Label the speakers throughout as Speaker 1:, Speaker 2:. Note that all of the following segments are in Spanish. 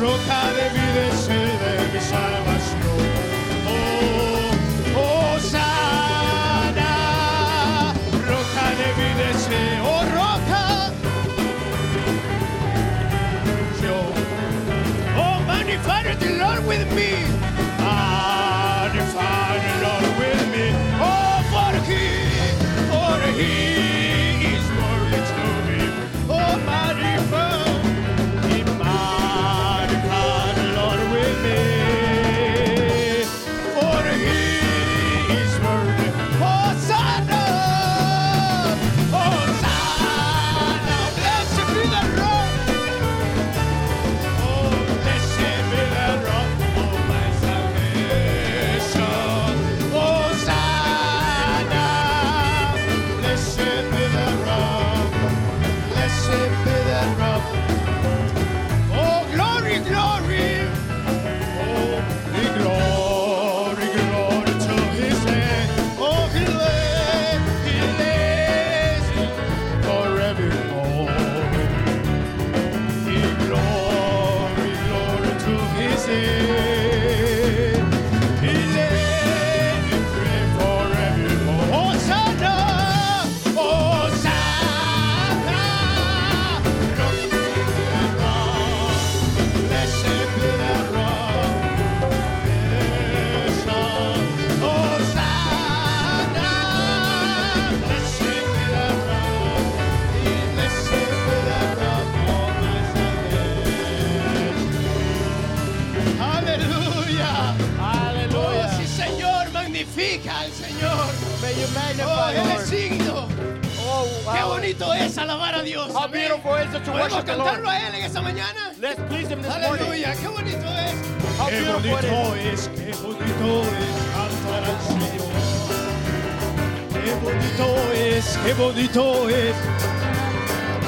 Speaker 1: roca de mi deseo, de mi salvación. Oh, Osana, roca de mi deseo, roca. Yo, oh, magnify the Lord with me. Magnify the Lord with me. Oh, for he, for he is worthy to be. Oh, magnify, he magnify the Lord with me. For he is worthy. Hosanna, Hosanna, blessed be the Lord. Oh, blessed be the rock of my salvation. Hosanna, blessed be the rock, blessed be the rock. Oh, glory, glory, oh, the glory, glory to His name. Oh, He lives, He lives forevermore. Glory, glory to His name. He lives and reigns forevermore. Hosanna, Hosanna. Blessed be the Lord. Blessed be the Lord. Blessed. Hosanna. Blessed be the Lord. Aleluya, aleluya. Sí, Señor, magnifica al Señor.
Speaker 2: May you
Speaker 1: Oh,
Speaker 2: magnify
Speaker 1: Él
Speaker 2: the
Speaker 1: es
Speaker 2: Lord.
Speaker 1: digno.
Speaker 2: Oh,
Speaker 1: Qué
Speaker 2: wow.
Speaker 1: bonito es alabar a Dios.
Speaker 3: Ah,
Speaker 2: How
Speaker 1: Amén.
Speaker 2: beautiful is it to
Speaker 1: ¿Podemos
Speaker 2: worship the
Speaker 1: cantarlo
Speaker 2: Lord?
Speaker 1: a Él en esta mañana?
Speaker 2: Let's please Him this morning.
Speaker 1: Aleluya, qué bonito es.
Speaker 2: How
Speaker 1: Qué
Speaker 2: beautiful
Speaker 1: bonito
Speaker 2: it is.
Speaker 1: es, qué bonito es cantar al Señor. Qué bonito es, qué bonito es.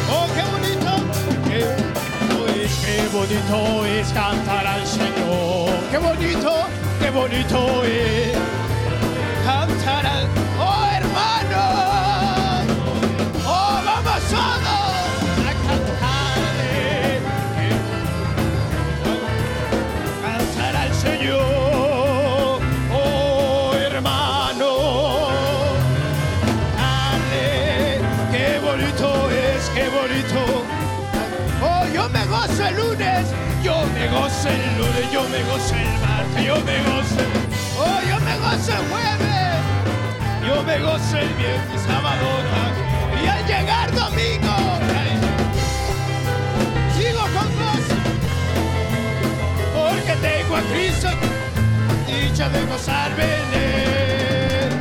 Speaker 1: Oh, qué bonito. Qué bonito es, qué bonito es cantar al Señor. Qué bonito, qué bonito es cantar al. Oh, hermano. Oh, vamos todos a cantarle. Cantar al Señor, oh hermano. Dale, qué bonito es, qué bonito. Oh, yo me gozo el lunes, yo me gozo el lunes, yo me gozo el martes, yo me gozo. Oh, yo me gozo el jueves, yo me gozo el viernes, sábado, domingo. y al llegar domingo. ay, Sigo con gozo porque tengo a Cristo, dicha de gozarme en él.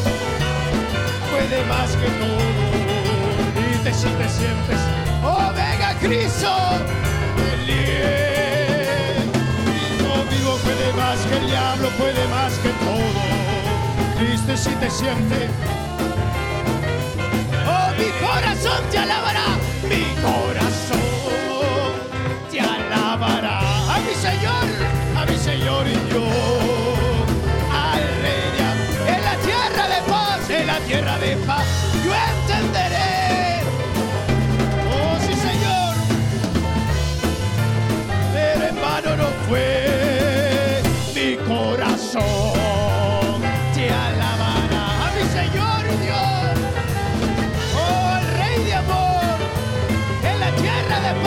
Speaker 1: Y puede más que todo, y te sientes siempre. Oh, venga Cristo, él conmigo puede más que el diablo, puede más que todo. Cristo si te siente. Oh, mi corazón te alabará, mi corazón te alabará. A mi Señor, a mi Señor y Dios. Aleluya. En la tierra de paz, en la tierra de paz, yo entenderé. Oh, sí, Señor. Pero en vano no fue mi corazón. Te alabará, a mi Señor y Dios. Oh, el rey de amor. Oh, Oh,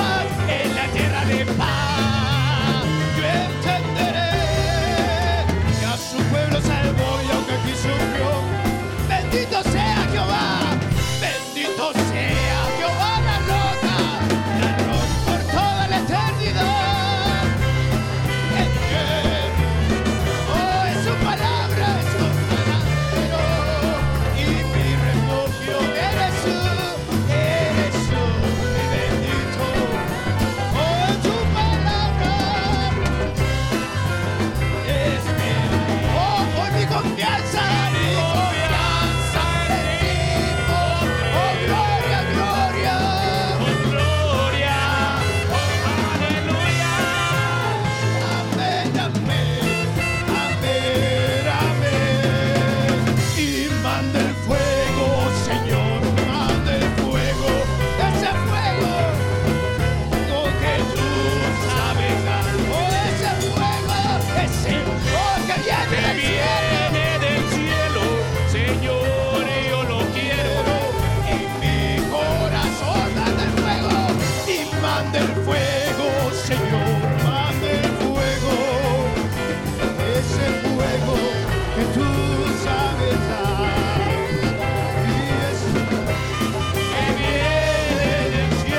Speaker 1: Oh, Oh,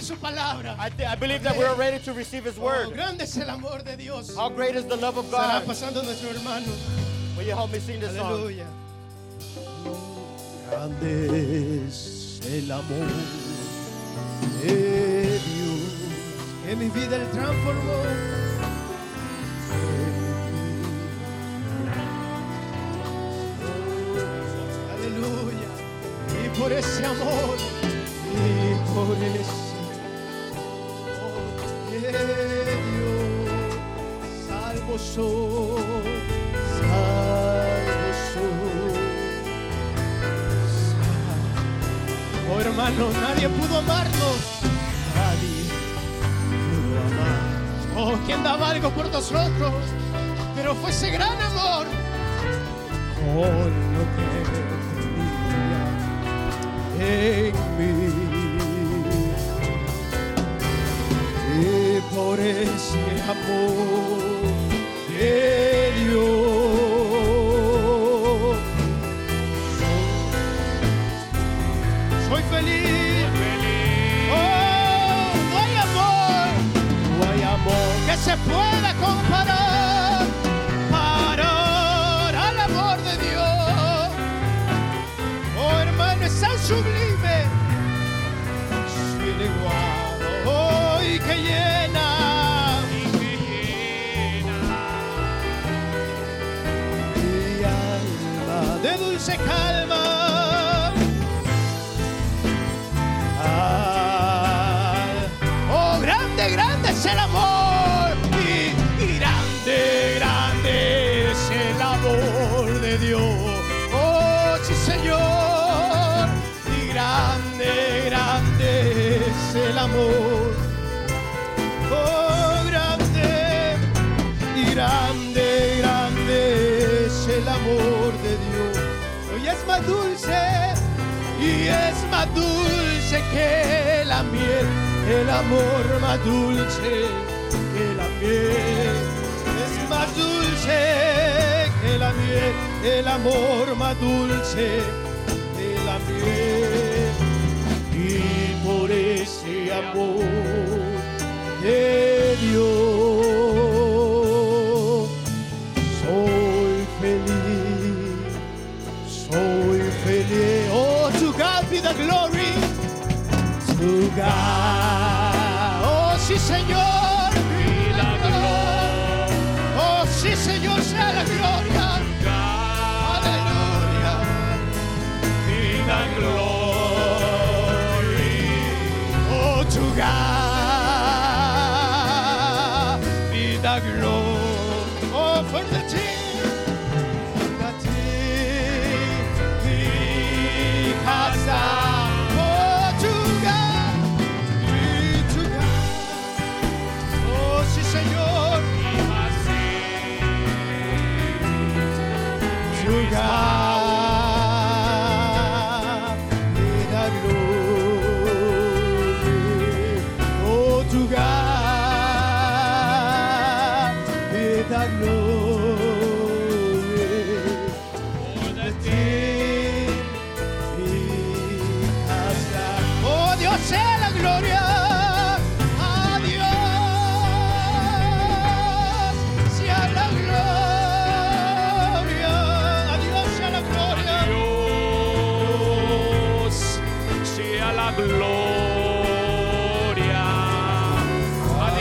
Speaker 1: su palabra.
Speaker 2: I, thi- I believe that we're ready to receive His
Speaker 1: Oh,
Speaker 2: word.
Speaker 1: grande es el amor de Dios.
Speaker 2: How great is the love of
Speaker 1: Estará
Speaker 2: God?
Speaker 1: pasando nuestro hermano.
Speaker 2: Will you help me sing this song?
Speaker 1: Aleluya. Grande es el amor de Dios que mi vida él transformó. Aleluya. Y por ese amor, y por ese amor de Dios, salvo soy, salvo soy. Oh hermano, nadie pudo amarnos. Nadie pudo amarnos. Oh, quien daba algo por nosotros. Pero fue ese gran amor. Con lo que tenía en mí. Y por ese amor de Dios. Soy feliz. Oh, no hay amor, no hay amor que se pueda comparar, parar al amor de Dios. Oh, hermano, es tan sublime, sin igual, oh, y que llena. Mi alma De dulce calma, Ay, Oh, grande, grande es el amor. Y, y grande, grande es el amor de Dios. Oh, sí, Señor. Y grande, grande es el amor. Oh, grande y grande, grande es el amor de Dios. Hoy es más dulce y es más dulce que la miel, el amor más dulce que la miel. Es más dulce que la miel, el amor más dulce que la miel. Y por ese amor de Dios. Soy feliz, soy feliz. Oh, to God be the glory, to God. Oh, sí, Señor, be la gloria. Oh, sí, Señor, sea la gloria. Aleluya. Oh, to God be the glory. Oh, for the team, the team we cast down. Oh, to God be to God. Oh, sí, Señor. To God be the glory. Oh, to God be the glory. Oh Dios sea la gloria a Dios sea la gloria a Dios sea la gloria
Speaker 4: Dios sea la gloria. A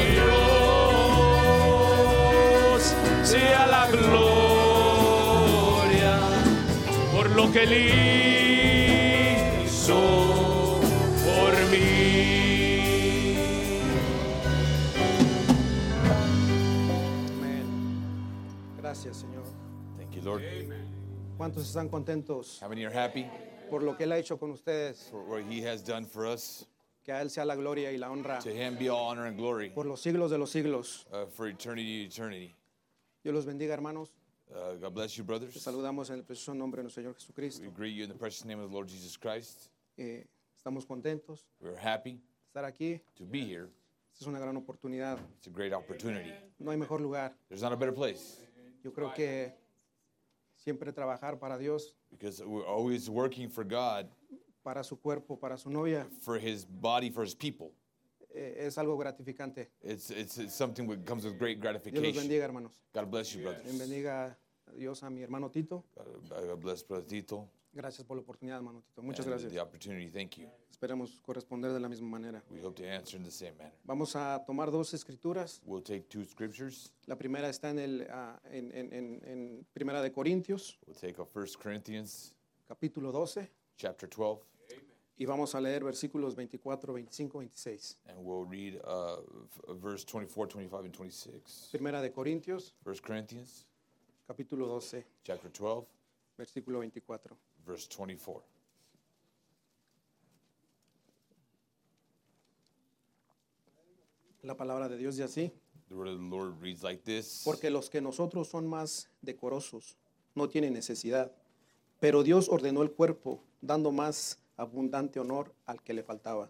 Speaker 4: Dios sea la gloria por lo que él hizo por mí.
Speaker 5: Amén. Gracias, Señor.
Speaker 6: Thank you, Lord.
Speaker 5: ¿Cuántos están contentos
Speaker 6: How many are happy
Speaker 5: por lo que Él ha hecho con ustedes?
Speaker 6: for what He has done for us?
Speaker 5: Que a Él sea la gloria y la honra
Speaker 6: To Him be all honor and glory
Speaker 5: por los siglos de los siglos.
Speaker 6: uh, for eternity, eternity.
Speaker 5: Dios los bendiga, hermanos.
Speaker 6: Uh, God bless you,
Speaker 5: Te
Speaker 6: brothers.
Speaker 5: saludamos en el precioso nombre de nuestro Señor
Speaker 6: We
Speaker 5: Jesucristo.
Speaker 6: greet you in the precious name of the Lord Jesus Christ.
Speaker 5: Eh, estamos contentos
Speaker 6: We're happy
Speaker 5: de estar aquí. Esta
Speaker 6: to be here.
Speaker 5: es una gran oportunidad.
Speaker 6: It's a great opportunity.
Speaker 5: No hay mejor lugar.
Speaker 6: There's not a better place
Speaker 5: Yo creo que siempre trabajar para Dios,
Speaker 6: because we're always working for God,
Speaker 5: para su cuerpo, para su novia,
Speaker 6: for His body, for His people.
Speaker 5: eh, es algo gratificante.
Speaker 6: It's, it's, it's something that comes with great
Speaker 5: Dios los
Speaker 6: gratification.
Speaker 5: bendiga, hermanos.
Speaker 6: God bless you, brothers. Uh,
Speaker 5: Bien, bendiga a Dios a mi hermano Tito.
Speaker 6: God God bless Brother Tito
Speaker 5: Gracias por la oportunidad, hermano Tito. Muchas
Speaker 6: and the
Speaker 5: gracias.
Speaker 6: opportunity. Thank you.
Speaker 5: Esperamos corresponder de la misma manera.
Speaker 6: We hope to answer in the same manner.
Speaker 5: Vamos a tomar dos escrituras.
Speaker 6: We'll take two scriptures.
Speaker 5: La primera está en, el, ah, en, en- en- en Primera de Corintios,
Speaker 6: We'll take up 1 Corinthians
Speaker 5: capítulo 12,
Speaker 6: chapter 12,
Speaker 5: y vamos a leer versículos 24, 25, 26.
Speaker 6: and we'll read uh, f- verse 24, 25, and 26.
Speaker 5: Primera de Corintios,
Speaker 6: 1 Corinthians
Speaker 5: capítulo 12,
Speaker 6: chapter 12,
Speaker 5: versículo 24.
Speaker 6: verse 24.
Speaker 5: La palabra de Dios dice así.
Speaker 6: The word of the Lord reads like this
Speaker 5: Porque los que nosotros son más decorosos no tienen necesidad. Pero Dios ordenó el cuerpo, dando más abundante honor al que le faltaba.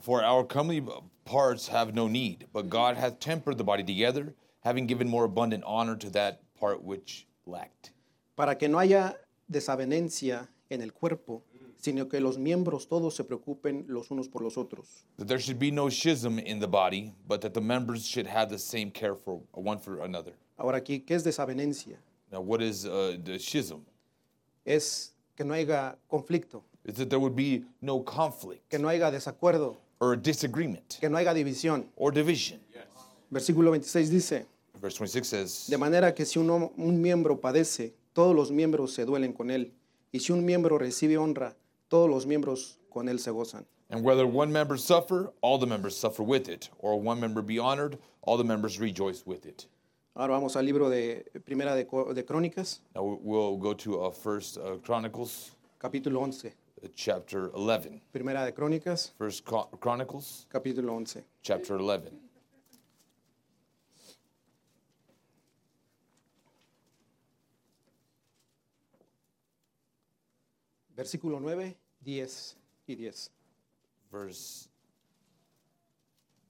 Speaker 6: For our comely parts have no need, but God hath tempered the body together, having given more abundant honor to that part which lacked.
Speaker 5: Para que no haya desavenencia en el cuerpo, sino que los miembros todos se preocupen los unos por los otros.
Speaker 6: That there should be no schism in the body, but that the members should have the same care for one for another.
Speaker 5: Ahora aquí, ¿qué es desavenencia?
Speaker 6: Now, what is uh, the schism?
Speaker 5: Es que no haya conflicto,
Speaker 6: Is that there would be no conflict
Speaker 5: que no haya desacuerdo,
Speaker 6: or disagreement
Speaker 5: que no haya división.
Speaker 6: or division.
Speaker 5: Versículo 26 dice,
Speaker 6: Verse 26 says,
Speaker 5: De manera que si uno- un miembro padece, todos los miembros se duelen con él. Y si un miembro recibe honra, todos los miembros con él se gozan.
Speaker 6: And whether one member suffer, all the members suffer with it, or one member be honored, all the members rejoice with it.
Speaker 5: Ahora vamos al libro de Primera de, Co- de Crónicas,
Speaker 6: Now we- we'll go to uh, First uh, Chronicles,
Speaker 5: capítulo 11.
Speaker 6: uh, chapter 11.
Speaker 5: Primera de Crónicas,
Speaker 6: First Chron- Chronicles,
Speaker 5: capítulo 11.
Speaker 6: chapter 11.
Speaker 5: Versículo 9, 10 y 10.
Speaker 6: verse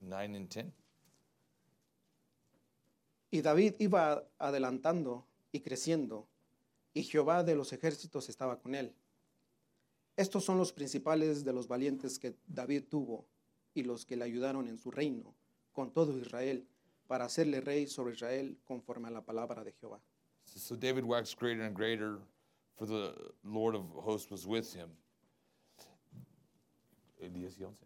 Speaker 6: 9 and 10.
Speaker 5: Y David iba adelantando y creciendo, y Jehová de los ejércitos estaba con él. Estos son los principales de los valientes que David tuvo y los que le ayudaron en su reino, con todo Israel, para hacerle rey sobre Israel conforme a la palabra de Jehová.
Speaker 6: So David waxed greater and greater, for the Lord of hosts was with him. Eh, 10 y 11.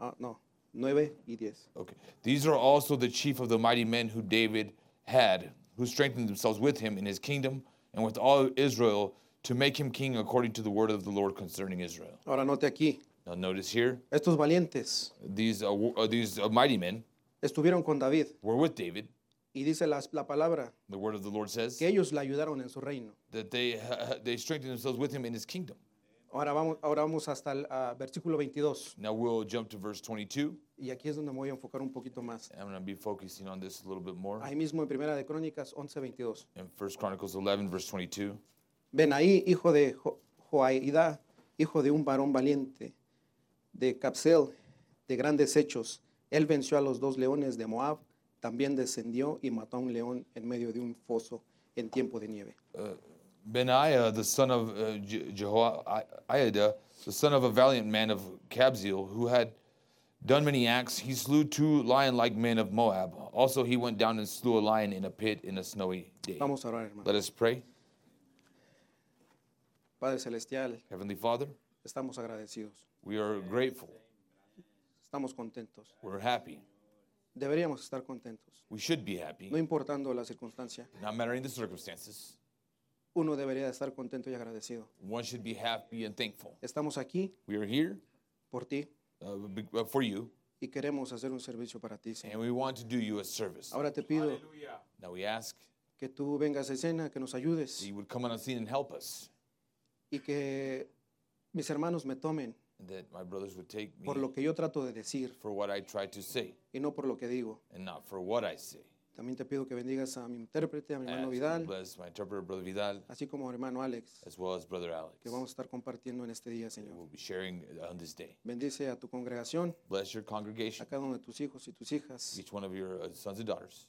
Speaker 5: Ah, no, 9 y 10.
Speaker 6: Okay. These are also the chief of the mighty men who David had, who strengthened themselves with him in his kingdom and with all Israel to make him king according to the word of the Lord concerning Israel.
Speaker 5: Ahora note aquí,
Speaker 6: Now notice here,
Speaker 5: estos valientes
Speaker 6: these uh, wo- uh, these uh, mighty men
Speaker 5: estuvieron con David
Speaker 6: were with David.
Speaker 5: y dice las- la palabra
Speaker 6: The word of the Lord says
Speaker 5: que ellos le ayudaron en su reino.
Speaker 6: that they ha- ha- they strengthened themselves with him in his kingdom.
Speaker 5: Ahora vamos, ahora vamos hasta el ah, versículo 22.
Speaker 6: Now we'll jump to verse 22.
Speaker 5: Y aquí es donde me voy a enfocar un poquito más.
Speaker 6: I'm going to be focusing on this a little bit more.
Speaker 5: Ahí mismo en Primera de Crónicas 11:22.
Speaker 6: In 1 Chronicles 11, verse 22.
Speaker 5: Benaí, hijo de Jo- Joaidá, hijo de un varón valiente, de Capsel, de grandes hechos, él venció a los dos leones de Moab, también descendió y mató a un león en medio de un foso en tiempo de nieve.
Speaker 6: Benaiah, the son of uh, Je- Jehoiada, the son of a valiant man of Kabzeel, who had done many acts, he slew two lion like men of Moab. Also, he went down and slew a lion in a pit in a snowy day.
Speaker 5: Vamos a orar, hermano.
Speaker 6: Let us pray.
Speaker 5: Padre Celestial,
Speaker 6: Heavenly Father,
Speaker 5: estamos agradecidos,
Speaker 6: we are grateful.
Speaker 5: estamos contentos,
Speaker 6: We're happy.
Speaker 5: deberíamos estar contentos,
Speaker 6: We should be happy,
Speaker 5: no importando la circunstancia,
Speaker 6: not mattering the circumstances.
Speaker 5: uno debería estar contento y agradecido.
Speaker 6: One should be happy and thankful.
Speaker 5: Estamos aquí
Speaker 6: We are here
Speaker 5: por ti,
Speaker 6: uh, be- uh, for you,
Speaker 5: y queremos hacer un servicio para ti, Señor.
Speaker 6: and we want to do you a service.
Speaker 5: Ahora te pido
Speaker 6: Now we ask
Speaker 5: que tú vengas a escena, que nos
Speaker 6: that
Speaker 5: ayudes
Speaker 6: you would come on the scene and help us,
Speaker 5: y que mis hermanos me tomen
Speaker 6: and that my brothers would take me
Speaker 5: por lo que yo trato de decir
Speaker 6: for what I try to say
Speaker 5: y no por lo que digo.
Speaker 6: and not for what I say.
Speaker 5: También te pido que bendigas a mi intérprete, a mi hermano
Speaker 6: Ask you to
Speaker 5: Vidal,
Speaker 6: Bless my interpreter, Brother Vidal,
Speaker 5: así como a mi hermano Alex,
Speaker 6: as well as Brother Alex.
Speaker 5: que vamos a estar compartiendo en este día, Señor.
Speaker 6: We'll be sharing on this day.
Speaker 5: Bendice a tu congregación,
Speaker 6: Bless your congregation,
Speaker 5: a cada uno de tus hijos y tus hijas,
Speaker 6: each one of your uh, sons and daughters,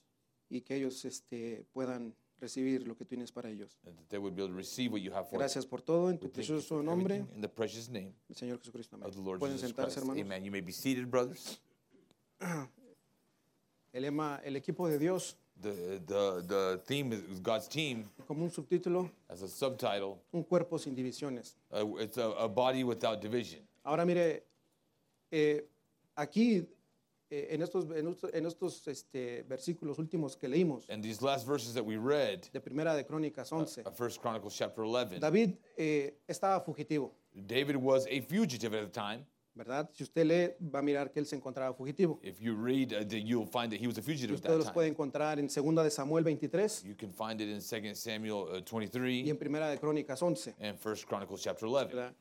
Speaker 5: y que ellos este, puedan recibir lo que tú tienes para ellos.
Speaker 6: and that they would be able to receive what you have for them.
Speaker 5: Gracias por todo, en tu
Speaker 6: Thank you for
Speaker 5: precioso nombre,
Speaker 6: everything In the precious name
Speaker 5: el Señor Jesucristo. amén.
Speaker 6: of the Lord
Speaker 5: Pueden
Speaker 6: Jesus
Speaker 5: sentarse,
Speaker 6: Christ.
Speaker 5: hermanos.
Speaker 6: Amen. You may be seated, brothers.
Speaker 5: El lema, el equipo de Dios,
Speaker 6: The, the, the theme is God's team
Speaker 5: como un subtítulo,
Speaker 6: as a subtitle.
Speaker 5: un cuerpo sin divisiones.
Speaker 6: Uh, it's a, a body without division.
Speaker 5: Ahora mire, eh, aquí eh, en estos, en estos, en estos, este, versículos últimos que leímos,
Speaker 6: And these last verses that we read
Speaker 5: de Primera de Crónicas 11,
Speaker 6: of First Chronicles chapter 11,
Speaker 5: David eh, estaba fugitivo,
Speaker 6: David was a fugitive at the time.
Speaker 5: ¿verdad? Si usted lee, va a mirar que él se encontraba fugitivo.
Speaker 6: If you read, uh, the, you'll find that he was a fugitive at
Speaker 5: Usted
Speaker 6: that
Speaker 5: los
Speaker 6: time.
Speaker 5: puede encontrar en 2 de Samuel 23
Speaker 6: You can find it in 2 Samuel uh,
Speaker 5: y
Speaker 6: 23
Speaker 5: en Primera de Crónicas 11.
Speaker 6: and First Chronicles chapter 11.
Speaker 5: ¿verdad?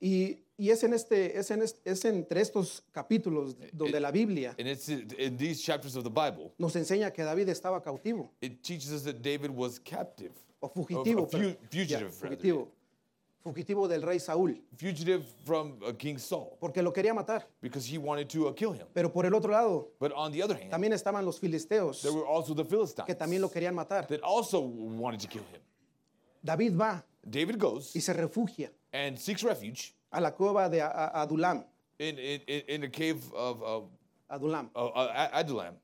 Speaker 5: Y, y es, en este, es, en est- es entre estos capítulos
Speaker 6: Eh,
Speaker 5: donde la Biblia
Speaker 6: And it's uh, in these chapters of the Bible,
Speaker 5: nos enseña que David estaba cautivo
Speaker 6: it teaches us that David was captive,
Speaker 5: o fugitivo.
Speaker 6: Of- of fu-
Speaker 5: pero-
Speaker 6: fugitive,
Speaker 5: ya,
Speaker 6: rather.
Speaker 5: fugitivo. Fugitivo del rey Saúl,
Speaker 6: fugitive from uh, King Saul,
Speaker 5: porque lo quería matar.
Speaker 6: because he wanted to uh, kill him.
Speaker 5: Pero por el otro lado,
Speaker 6: But on the other hand,
Speaker 5: también estaban los filisteos
Speaker 6: there were also the Philistines
Speaker 5: que también lo querían matar.
Speaker 6: that also wanted to kill him.
Speaker 5: David va
Speaker 6: David goes
Speaker 5: y se refugia
Speaker 6: and seeks refuge
Speaker 5: a la cueva de A- A- Adulam.
Speaker 6: in, in, in in the cave of uh,
Speaker 5: Adulam.
Speaker 6: uh, uh, Adullam,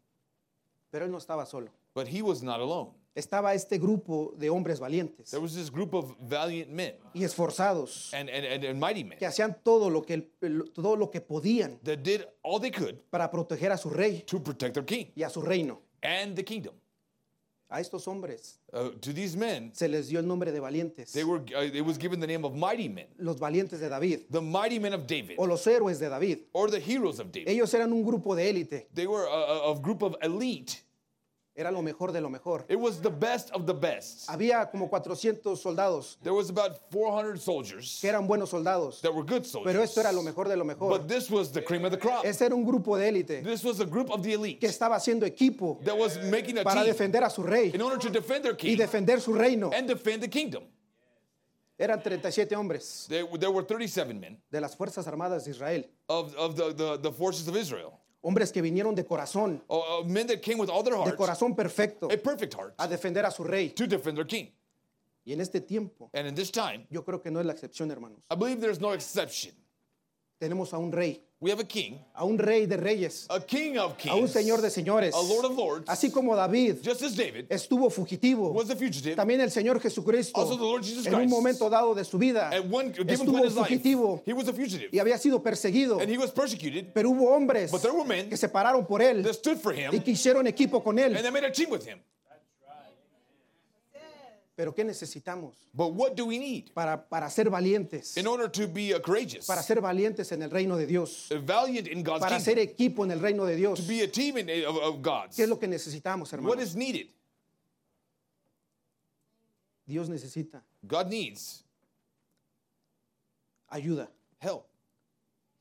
Speaker 5: Pero él no estaba solo.
Speaker 6: but he was not alone.
Speaker 5: Estaba este grupo de hombres valientes
Speaker 6: There was this group of valiant men
Speaker 5: y esforzados
Speaker 6: and, and, and, and mighty men
Speaker 5: que hacían todo lo que, el- el- todo lo que podían
Speaker 6: that did all they could
Speaker 5: para proteger a su rey
Speaker 6: to protect their king
Speaker 5: y a su reino.
Speaker 6: and the kingdom.
Speaker 5: A estos hombres
Speaker 6: Uh, to these men,
Speaker 5: se les dio el nombre de valientes,
Speaker 6: they were uh, it was given the name of mighty men,
Speaker 5: los valientes de David
Speaker 6: the mighty men of David,
Speaker 5: o los héroes de David.
Speaker 6: or the heroes of David.
Speaker 5: Ellos eran un grupo de élite,
Speaker 6: They were a, a- a group of elite.
Speaker 5: era lo mejor de lo mejor.
Speaker 6: It was the best of the best.
Speaker 5: Había como 400 soldados
Speaker 6: There was about 400 soldiers
Speaker 5: que eran buenos soldados,
Speaker 6: that were good soldiers.
Speaker 5: pero esto era lo mejor de lo
Speaker 6: But
Speaker 5: mejor.
Speaker 6: this was the cream of the crop.
Speaker 5: Este era un grupo de élite
Speaker 6: This was a group of the elite
Speaker 5: que estaba haciendo equipo
Speaker 6: that was making a
Speaker 5: para
Speaker 6: team
Speaker 5: defender a su rey
Speaker 6: in order to defend their
Speaker 5: y
Speaker 6: king
Speaker 5: defender su reino.
Speaker 6: and defend the kingdom.
Speaker 5: Eran 37 hombres
Speaker 6: There, there were 37 men
Speaker 5: de las Fuerzas Armadas de Israel,
Speaker 6: of, of the, the, the forces of Israel,
Speaker 5: hombres que vinieron de corazón,
Speaker 6: uh, uh, men that came with all their
Speaker 5: de
Speaker 6: hearts,
Speaker 5: corazón perfecto,
Speaker 6: a perfect heart,
Speaker 5: a defender a su rey.
Speaker 6: to defend their king.
Speaker 5: Y en este tiempo,
Speaker 6: And in this time,
Speaker 5: yo creo que no es la excepción, hermanos.
Speaker 6: I believe there's no exception.
Speaker 5: Tenemos a un rey,
Speaker 6: We have a king,
Speaker 5: a un rey de reyes,
Speaker 6: a king of kings,
Speaker 5: a un señor de señores.
Speaker 6: a lord of lords,
Speaker 5: Así como David
Speaker 6: just as David
Speaker 5: estuvo fugitivo,
Speaker 6: was a fugitive.
Speaker 5: también el Señor
Speaker 6: Also the
Speaker 5: Jesucristo
Speaker 6: Lord Jesus
Speaker 5: en un
Speaker 6: Christ.
Speaker 5: momento dado de su vida
Speaker 6: At one given point in
Speaker 5: estuvo
Speaker 6: his life,
Speaker 5: fugitivo
Speaker 6: he was a fugitive,
Speaker 5: y había sido perseguido.
Speaker 6: and he was persecuted.
Speaker 5: Pero hubo hombres
Speaker 6: But there were men
Speaker 5: que se pararon por él
Speaker 6: That stood for him,
Speaker 5: y que hicieron equipo con
Speaker 6: and
Speaker 5: él.
Speaker 6: they made a team with him.
Speaker 5: Pero ¿qué necesitamos
Speaker 6: But what do we need
Speaker 5: para, para ser valientes?
Speaker 6: in order to be uh, courageous,
Speaker 5: Para ser valientes en el reino de Dios.
Speaker 6: valiant in God's
Speaker 5: Para ser
Speaker 6: kingdom,
Speaker 5: equipo en el reino de Dios.
Speaker 6: to be a team in, of, of God's?
Speaker 5: ¿Qué es lo que necesitamos,
Speaker 6: What
Speaker 5: hermanos?
Speaker 6: is needed?
Speaker 5: Dios necesita
Speaker 6: God needs
Speaker 5: ayuda.
Speaker 6: help.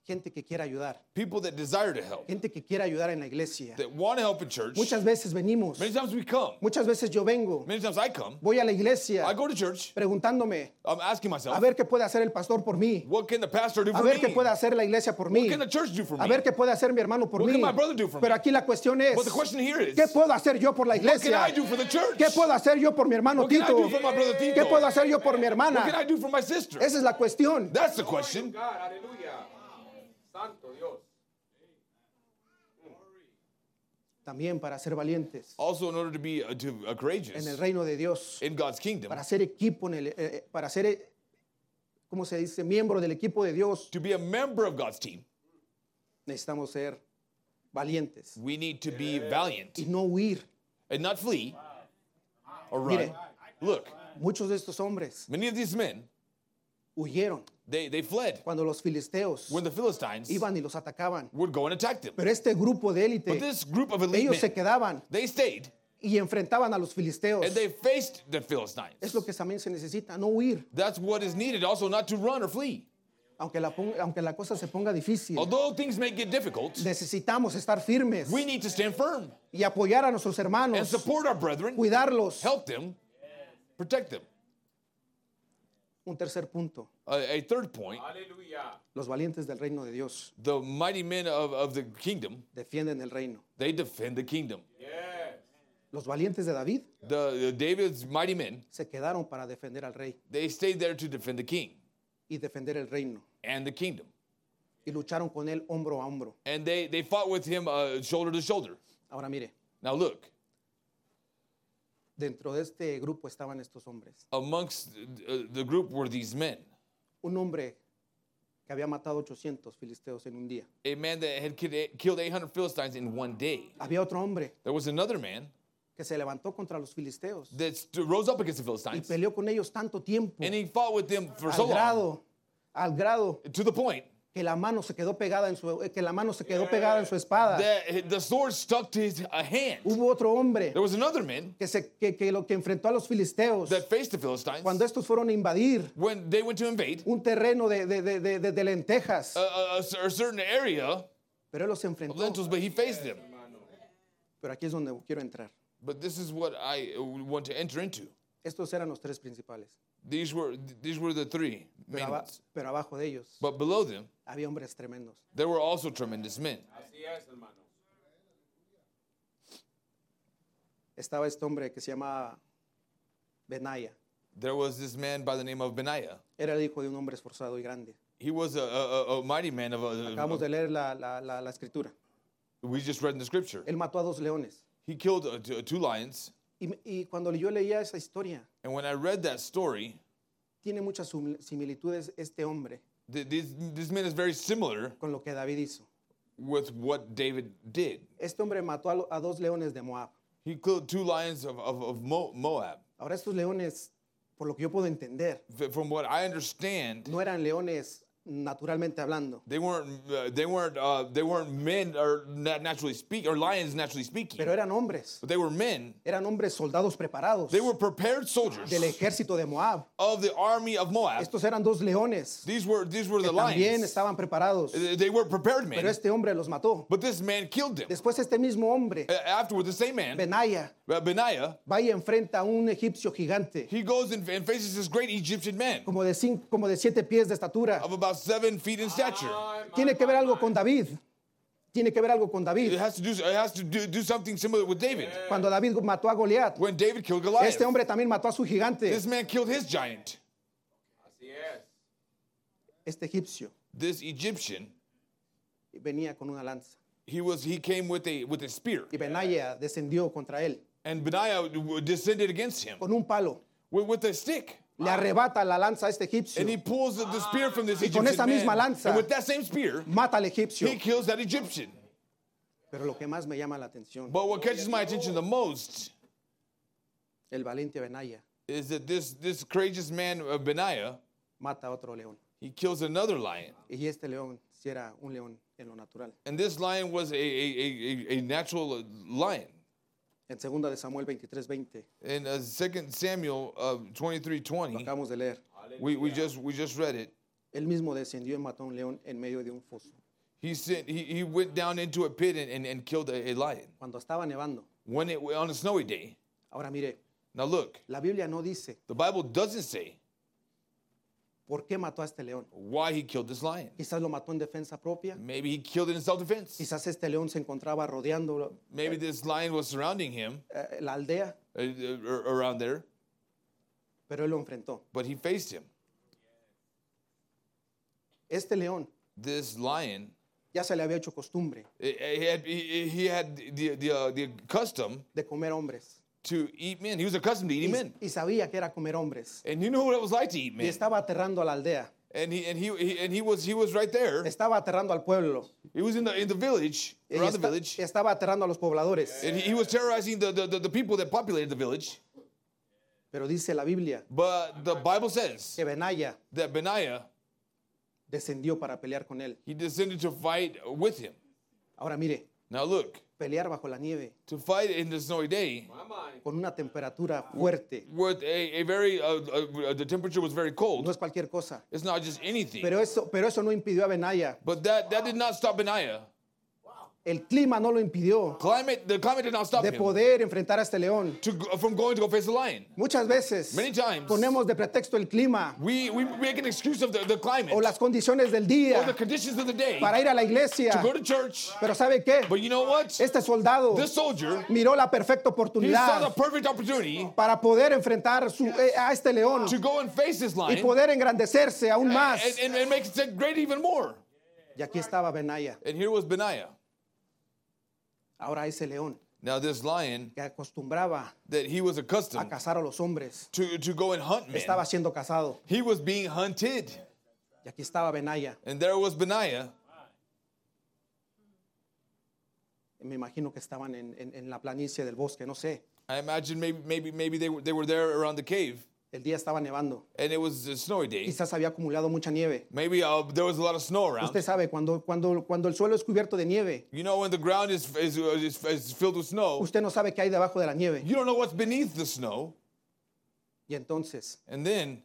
Speaker 5: Gente que quiera ayudar.
Speaker 6: People that desire to help,
Speaker 5: Gente que quiera ayudar en la iglesia.
Speaker 6: that want to help in church.
Speaker 5: Muchas veces venimos.
Speaker 6: Many times we come.
Speaker 5: Muchas veces yo vengo.
Speaker 6: Many times I come.
Speaker 5: Voy a la iglesia
Speaker 6: I go to church.
Speaker 5: preguntándome
Speaker 6: I'm asking
Speaker 5: a
Speaker 6: myself,
Speaker 5: ver qué puede hacer el pastor por mí.
Speaker 6: what can the pastor do
Speaker 5: A
Speaker 6: for
Speaker 5: ver
Speaker 6: me?
Speaker 5: qué puede hacer la iglesia por mí.
Speaker 6: What can the church do for
Speaker 5: A
Speaker 6: me?
Speaker 5: ver qué puede hacer mi hermano por
Speaker 6: What
Speaker 5: mí.
Speaker 6: can my brother do for me?
Speaker 5: Pero aquí la cuestión es,
Speaker 6: But the question here is,
Speaker 5: ¿qué puedo hacer yo por la
Speaker 6: what can
Speaker 5: iglesia?
Speaker 6: I do for the church?
Speaker 5: ¿Qué puedo hacer yo por mi hermano
Speaker 6: What can I
Speaker 5: Tito?
Speaker 6: do for my brother Tito?
Speaker 5: ¿Qué puedo hacer yo por mi
Speaker 6: What can I
Speaker 5: hermana?
Speaker 6: do for my sister?
Speaker 5: Esa es la cuestión.
Speaker 6: That's the question.
Speaker 5: También para ser valientes
Speaker 6: Also, in order to be uh, to, uh, courageous
Speaker 5: en el reino de Dios,
Speaker 6: in God's kingdom,
Speaker 5: para ser equipo en el, eh, eh, para ser, eh, ¿cómo se dice? Miembro del equipo de Dios,
Speaker 6: to be a member of God's team,
Speaker 5: necesitamos ser valientes
Speaker 6: we need to be valiant
Speaker 5: y no huir.
Speaker 6: and not flee or run.
Speaker 5: Mire.
Speaker 6: Look,
Speaker 5: Muchos de estos hombres
Speaker 6: many of these men,
Speaker 5: huyeron
Speaker 6: they, they fled
Speaker 5: cuando los filisteos
Speaker 6: when the Philistines
Speaker 5: iban y los atacaban.
Speaker 6: would go and attack them.
Speaker 5: Pero este grupo de
Speaker 6: But
Speaker 5: élite,
Speaker 6: this group of elite
Speaker 5: ellos se
Speaker 6: men,
Speaker 5: quedaban
Speaker 6: they stayed
Speaker 5: y enfrentaban a los filisteos.
Speaker 6: and they faced the Philistines.
Speaker 5: Es lo que también se necesita, no huir,
Speaker 6: That's what is needed, also not to run or flee.
Speaker 5: aunque la, pon- aunque la cosa se ponga difícil.
Speaker 6: Although things may get difficult,
Speaker 5: Necesitamos estar firmes
Speaker 6: we need to stand firm
Speaker 5: y apoyar a nuestros
Speaker 6: and
Speaker 5: hermanos,
Speaker 6: support our brethren,
Speaker 5: cuidarlos.
Speaker 6: help them, protect them.
Speaker 5: Un tercer punto,
Speaker 6: A, a third point
Speaker 5: los valientes del reino de Dios
Speaker 6: the mighty men of, of the kingdom,
Speaker 5: defienden el reino.
Speaker 6: they defend the kingdom.
Speaker 5: Los valientes de David
Speaker 6: The, the David's mighty men,
Speaker 5: se quedaron para defender al rey
Speaker 6: they stayed there to defend the king
Speaker 5: y defender el reino.
Speaker 6: and the kingdom.
Speaker 5: y lucharon con él hombro a hombro.
Speaker 6: and they, they fought with him uh, shoulder to shoulder.
Speaker 5: Ahora mire,
Speaker 6: Now look,
Speaker 5: dentro de este grupo estaban estos hombres.
Speaker 6: amongst uh, the group were these men.
Speaker 5: Un hombre que había matado 800 filisteos en un día.
Speaker 6: A man that had kid- killed 800 Philistines in one day.
Speaker 5: Había otro hombre
Speaker 6: There was another man
Speaker 5: que se levantó contra los filisteos
Speaker 6: that st- rose up against the
Speaker 5: y
Speaker 6: Philistines
Speaker 5: peleó con ellos tanto tiempo,
Speaker 6: and he fought with them for so
Speaker 5: al
Speaker 6: long
Speaker 5: grado, al grado
Speaker 6: to the point
Speaker 5: que la mano se quedó pegada en su eh, que la mano se quedó pegada en su espada.
Speaker 6: that the sword stuck to his uh, hand.
Speaker 5: Hubo otro hombre
Speaker 6: There was another man
Speaker 5: que se que, que lo que enfrentó a los filisteos
Speaker 6: that faced the Philistines
Speaker 5: cuando estos fueron a invadir
Speaker 6: when they went to invade
Speaker 5: un terreno de, de- de- de- de- de lentejas,
Speaker 6: a, a- a cer- a certain area
Speaker 5: pero él los
Speaker 6: of
Speaker 5: enfrentó.
Speaker 6: lentils, but he faced them.
Speaker 5: Pero aquí es donde quiero entrar.
Speaker 6: But this is what I uh, want to enter into.
Speaker 5: Estos eran los tres principales.
Speaker 6: These were these were the three
Speaker 5: Pero,
Speaker 6: main
Speaker 5: aba-
Speaker 6: ones.
Speaker 5: pero abajo de ellos
Speaker 6: But below them,
Speaker 5: había hombres tremendos.
Speaker 6: there were also tremendous men.
Speaker 5: Estaba este hombre que se llamaba Benaya.
Speaker 6: There was this man by the name of Benaiah.
Speaker 5: Era el hijo de un hombre esforzado y grande.
Speaker 6: He was a, a, a- a mighty man of a,
Speaker 5: Acabamos de leer la, la- la- la escritura.
Speaker 6: we just read in the scripture.
Speaker 5: Él mató a dos leones.
Speaker 6: He killed uh, t- two lions.
Speaker 5: Y, y cuando yo leía esa historia,
Speaker 6: And when I read that story,
Speaker 5: tiene muchas sum- similitudes este hombre
Speaker 6: th- this, this man is very similar
Speaker 5: con lo que David hizo.
Speaker 6: with what David did.
Speaker 5: Este hombre mató a, lo- a dos leones de Moab.
Speaker 6: He killed two lions of, of, of Mo- Moab.
Speaker 5: Ahora estos leones, por lo que yo puedo entender,
Speaker 6: F- From what I understand,
Speaker 5: no eran leones naturalmente hablando,
Speaker 6: they weren't uh, they weren't uh, they weren't men or na- naturally speak or lions naturally speaking.
Speaker 5: pero eran hombres.
Speaker 6: But they were men.
Speaker 5: Eran hombres soldados preparados
Speaker 6: They were prepared soldiers
Speaker 5: del ejército de Moab.
Speaker 6: of the army of Moab.
Speaker 5: Estos eran dos leones
Speaker 6: These were these were the Eh,
Speaker 5: que también
Speaker 6: lions.
Speaker 5: estaban preparados,
Speaker 6: They they were prepared
Speaker 5: pero
Speaker 6: men.
Speaker 5: este hombre los mató.
Speaker 6: But this man killed them.
Speaker 5: Después este mismo hombre,
Speaker 6: A- Afterward, the same man,
Speaker 5: Benaya,
Speaker 6: uh, Benaiah,
Speaker 5: va y enfrenta a un egipcio gigante,
Speaker 6: he goes and, and faces this great Egyptian man
Speaker 5: como de, cinco- como de siete pies de estatura.
Speaker 6: of about seven feet in stature.
Speaker 5: Tiene que ver algo con David. Tiene que ver algo con
Speaker 6: It
Speaker 5: David.
Speaker 6: has to do it has to do, do something similar with David.
Speaker 5: Cuando David mató a Goliat,
Speaker 6: When David killed Goliath,
Speaker 5: este hombre también mató a su gigante,
Speaker 6: this man killed his giant.
Speaker 5: este egipcio.
Speaker 6: This Egyptian,
Speaker 5: venía con una lanza.
Speaker 6: he was he came with a with a spear,
Speaker 5: Y Benaya descendió contra él
Speaker 6: and Benaiah w- descended against him
Speaker 5: con un palo.
Speaker 6: with, with a stick,
Speaker 5: Le arrebata la lanza a este egipcio.
Speaker 6: and he pulls the, the spear from this
Speaker 5: Y con
Speaker 6: Egyptian
Speaker 5: esa misma
Speaker 6: man.
Speaker 5: lanza-
Speaker 6: and with that same spear,
Speaker 5: Mata al egipcio.
Speaker 6: he kills that Egyptian.
Speaker 5: Pero lo que más me llama la atención,
Speaker 6: But what catches my attention the most
Speaker 5: el valiente Benaya
Speaker 6: is that this this courageous man uh, Benaiah,
Speaker 5: mata a otro león.
Speaker 6: he kills another lion.
Speaker 5: Y este león si era un león en lo natural.
Speaker 6: And this lion was a, a, a, a- a natural lion.
Speaker 5: En 2 de Samuel 23:20,
Speaker 6: In uh, 2 Samuel uh, 23
Speaker 5: lo
Speaker 6: 20,
Speaker 5: acabamos de leer.
Speaker 6: we, we, just, we just read it.
Speaker 5: Él mismo descendió y mató a un león en medio de un foso.
Speaker 6: He, sent, he, he went down into a pit and, and, and killed a, a lion
Speaker 5: Cuando estaba nevando.
Speaker 6: when it, on a snowy day.
Speaker 5: Ahora mire,
Speaker 6: Now, look,
Speaker 5: la Biblia no dice
Speaker 6: the Bible doesn't say
Speaker 5: por qué mató a este león.
Speaker 6: why he killed this lion.
Speaker 5: Quizás lo mató en defensa propia.
Speaker 6: Maybe he killed it in self defense.
Speaker 5: Quizás este león se encontraba rodeando
Speaker 6: Maybe this lion was surrounding him
Speaker 5: eh, la aldea,
Speaker 6: uh, uh, ar- around there,
Speaker 5: pero él lo enfrentó.
Speaker 6: but he faced him.
Speaker 5: Este león
Speaker 6: This lion,
Speaker 5: ya se le había hecho costumbre
Speaker 6: eh, eh, he had, he, he had the, the, uh, the custom
Speaker 5: de comer hombres.
Speaker 6: to eat men. He was accustomed to eating men.
Speaker 5: Y, y sabía que era comer hombres.
Speaker 6: And he knew what it was like to eat
Speaker 5: Y
Speaker 6: men.
Speaker 5: estaba aterrando a la aldea.
Speaker 6: And he and he, he and he was he was right there.
Speaker 5: Estaba aterrando al pueblo.
Speaker 6: He was in the in the village,
Speaker 5: Y
Speaker 6: around the
Speaker 5: esta-
Speaker 6: village. Eh.
Speaker 5: y estaba aterrando a los pobladores.
Speaker 6: And he, he was terrorizing the, the, the, the people that populated the village.
Speaker 5: Pero dice la Biblia
Speaker 6: But the Bible says
Speaker 5: que Benaya
Speaker 6: that Benaiah
Speaker 5: descendió para pelear con él.
Speaker 6: he descended to fight with him.
Speaker 5: Ahora mire,
Speaker 6: Now look,
Speaker 5: pelear bajo la nieve
Speaker 6: to fight in the snowy day
Speaker 5: con una temperatura fuerte
Speaker 6: with a, a very uh, uh, the temperature was very
Speaker 5: no
Speaker 6: cold.
Speaker 5: es cualquier cosa.
Speaker 6: It's not just anything.
Speaker 5: Pero eso, pero eso no impidió a Benaya.
Speaker 6: But that that did not stop Benaiah.
Speaker 5: El clima no lo impidió
Speaker 6: Climate the climate did not stop
Speaker 5: de
Speaker 6: him
Speaker 5: poder enfrentar a este león.
Speaker 6: to, go- from going to go face the lion.
Speaker 5: Muchas veces
Speaker 6: Many times.
Speaker 5: ponemos de pretexto el clima
Speaker 6: We we make an excuse of the, the climate
Speaker 5: o las condiciones del
Speaker 6: or the
Speaker 5: día
Speaker 6: conditions of the day.
Speaker 5: para ir a la iglesia.
Speaker 6: go to church.
Speaker 5: Pero ¿sabe qué?
Speaker 6: But you know what?
Speaker 5: Este soldado
Speaker 6: This soldier,
Speaker 5: miró la perfecta
Speaker 6: he saw the
Speaker 5: oportunidad
Speaker 6: perfect opportunity
Speaker 5: para poder enfrentar su- eh, a este león
Speaker 6: to go and face this
Speaker 5: y
Speaker 6: lion Eh,
Speaker 5: poder engrandecerse aún más.
Speaker 6: and, and, and make it great even more.
Speaker 5: Y aquí estaba Benaya,
Speaker 6: And here was Benaiah.
Speaker 5: ahora ese león
Speaker 6: Now, this lion
Speaker 5: que acostumbraba
Speaker 6: that he was
Speaker 5: a
Speaker 6: accustomed
Speaker 5: cazar a los hombres,
Speaker 6: to, to go and hunt men,
Speaker 5: estaba siendo cazado.
Speaker 6: he was being hunted.
Speaker 5: Y aquí estaba Benaya.
Speaker 6: And there was Benaiah.
Speaker 5: Me imagino que estaban en, en- en la planicie del bosque, no sé.
Speaker 6: I imagine maybe, maybe, maybe they, were, they were there around the cave
Speaker 5: El día estaba nevando.
Speaker 6: and it was a snowy day.
Speaker 5: Quizás había acumulado mucha nieve.
Speaker 6: Maybe uh, there was a lot of snow around.
Speaker 5: Usted sabe, cuando, cuando, cuando el suelo es cubierto de nieve,
Speaker 6: You know, when the ground is, is, is, is filled with snow,
Speaker 5: usted no sabe qué hay debajo de la nieve.
Speaker 6: you don't know what's beneath the snow.
Speaker 5: Y entonces,
Speaker 6: And then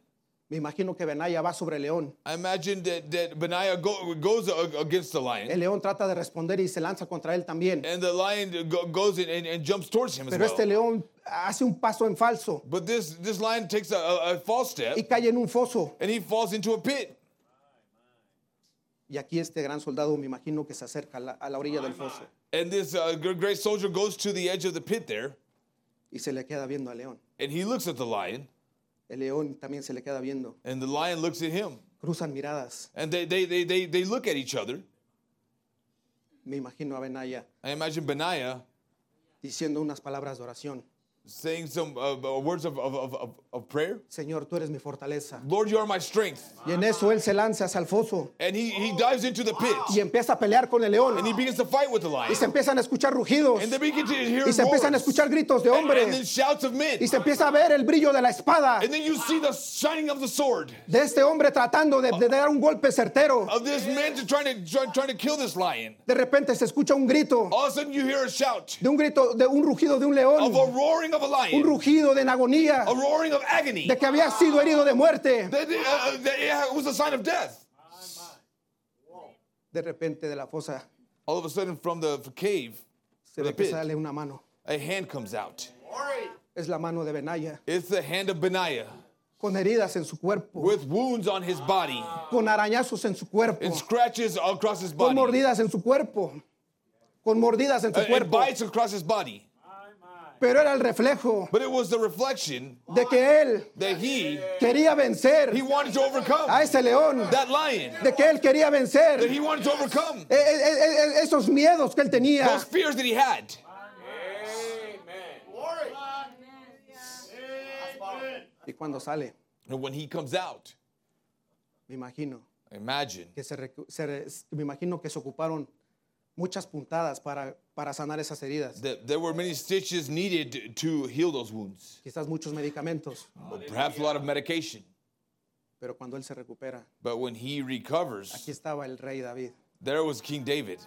Speaker 5: me imagino que Benaya va sobre el león.
Speaker 6: I imagine that, that Benaiah go, goes a- against the lion,
Speaker 5: El león trata de responder y se lanza contra él también.
Speaker 6: and the lion go, goes in and, and jumps towards him as
Speaker 5: Pero este
Speaker 6: well.
Speaker 5: león hace un paso en falso
Speaker 6: But this, this lion takes a, a, a false step,
Speaker 5: y cae en un foso.
Speaker 6: and he falls into a pit.
Speaker 5: Y aquí este gran soldado me imagino que se acerca a la, a la orilla del foso
Speaker 6: And this uh, gr- great soldier goes to the edge of the pit there,
Speaker 5: y se le queda viendo al león.
Speaker 6: and he looks at the lion,
Speaker 5: El león también se le queda viendo.
Speaker 6: and the lion looks at him.
Speaker 5: Cruzan miradas.
Speaker 6: And they, they, they, they, they look at each other.
Speaker 5: Me imagino a Benaya
Speaker 6: I imagine Benaiah
Speaker 5: diciendo unas palabras de oración.
Speaker 6: saying some uh, uh, words of, of, of- of, of prayer.
Speaker 5: Señor, tú eres mi fortaleza.
Speaker 6: Lord, you are my strength.
Speaker 5: Y en eso él se lanza hacia el foso
Speaker 6: And he, he dives into the pit
Speaker 5: y empieza a pelear con el león.
Speaker 6: and he begins to fight with the lion.
Speaker 5: Y se empiezan a escuchar rugidos.
Speaker 6: And they begin to hear
Speaker 5: Y se empiezan a
Speaker 6: roars.
Speaker 5: escuchar gritos de
Speaker 6: and, and then
Speaker 5: hombres.
Speaker 6: shouts of men.
Speaker 5: Y se empieza a ver el brillo de la espada
Speaker 6: And then you see the shining of the sword
Speaker 5: de este hombre tratando de, de dar un golpe certero.
Speaker 6: of this man to trying to try, trying to kill this lion.
Speaker 5: De repente se escucha un grito,
Speaker 6: All of a sudden you hear a shout
Speaker 5: de un grito, de un rugido de un
Speaker 6: of a
Speaker 5: león,
Speaker 6: roaring of a
Speaker 5: un
Speaker 6: lion,
Speaker 5: rugido de en agonía,
Speaker 6: a roaring of agony.
Speaker 5: de que había sido herido de muerte.
Speaker 6: That- that, uh, that it was a sign of death.
Speaker 5: De repente de la fosa
Speaker 6: All of a sudden from the cave,
Speaker 5: se ve que sale una mano.
Speaker 6: a hand comes out.
Speaker 5: Es la mano de Benaya,
Speaker 6: It's the hand of Benaiah
Speaker 5: con heridas en su cuerpo,
Speaker 6: with wounds on his body.
Speaker 5: con arañazos en su cuerpo,
Speaker 6: and scratches across his
Speaker 5: con
Speaker 6: body.
Speaker 5: mordidas en su cuerpo, con mordidas en
Speaker 6: Uh,
Speaker 5: su
Speaker 6: and
Speaker 5: cuerpo.
Speaker 6: bites across his body.
Speaker 5: Pero era el reflejo
Speaker 6: But it was the reflection
Speaker 5: de que él
Speaker 6: that he
Speaker 5: quería vencer
Speaker 6: he wanted to overcome
Speaker 5: a ese león,
Speaker 6: that lion.
Speaker 5: de que él quería vencer
Speaker 6: That
Speaker 5: e-
Speaker 6: he wanted to overcome
Speaker 5: e- e- e- esos miedos que él tenía.
Speaker 6: those fears that he had.
Speaker 5: Y cuando sale,
Speaker 6: And when he comes out,
Speaker 5: me imagino
Speaker 6: imagine
Speaker 5: que se, recu- se re- me imagino que se ocuparon muchas puntadas para, para sanar esas heridas,
Speaker 6: that there were many stitches needed to heal those wounds.
Speaker 5: quizás muchos medicamentos,
Speaker 6: Perhaps a lot of medication.
Speaker 5: pero cuando él se recupera,
Speaker 6: But when he recovers,
Speaker 5: aquí estaba el rey David.
Speaker 6: there was King David.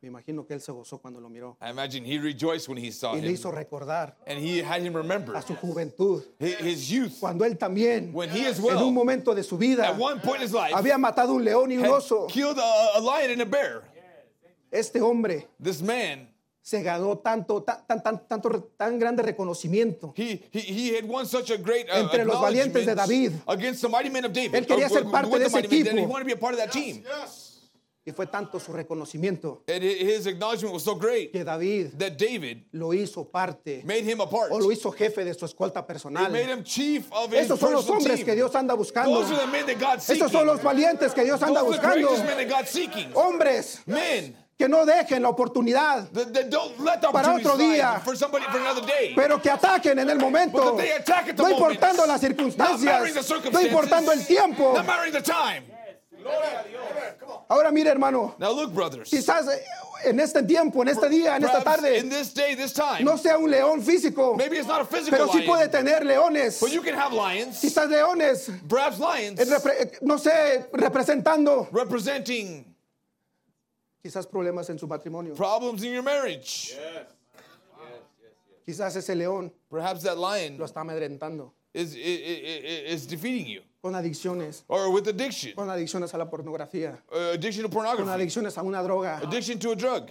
Speaker 5: Me imagino que él se gozó cuando lo miró
Speaker 6: I imagine he rejoiced when he saw
Speaker 5: y le
Speaker 6: him.
Speaker 5: hizo recordar
Speaker 6: And he had him remember
Speaker 5: a su juventud,
Speaker 6: hi- his youth.
Speaker 5: cuando él también,
Speaker 6: When he as
Speaker 5: en un
Speaker 6: well,
Speaker 5: momento de su vida,
Speaker 6: at one point in his life,
Speaker 5: había matado un león y un
Speaker 6: had
Speaker 5: oso.
Speaker 6: killed a, a lion and a bear.
Speaker 5: Este hombre
Speaker 6: This man,
Speaker 5: se ganó tanto, ta- tan, tan, tanto, re- tan grande reconocimiento.
Speaker 6: he, he, he had won such a great uh,
Speaker 5: Entre los valientes de
Speaker 6: acknowledgment
Speaker 5: David.
Speaker 6: against the mighty men of David.
Speaker 5: Él quería
Speaker 6: Uh,
Speaker 5: ser
Speaker 6: with-
Speaker 5: parte
Speaker 6: with
Speaker 5: de
Speaker 6: the
Speaker 5: ese
Speaker 6: mighty men, that He
Speaker 5: equipo.
Speaker 6: wanted to be a part of that team.
Speaker 5: Y fue tanto su reconocimiento
Speaker 6: And hi- his acknowledgement was so great
Speaker 5: que David
Speaker 6: that David
Speaker 5: lo hizo parte
Speaker 6: made him a part.
Speaker 5: o lo hizo jefe de su escolta
Speaker 6: He made
Speaker 5: personal.
Speaker 6: him chief of his
Speaker 5: Esos son los
Speaker 6: personal
Speaker 5: hombres
Speaker 6: team.
Speaker 5: que Dios anda buscando.
Speaker 6: Those are the men that God's seeking.
Speaker 5: Esos son los valientes que Dios anda
Speaker 6: Those are
Speaker 5: buscando.
Speaker 6: the
Speaker 5: Oh,
Speaker 6: greatest men that God's seeking.
Speaker 5: Hombres
Speaker 6: Men
Speaker 5: que no dejen la oportunidad,
Speaker 6: that, that don't let the
Speaker 5: Para
Speaker 6: opportunity
Speaker 5: otro
Speaker 6: slide
Speaker 5: día.
Speaker 6: for somebody for another day.
Speaker 5: pero que ataquen en el momento.
Speaker 6: But they attack at the
Speaker 5: No
Speaker 6: moment.
Speaker 5: importando las
Speaker 6: Not
Speaker 5: circunstancias,
Speaker 6: marrying the
Speaker 5: no
Speaker 6: circumstances.
Speaker 5: importando el tiempo.
Speaker 6: Not marrying the time.
Speaker 5: Ahora mire, hermano,
Speaker 6: Now look, brothers.
Speaker 5: quizás eh, en este tiempo, en este día, en esta
Speaker 6: Perhaps
Speaker 5: tarde,
Speaker 6: In this day, this time.
Speaker 5: no sea un león físico,
Speaker 6: Maybe it's not a physical
Speaker 5: pero sí
Speaker 6: lion,
Speaker 5: puede tener leones.
Speaker 6: but you can have lions,
Speaker 5: Quizás leones, eh,
Speaker 6: perhaps lions,
Speaker 5: repre- eh, no sé, representando
Speaker 6: representing
Speaker 5: quizás problemas en su matrimonio.
Speaker 6: problems in your marriage.
Speaker 5: Quizás ese león
Speaker 6: Perhaps that lion
Speaker 5: lo está amedrentando
Speaker 6: is, is, is defeating you,
Speaker 5: con adicciones,
Speaker 6: or with addiction,
Speaker 5: con adicciones a la pornografía,
Speaker 6: uh, addiction to
Speaker 5: con
Speaker 6: pornography,
Speaker 5: adicciones a una droga.
Speaker 6: addiction to a drug.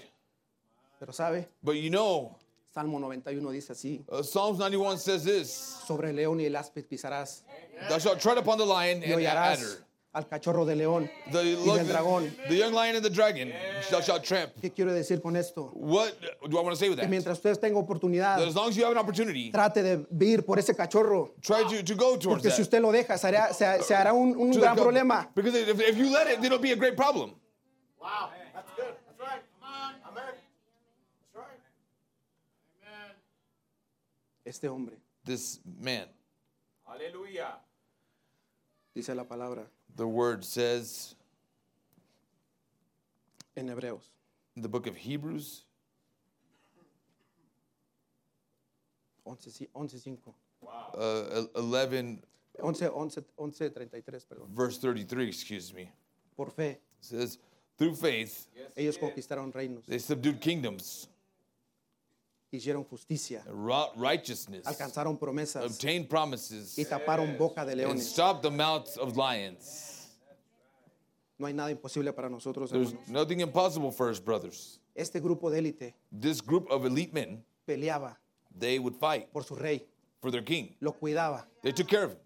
Speaker 5: Pero sabe,
Speaker 6: But you know,
Speaker 5: Salmo 91 dice así,
Speaker 6: uh, Psalms 91 says this:
Speaker 5: sobre el león y el áspid pisarás
Speaker 6: Thou shalt tread upon the lion
Speaker 5: y
Speaker 6: and the
Speaker 5: hollarás
Speaker 6: adder,
Speaker 5: al cachorro de león
Speaker 6: The,
Speaker 5: y
Speaker 6: look,
Speaker 5: del dragón.
Speaker 6: the young lion and the dragon thou shalt tramp.
Speaker 5: ¿Qué quiero decir con esto?
Speaker 6: What do I want to say with
Speaker 5: Que
Speaker 6: that?
Speaker 5: mientras ustedes tengan
Speaker 6: That
Speaker 5: oportunidad,
Speaker 6: as long as you have an opportunity,
Speaker 5: trate de ir por ese cachorro.
Speaker 6: try to, to go towards
Speaker 5: Porque
Speaker 6: that.
Speaker 5: si usted lo deja, se hará, se, se hará un, un
Speaker 6: To the
Speaker 5: gran
Speaker 6: couple.
Speaker 5: problema.
Speaker 6: Because if, if you let it, it'll be a great problem.
Speaker 2: Wow, that's good. That's right. Come on, Amen. That's right.
Speaker 5: Este hombre,
Speaker 6: This man,
Speaker 4: Aleluya.
Speaker 5: dice la palabra
Speaker 6: the word says
Speaker 5: en Hebreos,
Speaker 6: in the book of Hebrews
Speaker 5: 11, sí, 11:5.
Speaker 6: uh, 11,
Speaker 5: 11, 11, 11, 33, perdón.
Speaker 6: verse 33, excuse me,
Speaker 5: Por fe,
Speaker 6: says, Through faith,
Speaker 5: ellos conquistaron reinos,
Speaker 6: they subdued kingdoms,
Speaker 5: hicieron justicia,
Speaker 6: wrought righteousness,
Speaker 5: alcanzaron promesas
Speaker 6: obtained promises,
Speaker 5: y taparon boca de
Speaker 6: and
Speaker 5: leones.
Speaker 6: stopped the mouths of lions.
Speaker 5: No hay nada imposible para nosotros,
Speaker 6: There's
Speaker 5: hermanos.
Speaker 6: nothing impossible for us, brothers.
Speaker 5: Este grupo de élite
Speaker 6: This group of elite men,
Speaker 5: peleaba
Speaker 6: they would fight
Speaker 5: por su rey,
Speaker 6: for their king.
Speaker 5: lo cuidaba.
Speaker 6: They took care of him.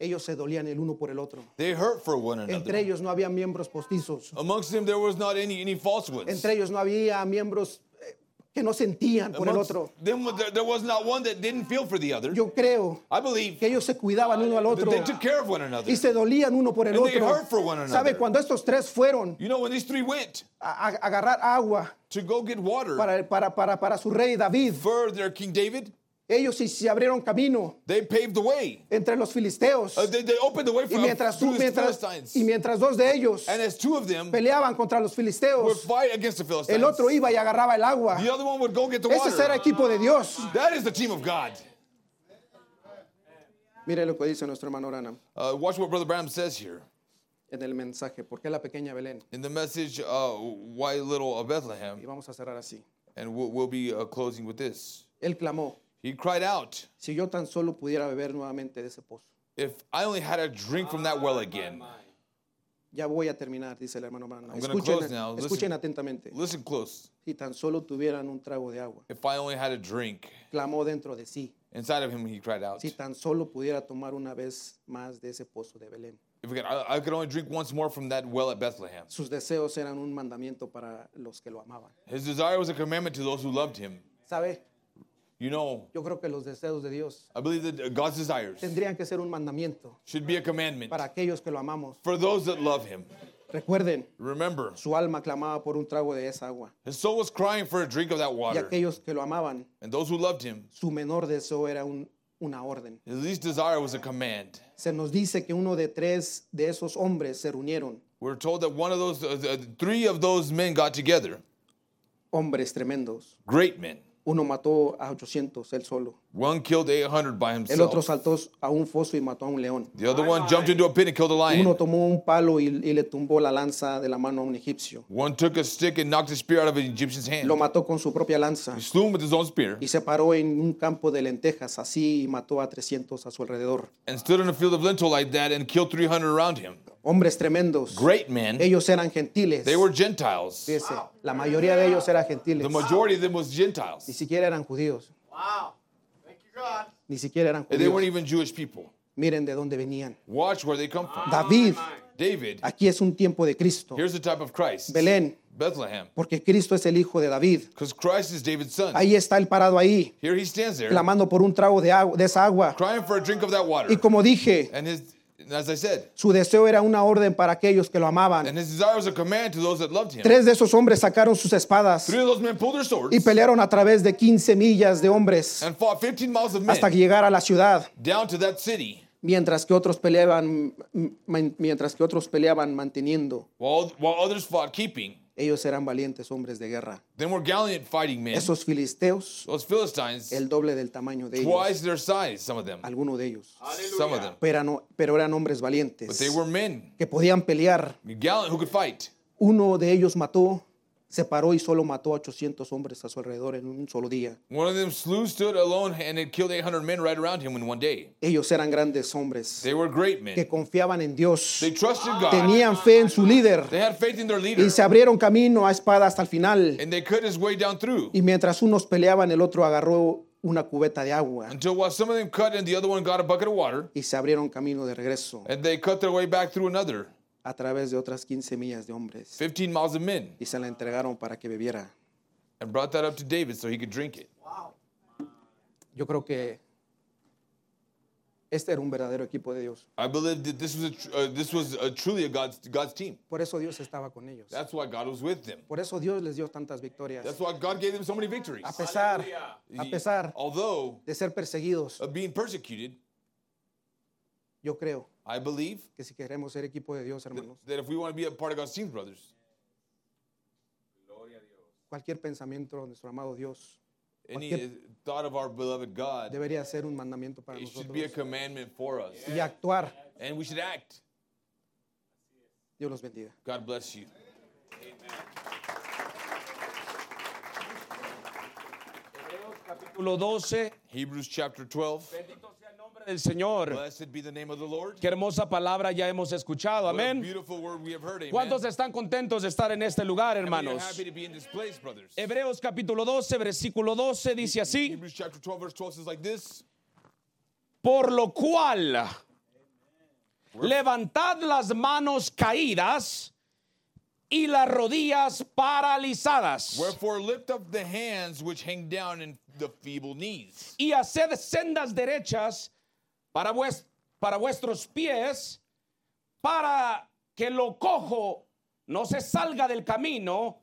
Speaker 5: Ellos se dolían el uno por el otro.
Speaker 6: They hurt for one another.
Speaker 5: Entre ellos no había miembros postizos.
Speaker 6: Amongst them, there was not any, any falsehoods.
Speaker 5: Entre ellos no había miembros eh, que no sentían por el
Speaker 6: Amongst
Speaker 5: otro.
Speaker 6: them, there, there was not one that didn't feel for the other.
Speaker 5: Yo creo
Speaker 6: I believe
Speaker 5: que ellos se cuidaban uno al
Speaker 6: that
Speaker 5: otro
Speaker 6: they took care of one another.
Speaker 5: y se dolían uno por el
Speaker 6: And they
Speaker 5: otro.
Speaker 6: hurt for one
Speaker 5: ¿Sabe?
Speaker 6: another.
Speaker 5: Cuando estos tres fueron
Speaker 6: You know, when these three went
Speaker 5: a, a- agarrar agua
Speaker 6: to go get water
Speaker 5: para, para, para, para su rey David,
Speaker 6: for their King David,
Speaker 5: ellos sí se abrieron camino
Speaker 6: they paved the way.
Speaker 5: entre los filisteos.
Speaker 6: Uh, they, they opened the way for
Speaker 5: Y mientras,
Speaker 6: through
Speaker 5: tú-
Speaker 6: the
Speaker 5: mientras,
Speaker 6: Philistines.
Speaker 5: y mientras dos de ellos
Speaker 6: and as two of them
Speaker 5: peleaban contra los
Speaker 6: would
Speaker 5: filisteos,
Speaker 6: fight against the Philistines,
Speaker 5: el otro iba y agarraba el agua.
Speaker 6: the other one would go get the
Speaker 5: Ese era
Speaker 6: water.
Speaker 5: equipo de Dios.
Speaker 6: That is the team of God.
Speaker 5: Mire lo que dice nuestro hermano Rana
Speaker 6: Uh, watch what Brother Bram says here
Speaker 5: en el mensaje. ¿Por qué la pequeña Belén?
Speaker 6: in the message, uh, Why Little of Bethlehem?
Speaker 5: Y vamos a cerrar así.
Speaker 6: And we'll, we'll be uh, closing with this.
Speaker 5: Él clamó,
Speaker 6: He cried out,
Speaker 5: si yo tan solo pudiera beber nuevamente de ese pozo.
Speaker 6: If I only had a drink from that well again.
Speaker 5: Ya voy a terminar, dice el hermano Branham.
Speaker 6: gonna
Speaker 5: Escuchen,
Speaker 6: close now. Listen.
Speaker 5: escuchen atentamente.
Speaker 6: Listen close.
Speaker 5: Si tan solo tuvieran un trago de agua.
Speaker 6: If I only had a drink.
Speaker 5: Clamó dentro de sí.
Speaker 6: Inside of him, he cried out,
Speaker 5: Si tan solo pudiera tomar una vez más de ese pozo de Belén.
Speaker 6: If we could, I, I could only drink once more from that well at Bethlehem.
Speaker 5: Sus deseos eran un mandamiento para los que lo amaban.
Speaker 6: His desire was a commandment to those who loved him.
Speaker 5: ¿Sabe?
Speaker 6: You know,
Speaker 5: Yo creo que los deseos de Dios
Speaker 6: I believe that God's desires
Speaker 5: tendrían que ser un mandamiento
Speaker 6: should be a commandment
Speaker 5: para aquellos que lo amamos.
Speaker 6: for those that love him.
Speaker 5: Recuerden,
Speaker 6: Remember,
Speaker 5: su alma clamaba por un trago de esa agua.
Speaker 6: his soul was crying for a drink of that
Speaker 5: Y
Speaker 6: water.
Speaker 5: aquellos que lo amaban,
Speaker 6: And those who loved him,
Speaker 5: su menor deseo era un- una orden.
Speaker 6: his least desire was a command.
Speaker 5: Se nos dice que uno de tres de esos hombres se reunieron,
Speaker 6: We're told that one of those, uh, uh, three of those men got together,
Speaker 5: hombres tremendos.
Speaker 6: great men.
Speaker 5: Uno mató a 800 él solo.
Speaker 6: One killed 800 by
Speaker 5: El otro
Speaker 6: himself.
Speaker 5: saltó a un foso y mató a un león.
Speaker 6: The other one jumped into a pit and killed a
Speaker 5: Uno
Speaker 6: lion.
Speaker 5: tomó un palo y, y le tumbó la lanza de la mano a un egipcio.
Speaker 6: One took a stick and knocked a spear out of an Egyptian's hand.
Speaker 5: Lo mató con su propia lanza
Speaker 6: He slew him with his own spear.
Speaker 5: y se paró en un campo de lentejas así y mató a 300 a su alrededor.
Speaker 6: and stood in a field of lentil like that and killed 300 around him.
Speaker 5: Hombres tremendos.
Speaker 6: Great men.
Speaker 5: Ellos eran gentiles.
Speaker 6: They were Gentiles.
Speaker 5: Fíjese, la mayoría de ellos eran gentiles.
Speaker 6: The majority of them was
Speaker 5: Ni
Speaker 6: Gentiles.
Speaker 5: siquiera eran judíos.
Speaker 2: Wow. Thank you, God.
Speaker 5: Ni siquiera eran
Speaker 6: And they weren't
Speaker 5: judíos.
Speaker 6: even Jewish people.
Speaker 5: Miren de dónde venían.
Speaker 6: Watch where they come from.
Speaker 5: David,
Speaker 6: David,
Speaker 5: aquí es un tiempo de Cristo.
Speaker 6: here's the type of Christ.
Speaker 5: Belén,
Speaker 6: Bethlehem.
Speaker 5: porque Cristo es el hijo de David.
Speaker 6: Because Christ is David's son.
Speaker 5: Ahí está el parado ahí,
Speaker 6: Here he stands there,
Speaker 5: clamando por un trago de, agua, de esa agua.
Speaker 6: crying for a drink of that water.
Speaker 5: Y como dije,
Speaker 6: And his, and as I said,
Speaker 5: su deseo era una orden para aquellos que lo
Speaker 6: and
Speaker 5: amaban.
Speaker 6: his desire was a command to those that loved him.
Speaker 5: Tres de esos hombres sacaron sus espadas
Speaker 6: Three of those men pulled their swords
Speaker 5: y pelearon a través de 15 millas de hombres
Speaker 6: and fought 15 miles of
Speaker 5: hasta
Speaker 6: men
Speaker 5: llegar a la ciudad,
Speaker 6: down to that city,
Speaker 5: mientras que otros peleaban, m- mientras que otros peleaban manteniendo.
Speaker 6: while, while others fought keeping.
Speaker 5: Ellos eran valientes hombres de guerra.
Speaker 6: Then were gallant fighting men.
Speaker 5: Esos filisteos,
Speaker 6: Those Philistines,
Speaker 5: el doble del tamaño de ellos,
Speaker 6: twice their size, some of them.
Speaker 5: alguno de ellos.
Speaker 6: Some of them.
Speaker 5: Pero, no- pero eran hombres
Speaker 6: But
Speaker 5: valientes
Speaker 6: they were men,
Speaker 5: que podían pelear
Speaker 6: gallant, who could fight.
Speaker 5: Uno de ellos mató, se paró y solo mató a 800 hombres a su alrededor en un solo día.
Speaker 6: One of them slew, stood alone, and had killed 800 men right around him in one day.
Speaker 5: Ellos eran grandes hombres
Speaker 6: They were great
Speaker 5: que
Speaker 6: men.
Speaker 5: confiaban en Dios,
Speaker 6: They trusted God.
Speaker 5: tenían fe en su
Speaker 6: They
Speaker 5: líder
Speaker 6: had faith in their leader,
Speaker 5: y se abrieron camino a espada hasta el final.
Speaker 6: and they cut his way down through.
Speaker 5: Y mientras unos peleaban, el otro agarró una cubeta de agua
Speaker 6: until while some of them cut and the other one got a bucket of water
Speaker 5: y se abrieron camino de regreso
Speaker 6: and they cut their way back through another
Speaker 5: a través de otras 15 millas de hombres
Speaker 6: 15 miles of men
Speaker 5: y se la entregaron para que bebiera.
Speaker 6: and brought that up to David so he could drink it.
Speaker 5: Yo creo que este era un verdadero equipo de Dios.
Speaker 6: I believe that this was a, tr- uh, this was uh truly a God's God's team.
Speaker 5: Por eso Dios estaba con ellos.
Speaker 6: That's why God was with them.
Speaker 5: Por eso Dios les dio tantas victorias.
Speaker 6: That's why God gave them so many victories.
Speaker 5: A pesar, a
Speaker 6: He-
Speaker 5: pesar
Speaker 6: although
Speaker 5: de ser perseguidos,
Speaker 6: of being persecuted,
Speaker 5: yo creo
Speaker 6: I believe
Speaker 5: que si queremos ser equipo de Dios,
Speaker 6: that,
Speaker 5: hermanos,
Speaker 6: that if we want to be a part of God's team, brothers,
Speaker 5: cualquier pensamiento de nuestro amado Dios
Speaker 6: any uh, thought of our beloved God,
Speaker 5: debería ser un mandamiento para
Speaker 6: it should be a
Speaker 5: nosotros
Speaker 6: commandment for us,
Speaker 5: y actuar.
Speaker 6: and we should act.
Speaker 5: Dios los bendiga.
Speaker 6: God bless you.
Speaker 7: Hebreos capítulo 12.
Speaker 6: Hebrews chapter 12.
Speaker 7: Bendito sea el nombre del Señor.
Speaker 6: Blessed be the name of the Lord.
Speaker 7: Qué hermosa palabra ya hemos escuchado.
Speaker 6: What a
Speaker 7: Amén.
Speaker 6: beautiful word we have heard. Amen.
Speaker 7: ¿Cuántos están contentos de estar en este lugar,
Speaker 6: How many are
Speaker 7: hermanos?
Speaker 6: happy to be in this place, brothers.
Speaker 7: Hebreos capítulo 12, versículo 12 dice así,
Speaker 6: Hebrews chapter 12, verse 12 says like this.
Speaker 7: por lo cual levantad las manos caídas y las rodillas paralizadas
Speaker 6: Wherefore lift up the hands which hang down and the feeble knees,
Speaker 7: y haced sendas derechas para, vues- para vuestros pies para que lo cojo no se salga del camino,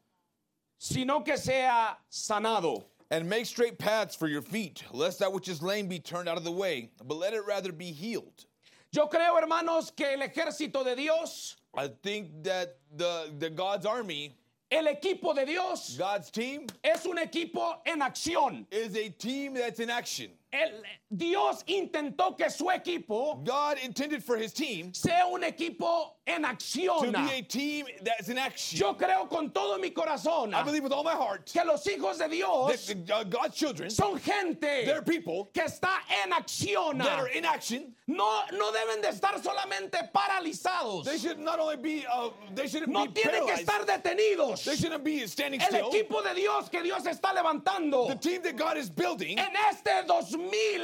Speaker 7: sino que sea sanado.
Speaker 6: and make straight paths for your feet, lest that which is lame be turned out of the way, but let it rather be healed.
Speaker 7: Yo creo, hermanos, que el ejército de Dios,
Speaker 6: I think that the, the God's army,
Speaker 7: el equipo de Dios,
Speaker 6: God's team,
Speaker 7: es un equipo en acción.
Speaker 6: is a team that's in action.
Speaker 7: El- Dios intentó que su equipo
Speaker 6: God intended for his team
Speaker 7: sea un equipo en
Speaker 6: to
Speaker 7: acción.
Speaker 6: be a team that's in action.
Speaker 7: Yo creo con todo mi corazón
Speaker 6: I believe with all my heart
Speaker 7: que los hijos de Dios
Speaker 6: that uh, God's children,
Speaker 7: son gente
Speaker 6: their people,
Speaker 7: que está en acción.
Speaker 6: that are in action,
Speaker 7: No, no deben de estar solamente paralizados.
Speaker 6: they should not only be, uh, they shouldn't
Speaker 7: No
Speaker 6: be
Speaker 7: tienen que
Speaker 6: paralyzed,
Speaker 7: estar detenidos.
Speaker 6: they shouldn't be standing
Speaker 7: El
Speaker 6: still.
Speaker 7: equipo de Dios que Dios está levantando
Speaker 6: The team that God is building
Speaker 7: en este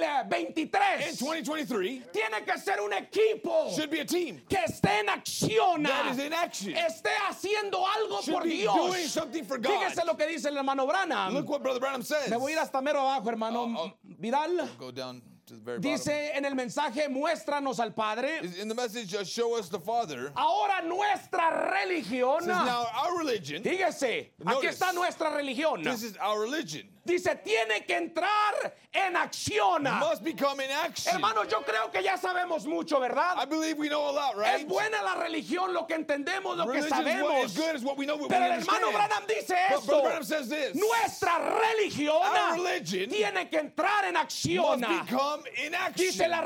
Speaker 6: in
Speaker 7: 2023
Speaker 6: 2023
Speaker 7: tiene que ser un equipo
Speaker 6: should be a team
Speaker 7: que esté en acción,
Speaker 6: that is in action,
Speaker 7: esté haciendo algo
Speaker 6: should
Speaker 7: por
Speaker 6: be doing
Speaker 7: Dios.
Speaker 6: something for God.
Speaker 7: Fíjese lo que dice el hermano
Speaker 6: Look
Speaker 7: Branham.
Speaker 6: what Brother Branham says.
Speaker 7: Me voy a ir hasta mero abajo, hermano
Speaker 6: Oh, oh.
Speaker 7: Vidal.
Speaker 6: Go down to the very bottom.
Speaker 7: Dice en el mensaje, muéstranos al Padre.
Speaker 6: Is- In the message, uh, show us the Father.
Speaker 7: Ahora nuestra religión.
Speaker 6: This is now our religion.
Speaker 7: Fíjese, aquí
Speaker 6: Notice.
Speaker 7: está nuestra religión.
Speaker 6: This is our religion.
Speaker 7: Dice, tiene que entrar en acción.
Speaker 6: Must become in action.
Speaker 7: Hermanos, yo creo que ya sabemos mucho,
Speaker 6: I
Speaker 7: ¿verdad?
Speaker 6: believe we know a lot, right?
Speaker 7: Es buena la religion, lo que entendemos, lo que
Speaker 6: Religion is what is
Speaker 7: sabemos.
Speaker 6: good, is what we know, what we
Speaker 7: Pero el hermano
Speaker 6: understand.
Speaker 7: Branham dice
Speaker 6: But Brother Branham
Speaker 7: esto.
Speaker 6: says this.
Speaker 7: Nuestra religión
Speaker 6: Our religion
Speaker 7: tiene que entrar en acción.
Speaker 6: must become in
Speaker 7: Dice,
Speaker 6: action.
Speaker 7: la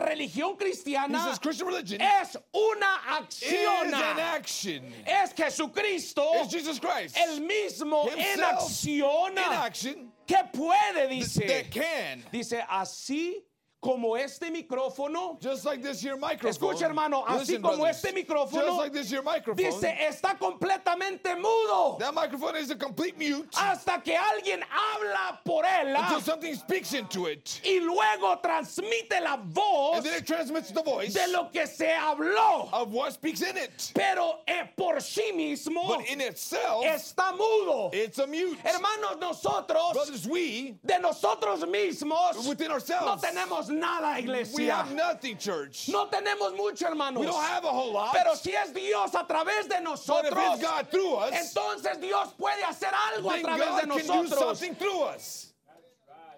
Speaker 6: He
Speaker 7: religión cristiana
Speaker 6: says Christian religion
Speaker 7: es una acción.
Speaker 6: is an action.
Speaker 7: Es Jesucristo,
Speaker 6: It's Jesus Christ.
Speaker 7: el mismo en
Speaker 6: Himself
Speaker 7: acción,
Speaker 6: in action
Speaker 7: que puede,
Speaker 6: that
Speaker 7: dice.
Speaker 6: can.
Speaker 7: Dice, así como este micrófono
Speaker 6: Just like this here microphone.
Speaker 7: Escucha, hermano, así
Speaker 6: Listen,
Speaker 7: como
Speaker 6: brothers,
Speaker 7: este micrófono,
Speaker 6: Just like this here microphone.
Speaker 7: Dice, está completamente mudo
Speaker 6: that microphone is a complete mute
Speaker 7: hasta que alguien habla por él ah,
Speaker 6: until something speaks into it.
Speaker 7: y luego transmite la voz
Speaker 6: And then it transmits the voice
Speaker 7: de lo que se habló.
Speaker 6: of what speaks in it.
Speaker 7: Pero eh, por sí mismo
Speaker 6: But in itself,
Speaker 7: está mudo.
Speaker 6: it's a mute.
Speaker 7: Hermanos, nosotros,
Speaker 6: Brothers, we,
Speaker 7: de nosotros mismos,
Speaker 6: within
Speaker 7: no
Speaker 6: ourselves,
Speaker 7: tenemos nada,
Speaker 6: we
Speaker 7: iglesia.
Speaker 6: have nothing, church.
Speaker 7: No tenemos mucho, hermanos.
Speaker 6: We don't have a whole lot.
Speaker 7: Pero si es Dios a través
Speaker 6: but
Speaker 7: de
Speaker 6: if
Speaker 7: nosotros,
Speaker 6: it's God through us,
Speaker 7: entonces Dios puede hacer algo a
Speaker 6: then God
Speaker 7: través de
Speaker 6: can do
Speaker 7: nosotros.
Speaker 6: something through us.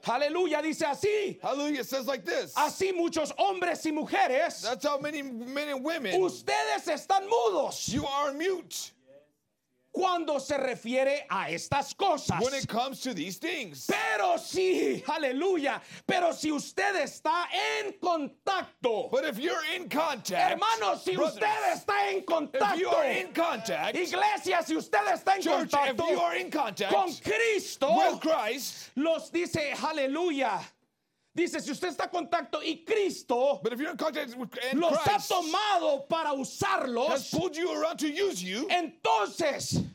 Speaker 7: Aleluya, dice así.
Speaker 6: Hallelujah. It says like this.
Speaker 7: Así muchos hombres y mujeres,
Speaker 6: That's how many men and women,
Speaker 7: ustedes están mudos
Speaker 6: you are mute
Speaker 7: cuando se refiere a estas cosas.
Speaker 6: when it comes to these things.
Speaker 7: Pero sí, aleluya, pero si usted está en contacto,
Speaker 6: But if you're in contact,
Speaker 7: hermanos, si
Speaker 6: brothers,
Speaker 7: usted está en
Speaker 6: if you
Speaker 7: contacto,
Speaker 6: are in contact,
Speaker 7: iglesia, si usted está en
Speaker 6: church, if
Speaker 7: contacto
Speaker 6: you are in contact
Speaker 7: con Cristo,
Speaker 6: with Christ,
Speaker 7: los dice, aleluya. Dice, si usted está en contacto y Cristo
Speaker 6: but if you're in contact with and
Speaker 7: los ha
Speaker 6: Christ
Speaker 7: tomado para
Speaker 6: has
Speaker 7: usarlos,
Speaker 6: pulled you around to use you,
Speaker 7: entonces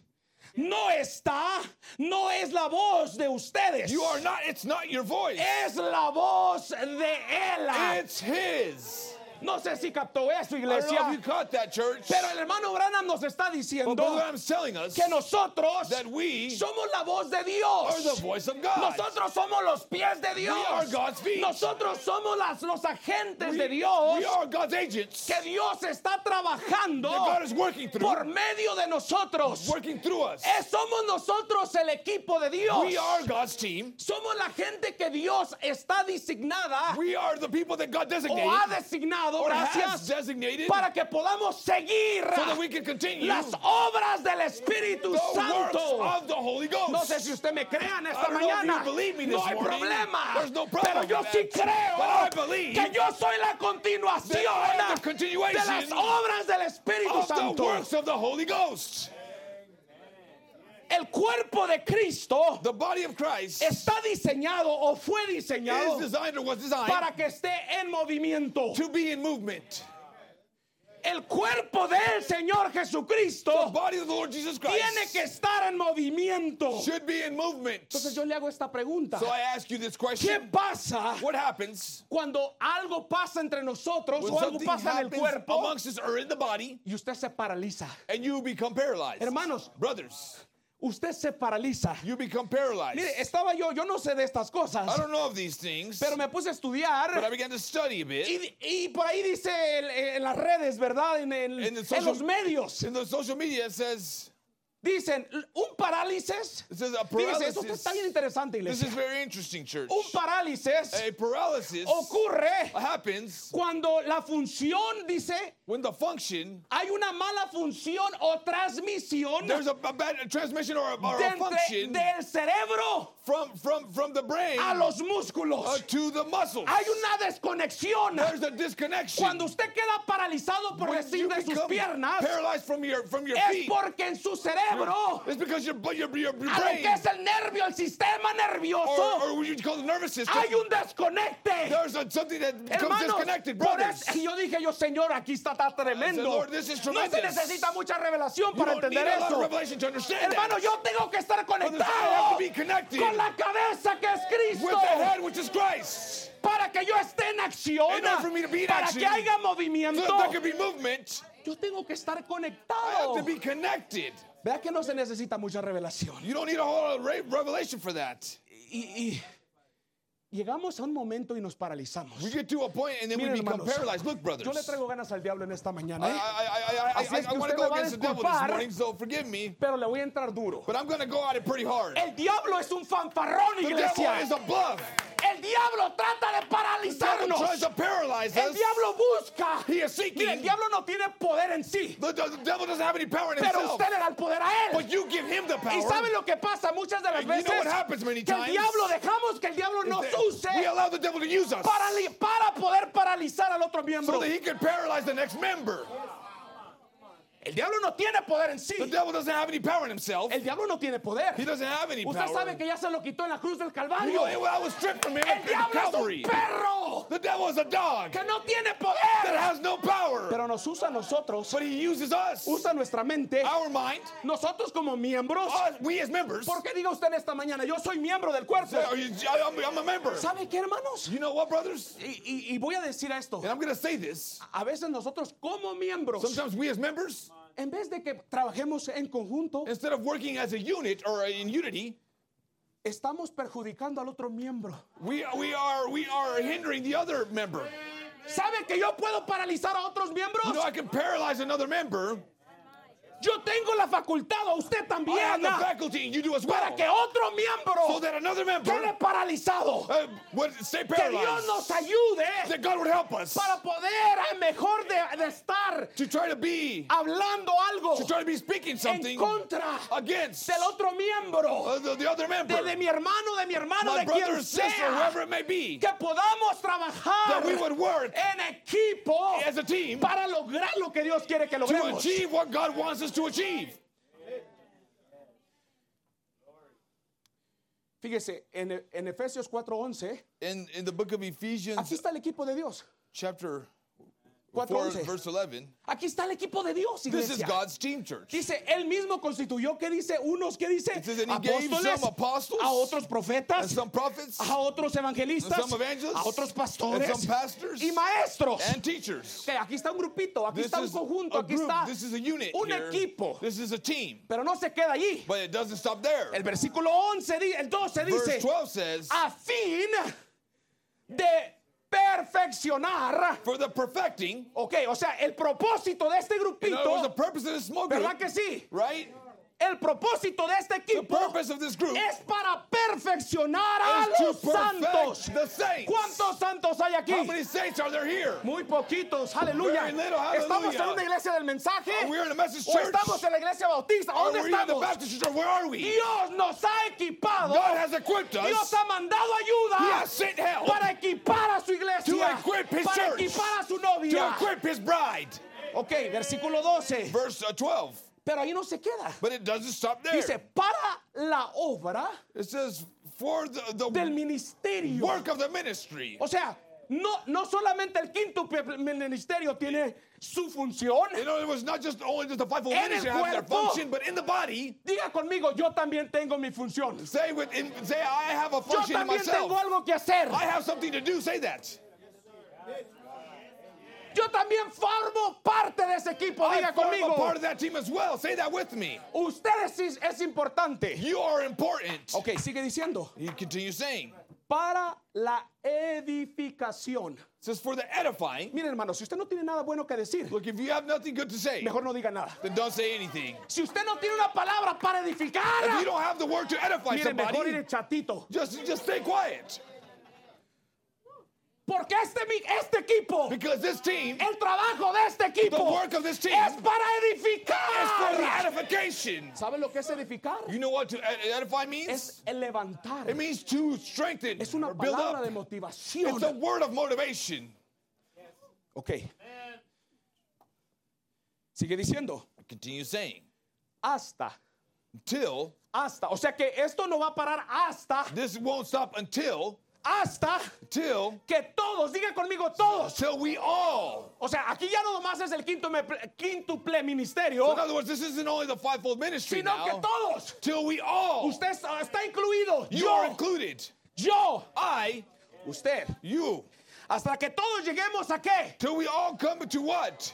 Speaker 7: no está, no es la voz de ustedes.
Speaker 6: You are not, it's not your voice.
Speaker 7: Es la voz de él.
Speaker 6: It's
Speaker 7: Eh,
Speaker 6: His.
Speaker 7: No sé si captó eso,
Speaker 6: I don't know if
Speaker 7: iglesia.
Speaker 6: you caught that, church.
Speaker 7: Pero el hermano Branham nos está
Speaker 6: But
Speaker 7: diciendo
Speaker 6: Brother Graham's telling us
Speaker 7: que nosotros
Speaker 6: that we
Speaker 7: somos la voz de
Speaker 6: are the
Speaker 7: Dios.
Speaker 6: voice of God.
Speaker 7: Nosotros somos los pies de
Speaker 6: are
Speaker 7: Dios.
Speaker 6: God's feet.
Speaker 7: Nosotros somos las, los agentes
Speaker 6: We,
Speaker 7: de Dios
Speaker 6: we are God's agents.
Speaker 7: que Dios está trabajando
Speaker 6: That God is working through.
Speaker 7: por medio de nosotros.
Speaker 6: Working through us.
Speaker 7: Eh, oh, somos nosotros el equipo de Dios.
Speaker 6: We are God's team.
Speaker 7: Somos la gente que Dios está designada
Speaker 6: We are the people that God designated
Speaker 7: o ha
Speaker 6: or has
Speaker 7: designado, Oh, ah, gracias,
Speaker 6: designated so
Speaker 7: para que podamos seguir
Speaker 6: that we can continue
Speaker 7: las obras del Espíritu
Speaker 6: the works
Speaker 7: Santo.
Speaker 6: of the Holy Ghost.
Speaker 7: No sé si usted me crea en esta
Speaker 6: I don't know if you
Speaker 7: mañana.
Speaker 6: believe me
Speaker 7: No
Speaker 6: this
Speaker 7: hay
Speaker 6: morning.
Speaker 7: problema.
Speaker 6: There's no problem
Speaker 7: Pero yo
Speaker 6: with
Speaker 7: sí
Speaker 6: that. But I
Speaker 7: creo
Speaker 6: believe
Speaker 7: que yo soy la
Speaker 6: that I am the
Speaker 7: continuación de
Speaker 6: continuation
Speaker 7: las obras del Espíritu
Speaker 6: of the
Speaker 7: Santo.
Speaker 6: works of the Holy Ghost.
Speaker 7: El cuerpo de Cristo
Speaker 6: The body of Christ
Speaker 7: está diseñado o fue
Speaker 6: is
Speaker 7: diseñado
Speaker 6: designed or was designed
Speaker 7: Oh. para que esté en movimiento.
Speaker 6: to be in movement.
Speaker 7: El cuerpo del Señor
Speaker 6: The
Speaker 7: Jesucristo
Speaker 6: body of the Lord Jesus
Speaker 7: Oh. tiene
Speaker 6: Christ
Speaker 7: que estar en movimiento.
Speaker 6: should be in movement.
Speaker 7: Entonces
Speaker 6: So
Speaker 7: yo le hago esta pregunta.
Speaker 6: I ask you this
Speaker 7: ¿Qué
Speaker 6: question.
Speaker 7: pasa
Speaker 6: What happens
Speaker 7: cuando algo pasa entre nosotros
Speaker 6: when
Speaker 7: o algo
Speaker 6: something
Speaker 7: pasa en el
Speaker 6: happens
Speaker 7: cuerpo
Speaker 6: amongst us or in the body
Speaker 7: y usted se paraliza?
Speaker 6: and you become paralyzed?
Speaker 7: Hermanos.
Speaker 6: Brothers,
Speaker 7: Usted se paraliza.
Speaker 6: you become paralyzed.
Speaker 7: Mire, estaba yo, yo no sé de estas cosas,
Speaker 6: I don't know of these things,
Speaker 7: pero me puse a estudiar
Speaker 6: but I began to study a bit.
Speaker 7: Y, y por ahí dice el- eh, en las redes, ¿verdad? En, el-
Speaker 6: En el
Speaker 7: en
Speaker 6: social-
Speaker 7: los medios.
Speaker 6: In the social media, it says,
Speaker 7: Dicen, un parálisis.
Speaker 6: it says a
Speaker 7: Fíjese, eso
Speaker 6: paralysis.
Speaker 7: está bien interesante,
Speaker 6: This
Speaker 7: iglesia.
Speaker 6: is very interesting, church.
Speaker 7: Un parálisis
Speaker 6: A paralysis
Speaker 7: ocurre
Speaker 6: happens
Speaker 7: cuando la función, dice,
Speaker 6: when the function,
Speaker 7: hay una mala función o transmisión
Speaker 6: there's a, a bad transmission or a, or
Speaker 7: de
Speaker 6: a
Speaker 7: entre-
Speaker 6: function
Speaker 7: del cerebro
Speaker 6: from, from, from the brain
Speaker 7: a los
Speaker 6: uh,
Speaker 7: músculos.
Speaker 6: to the muscles.
Speaker 7: Hay una desconexión.
Speaker 6: There's a disconnection.
Speaker 7: Cuando usted queda paralizado por
Speaker 6: When
Speaker 7: decir
Speaker 6: you
Speaker 7: de sus
Speaker 6: become
Speaker 7: piernas,
Speaker 6: paralyzed from your, from your
Speaker 7: es
Speaker 6: feet,
Speaker 7: porque en su cerebro
Speaker 6: it's because your, your, your, your
Speaker 7: a lo
Speaker 6: brain,
Speaker 7: que es el nervio, el sistema
Speaker 6: or,
Speaker 7: nervioso.
Speaker 6: or what you call the nervous system,
Speaker 7: Hay un desconecte.
Speaker 6: there's a, something that oh. becomes
Speaker 7: Hermanos,
Speaker 6: disconnected,
Speaker 7: por
Speaker 6: brothers.
Speaker 7: eso- y yo dije yo, Señor, aquí está tan tremendo.
Speaker 6: Lord, this is
Speaker 7: no se
Speaker 6: tremendous.
Speaker 7: necesita mucha revelación
Speaker 6: You
Speaker 7: para
Speaker 6: don't need
Speaker 7: entender
Speaker 6: a lot of
Speaker 7: eso.
Speaker 6: revelation to understand
Speaker 7: Hermano,
Speaker 6: that.
Speaker 7: yo tengo que estar
Speaker 6: Brothers, I have
Speaker 7: conectado
Speaker 6: to be connected
Speaker 7: con la cabeza que es
Speaker 6: with
Speaker 7: Cristo
Speaker 6: the head, which is Christ.
Speaker 7: para que yo esté en acción,
Speaker 6: In order for me to be in
Speaker 7: para
Speaker 6: action,
Speaker 7: que haya
Speaker 6: So
Speaker 7: movimiento.
Speaker 6: that there can be movement,
Speaker 7: Yo tengo que estar
Speaker 6: I have
Speaker 7: conectado.
Speaker 6: to be connected.
Speaker 7: Vea que no se necesita mucha revelación.
Speaker 6: You don't need a whole lot of re- revelation for that.
Speaker 7: Y- y llegamos a un momento y nos paralizamos.
Speaker 6: We get to a point and then we
Speaker 7: Miren,
Speaker 6: become
Speaker 7: hermanos,
Speaker 6: paralyzed. Look, brothers.
Speaker 7: Yo le traigo ganas al diablo en esta
Speaker 6: I,
Speaker 7: mañana,
Speaker 6: I,
Speaker 7: ¿eh?
Speaker 6: I, I,
Speaker 7: Así es que
Speaker 6: want to
Speaker 7: usted
Speaker 6: go
Speaker 7: me va a
Speaker 6: against the devil this
Speaker 7: disculpar.
Speaker 6: morning, so forgive me,
Speaker 7: pero le voy a entrar duro.
Speaker 6: but I'm going to go at it pretty hard.
Speaker 7: El diablo es un fanfarrón,
Speaker 6: The devil
Speaker 7: Eh, iglesia.
Speaker 6: is a bluff.
Speaker 7: El diablo trata de
Speaker 6: The devil tries
Speaker 7: paralizarnos.
Speaker 6: to paralyze
Speaker 7: El
Speaker 6: us.
Speaker 7: diablo busca.
Speaker 6: He is seeking.
Speaker 7: Mira, el diablo no tiene poder en sí,
Speaker 6: The, the- the devil doesn't have any power in
Speaker 7: pero
Speaker 6: himself.
Speaker 7: usted le da el poder a él.
Speaker 6: But you give him the power.
Speaker 7: Y sabe lo que pasa muchas de
Speaker 6: Pues,
Speaker 7: las
Speaker 6: And you know
Speaker 7: veces
Speaker 6: what happens many
Speaker 7: que el
Speaker 6: times? Este,
Speaker 7: diablo dejamos que el diablo nos use
Speaker 6: we allow the devil to use us
Speaker 7: para, li- para poder paralizar al otro
Speaker 6: so
Speaker 7: miembro.
Speaker 6: that he can paralyze the next member.
Speaker 7: El diablo no tiene poder en sí.
Speaker 6: The devil doesn't have any power in himself.
Speaker 7: El diablo no tiene poder.
Speaker 6: He doesn't have any
Speaker 7: Usted
Speaker 6: power.
Speaker 7: sabe que ya se lo quitó en la cruz del
Speaker 6: You
Speaker 7: Calvario.
Speaker 6: know, I was stripped from him
Speaker 7: El
Speaker 6: at
Speaker 7: diablo es
Speaker 6: Calvary.
Speaker 7: un perro
Speaker 6: The devil is a dog
Speaker 7: que no tiene
Speaker 6: that
Speaker 7: poder.
Speaker 6: has no power,
Speaker 7: Pero nos usa a nosotros,
Speaker 6: but he uses us,
Speaker 7: usa nuestra mente,
Speaker 6: our mind,
Speaker 7: nosotros como miembros.
Speaker 6: us, we as members.
Speaker 7: ¿Por qué diga usted en esta mañana? Yo soy miembro del cuerpo.
Speaker 6: Say, "Are you- I- I'm, I'm a member.
Speaker 7: ¿Sabe qué, hermanos?
Speaker 6: You know what, brothers?
Speaker 7: Y, y- y voy a decir esto.
Speaker 6: And I'm going to say this.
Speaker 7: A veces nosotros como miembros,
Speaker 6: Sometimes we as members,
Speaker 7: en vez de que trabajemos en conjunto,
Speaker 6: instead of working as a unit or in unity,
Speaker 7: estamos perjudicando al otro miembro.
Speaker 6: we, we, are, we are hindering the other member.
Speaker 7: ¿Sabe que yo puedo paralizar a otros miembros?
Speaker 6: You know, I can paralyze another member.
Speaker 7: Yo tengo la facultad, o usted
Speaker 6: I have
Speaker 7: también,
Speaker 6: the
Speaker 7: ah,
Speaker 6: faculty, and you do as
Speaker 7: para
Speaker 6: well.
Speaker 7: que otro
Speaker 6: So
Speaker 7: miembro
Speaker 6: that another
Speaker 7: quede
Speaker 6: member
Speaker 7: paralizado.
Speaker 6: uh, would stay
Speaker 7: Que Dios
Speaker 6: paralyzed.
Speaker 7: nos ayude
Speaker 6: That God would help us
Speaker 7: para poder eh, mejor de, de estar
Speaker 6: to try to be
Speaker 7: hablando algo
Speaker 6: to try to be speaking
Speaker 7: en
Speaker 6: something
Speaker 7: contra
Speaker 6: against
Speaker 7: del otro miembro,
Speaker 6: uh, the, the other member,
Speaker 7: de, de mi hermano, de mi hermano,
Speaker 6: my
Speaker 7: de
Speaker 6: brother,
Speaker 7: quien
Speaker 6: or sister, whoever
Speaker 7: sea,
Speaker 6: it may be,
Speaker 7: que podamos trabajar
Speaker 6: that we would work
Speaker 7: en equipo
Speaker 6: as a team
Speaker 7: para lograr lo que Dios quiere que
Speaker 6: to
Speaker 7: logremos.
Speaker 6: achieve what God wants us to achieve.
Speaker 7: Fíjese, en, en Efesios 4:11,
Speaker 6: In in the book of
Speaker 7: aquí
Speaker 6: Ephesians,
Speaker 7: está el equipo de Dios.
Speaker 6: chapter Before
Speaker 7: 4:11.
Speaker 6: verse 11,
Speaker 7: Aquí está el equipo de Dios,
Speaker 6: this is
Speaker 7: iglesia.
Speaker 6: God's team church.
Speaker 7: Dice, él mismo constituyó, ¿qué dice? Unos que dice
Speaker 6: It says that he gave
Speaker 7: apóstoles,
Speaker 6: some apostles,
Speaker 7: a otros
Speaker 6: And
Speaker 7: profetas,
Speaker 6: some prophets
Speaker 7: a otros evangelistas,
Speaker 6: and some evangelists,
Speaker 7: a otros pastores
Speaker 6: and some pastors,
Speaker 7: y maestros.
Speaker 6: and teachers.
Speaker 7: Ok, aquí está un grupito, aquí
Speaker 6: This
Speaker 7: está un
Speaker 6: is
Speaker 7: conjunto,
Speaker 6: a
Speaker 7: aquí
Speaker 6: group.
Speaker 7: está
Speaker 6: This is a unit.
Speaker 7: un
Speaker 6: here.
Speaker 7: equipo.
Speaker 6: This is a team.
Speaker 7: Pero no se queda allí.
Speaker 6: But it doesn't stop there.
Speaker 7: El versículo 11, di- el 12 dice, "Ah,
Speaker 6: Verse 12 says,
Speaker 7: a fin de perfeccionar.
Speaker 6: for the perfecting,
Speaker 7: Ok, o sea, el propósito de este
Speaker 6: in other words, the
Speaker 7: grupito,
Speaker 6: purpose of this small group,
Speaker 7: ¿verdad que sí?
Speaker 6: right?
Speaker 7: El propósito de este
Speaker 6: The
Speaker 7: equipo
Speaker 6: purpose of this group
Speaker 7: es para perfeccionar a
Speaker 6: is to
Speaker 7: los santos.
Speaker 6: perfect the saints.
Speaker 7: ¿Cuántos santos hay aquí?
Speaker 6: How many saints are there here?
Speaker 7: Muy poquitos, aleluya.
Speaker 6: Very little, hallelujah.
Speaker 7: ¿Estamos en una iglesia del mensaje?
Speaker 6: Are we in a message
Speaker 7: ¿O
Speaker 6: church?
Speaker 7: estamos en la iglesia bautista?
Speaker 6: Are
Speaker 7: ¿Dónde
Speaker 6: we in the
Speaker 7: estamos?
Speaker 6: Baptist church or where are we?
Speaker 7: Dios nos ha equipado.
Speaker 6: God has equipped
Speaker 7: Dios
Speaker 6: us
Speaker 7: ha mandado ayuda
Speaker 6: He has sent help
Speaker 7: para equipar a su iglesia,
Speaker 6: to equip his
Speaker 7: para
Speaker 6: church,
Speaker 7: equipar a su
Speaker 6: to
Speaker 7: novia.
Speaker 6: equip his bride.
Speaker 7: Ok, versículo 12.
Speaker 6: Verse uh, 12.
Speaker 7: Pero ahí no se queda.
Speaker 6: But it doesn't stop there.
Speaker 7: Dice, para la obra
Speaker 6: It says, for the,
Speaker 7: del
Speaker 6: the
Speaker 7: ministerio.
Speaker 6: work of the ministry.
Speaker 7: O sea, no, no solamente el quinto pe- ministerio tiene su función.
Speaker 6: You know, it was not just only just the fivefold
Speaker 7: En el
Speaker 6: ministry having their
Speaker 7: cuerpo.
Speaker 6: function, but in the body.
Speaker 7: Diga conmigo, yo también tengo mi función.
Speaker 6: Say with in, say I have a
Speaker 7: Yo
Speaker 6: function in
Speaker 7: también tengo
Speaker 6: myself.
Speaker 7: algo que hacer.
Speaker 6: I have something to do. Say that.
Speaker 7: Yo también formo parte de ese equipo.
Speaker 6: I
Speaker 7: Diga
Speaker 6: form a part
Speaker 7: conmigo,
Speaker 6: of that team as well. Say that with me.
Speaker 7: ustedes es, es importante.
Speaker 6: You are important.
Speaker 7: Ok, sigue diciendo.
Speaker 6: He continues saying.
Speaker 7: Para la edificación.
Speaker 6: It says for the edifying.
Speaker 7: Miren, hermano, si usted no tiene nada bueno que decir,
Speaker 6: Look, if you have nothing good to say,
Speaker 7: mejor no diga nada.
Speaker 6: then don't say anything.
Speaker 7: Si usted no tiene una palabra para
Speaker 6: If you
Speaker 7: edificar,
Speaker 6: don't have the word to edify
Speaker 7: mire, mejor
Speaker 6: somebody,
Speaker 7: ir chatito.
Speaker 6: just just stay quiet.
Speaker 7: Porque este, mi- este equipo
Speaker 6: Because this team
Speaker 7: El trabajo de este
Speaker 6: The
Speaker 7: equipo
Speaker 6: work of this team
Speaker 7: es para
Speaker 6: is for the
Speaker 7: edificar.
Speaker 6: edification.
Speaker 7: ¿Saben lo que es edificar?
Speaker 6: You know what to ed- edify means?
Speaker 7: Es el levantar.
Speaker 6: It means to strengthen
Speaker 7: Es
Speaker 6: or
Speaker 7: una
Speaker 6: build
Speaker 7: palabra
Speaker 6: up.
Speaker 7: de
Speaker 6: It's a
Speaker 7: motivación.
Speaker 6: word of motivation.
Speaker 7: Ok. Sigue diciendo.
Speaker 6: Continue saying.
Speaker 7: Hasta.
Speaker 6: Till
Speaker 7: Hasta. O sea que esto no va a parar hasta.
Speaker 6: this won't stop until
Speaker 7: Hasta
Speaker 6: till
Speaker 7: que todos, diga conmigo todos.
Speaker 6: till we all.
Speaker 7: O sea, aquí ya no nomás es el quinto me- quíntuple ministerio,
Speaker 6: So in other words, this isn't only the fivefold ministry
Speaker 7: sino que
Speaker 6: now.
Speaker 7: todos.
Speaker 6: Till we all.
Speaker 7: Usted es- está incluido.
Speaker 6: you are
Speaker 7: Yo.
Speaker 6: included.
Speaker 7: Yo.
Speaker 6: I,
Speaker 7: Usted.
Speaker 6: you.
Speaker 7: Hasta que todos lleguemos a qué?
Speaker 6: Till we all come to what?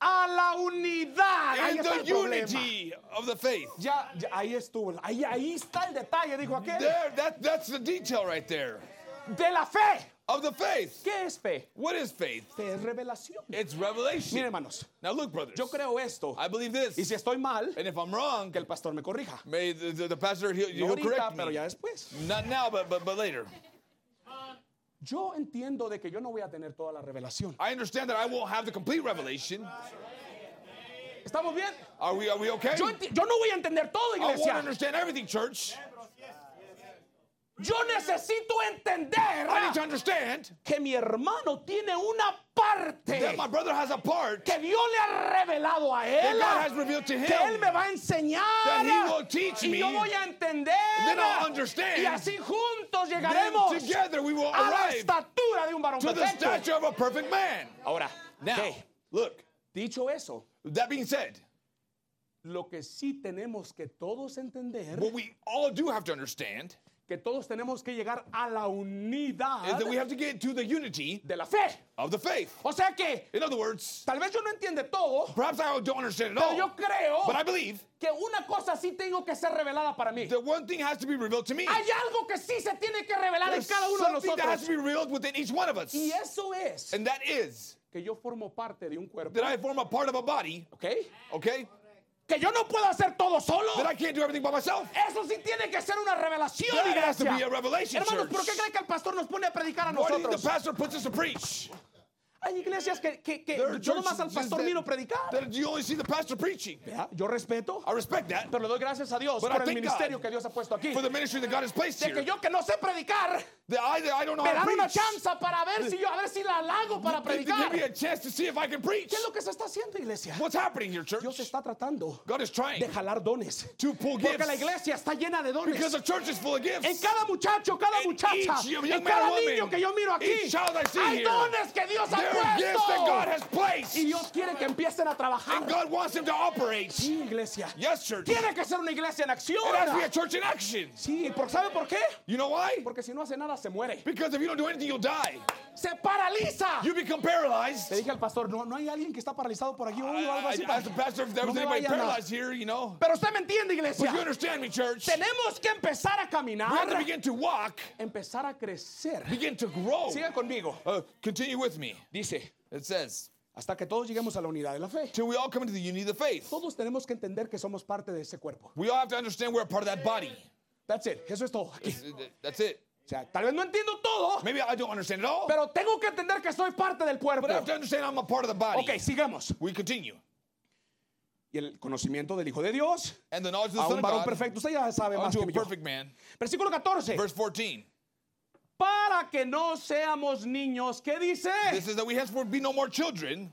Speaker 7: a la unidad. Ahí
Speaker 6: And
Speaker 7: está
Speaker 6: the
Speaker 7: el problema.
Speaker 6: unity of the faith.
Speaker 7: Ya, ya, ahí estuvo. Ahí, ahí está el detalle, dijo aquel.
Speaker 6: There, that that's the detail right there.
Speaker 7: De la fe.
Speaker 6: Of the faith.
Speaker 7: ¿Qué es fe?
Speaker 6: What is faith?
Speaker 7: Fe es revelación.
Speaker 6: It's
Speaker 7: Miren,
Speaker 6: revelation.
Speaker 7: hermanos,
Speaker 6: Now look, brothers.
Speaker 7: yo creo esto.
Speaker 6: I believe
Speaker 7: Y
Speaker 6: this.
Speaker 7: si estoy mal,
Speaker 6: And if I'm wrong,
Speaker 7: que el pastor me corrija.
Speaker 6: may the, the, the pastor he'll,
Speaker 7: No
Speaker 6: he'll
Speaker 7: ahorita,
Speaker 6: correct
Speaker 7: pero
Speaker 6: me.
Speaker 7: ya después.
Speaker 6: Not now, but but, but later.
Speaker 7: Yo entiendo de que yo no voy a tener toda la revelación.
Speaker 6: I understand that I won't have the complete revelation.
Speaker 7: ¿Estamos bien?
Speaker 6: Are we are we okay?
Speaker 7: Yo, enti- yo no voy a entender todo,
Speaker 6: I won't
Speaker 7: iglesia.
Speaker 6: understand everything, church.
Speaker 7: Yo necesito entender
Speaker 6: I need to understand
Speaker 7: que mi hermano tiene una parte
Speaker 6: that my brother has a part
Speaker 7: que Dios le ha revelado a
Speaker 6: that
Speaker 7: él.
Speaker 6: God has revealed to
Speaker 7: que él
Speaker 6: him.
Speaker 7: me va a enseñar
Speaker 6: That he will teach
Speaker 7: y yo
Speaker 6: me.
Speaker 7: voy a entender
Speaker 6: Then I'll understand.
Speaker 7: y así juntos
Speaker 6: Then
Speaker 7: llegaremos
Speaker 6: together we will
Speaker 7: a la
Speaker 6: arrive
Speaker 7: estatura de un varón
Speaker 6: to the
Speaker 7: perfecto.
Speaker 6: stature of a perfect man.
Speaker 7: Ahora,
Speaker 6: Now,
Speaker 7: ok,
Speaker 6: look,
Speaker 7: dicho eso,
Speaker 6: that being said,
Speaker 7: lo que sí tenemos que todos entender,
Speaker 6: what we all do have to understand
Speaker 7: que todos tenemos que llegar a la
Speaker 6: is
Speaker 7: unidad
Speaker 6: that we have to get to the unity
Speaker 7: de la fe.
Speaker 6: of the faith.
Speaker 7: O sea que
Speaker 6: In other words,
Speaker 7: tal vez yo no entiende todo,
Speaker 6: perhaps I don't understand it
Speaker 7: pero yo
Speaker 6: all,
Speaker 7: creo
Speaker 6: but I believe
Speaker 7: que una cosa sí tengo que ser revelada para mí.
Speaker 6: that one thing has to be revealed to me.
Speaker 7: Hay algo que sí se tiene que revelar en
Speaker 6: There's
Speaker 7: cada uno de
Speaker 6: something that has to
Speaker 7: nosotros.
Speaker 6: be revealed within each one of us.
Speaker 7: Y eso es
Speaker 6: And that is
Speaker 7: que yo formo parte de un cuerpo.
Speaker 6: that I form a part of a body,
Speaker 7: ¿Ok?
Speaker 6: okay?
Speaker 7: Que yo no puedo hacer todo solo.
Speaker 6: That I can't do everything by myself.
Speaker 7: Eso sí tiene que ser una revelación,
Speaker 6: That has to
Speaker 7: iglesia.
Speaker 6: be a revelation,
Speaker 7: Hermanos,
Speaker 6: church.
Speaker 7: ¿por qué creen que el pastor nos pone a predicar
Speaker 6: Why
Speaker 7: a
Speaker 6: do you think
Speaker 7: nosotros?
Speaker 6: the pastor puts us to preach?
Speaker 7: Hay iglesias que, que, que
Speaker 6: There are
Speaker 7: yo nomás al
Speaker 6: churches
Speaker 7: pastor
Speaker 6: that-
Speaker 7: miro predicar.
Speaker 6: That you only see the pastor preaching.
Speaker 7: Vea, Yo respeto,
Speaker 6: I respect that.
Speaker 7: pero le doy gracias a Dios
Speaker 6: But I
Speaker 7: por el
Speaker 6: thank
Speaker 7: ministerio
Speaker 6: God
Speaker 7: que Dios ha puesto aquí.
Speaker 6: For the ministry that God has placed
Speaker 7: De que
Speaker 6: here.
Speaker 7: yo que no sé predicar,
Speaker 6: That I, that I don't know
Speaker 7: me
Speaker 6: how
Speaker 7: dan
Speaker 6: to
Speaker 7: una
Speaker 6: preach.
Speaker 7: chance para ver si yo, a ver si la halago para
Speaker 6: They, they give
Speaker 7: predicar.
Speaker 6: me a
Speaker 7: ¿Qué
Speaker 6: chance to see if I can preach.
Speaker 7: es lo que se está haciendo, iglesia?
Speaker 6: What's happening here, church?
Speaker 7: Dios está tratando
Speaker 6: God is trying
Speaker 7: de jalar dones.
Speaker 6: to pull
Speaker 7: Porque la
Speaker 6: gifts
Speaker 7: iglesia está llena de dones.
Speaker 6: because the church is full of
Speaker 7: En
Speaker 6: gifts.
Speaker 7: cada muchacho, cada
Speaker 6: En
Speaker 7: muchacha,
Speaker 6: each young man
Speaker 7: en cada
Speaker 6: and woman,
Speaker 7: niño que yo miro aquí,
Speaker 6: each child I see
Speaker 7: hay
Speaker 6: here,
Speaker 7: dones que Dios ha
Speaker 6: There are gifts that God has placed.
Speaker 7: Y Dios quiere que empiecen a
Speaker 6: And
Speaker 7: trabajar.
Speaker 6: God wants him to operate.
Speaker 7: Sí, iglesia.
Speaker 6: Yes, church. It
Speaker 7: Tiene que ser una iglesia en acción.
Speaker 6: has to be a church in action.
Speaker 7: Sí, ¿por- ¿sabe por qué?
Speaker 6: You know why?
Speaker 7: Porque si no hace nada, se muere.
Speaker 6: Because if you don't do anything, you'll die.
Speaker 7: ¡Se paraliza!
Speaker 6: You become paralyzed.
Speaker 7: Le dije al pastor, no, no hay alguien que está paralizado por aquí hoy o algo
Speaker 6: Ah, I,
Speaker 7: así.
Speaker 6: I, as the pastor, if there was
Speaker 7: No me
Speaker 6: anybody
Speaker 7: vayan a-
Speaker 6: paralyzed here, you know.
Speaker 7: Pero usted me
Speaker 6: But
Speaker 7: entiende,
Speaker 6: you
Speaker 7: iglesia.
Speaker 6: understand me, church. We
Speaker 7: Tenemos que empezar a
Speaker 6: have to
Speaker 7: caminar,
Speaker 6: begin to walk,
Speaker 7: empezar a crecer.
Speaker 6: begin to grow.
Speaker 7: Siga conmigo.
Speaker 6: Uh, continue with me.
Speaker 7: Dice,
Speaker 6: It says,
Speaker 7: hasta que todos lleguemos a la unidad de la fe.
Speaker 6: till we all come into the unity of the faith.
Speaker 7: Todos tenemos que entender que somos parte de ese cuerpo.
Speaker 6: We all have to understand we're a part of that body.
Speaker 7: That's it. Eso es todo. Aquí.
Speaker 6: It's- uh, That's it.
Speaker 7: O sea, tal vez no entiendo todo,
Speaker 6: Maybe I don't understand it all,
Speaker 7: pero tengo que entender que soy parte del cuerpo.
Speaker 6: but I have to understand I'm a part of the body.
Speaker 7: Ok, sigamos.
Speaker 6: We continue.
Speaker 7: Y el conocimiento del Hijo de Dios
Speaker 6: And the knowledge of the
Speaker 7: a
Speaker 6: Son
Speaker 7: un
Speaker 6: of
Speaker 7: varón
Speaker 6: God
Speaker 7: perfecto. Usted ya sabe más
Speaker 6: unto
Speaker 7: que
Speaker 6: a
Speaker 7: yo.
Speaker 6: perfect man.
Speaker 7: Versículo 14.
Speaker 6: Verse 14.
Speaker 7: Para que no seamos niños, ¿qué dice?
Speaker 6: This is that we henceforth be no more children,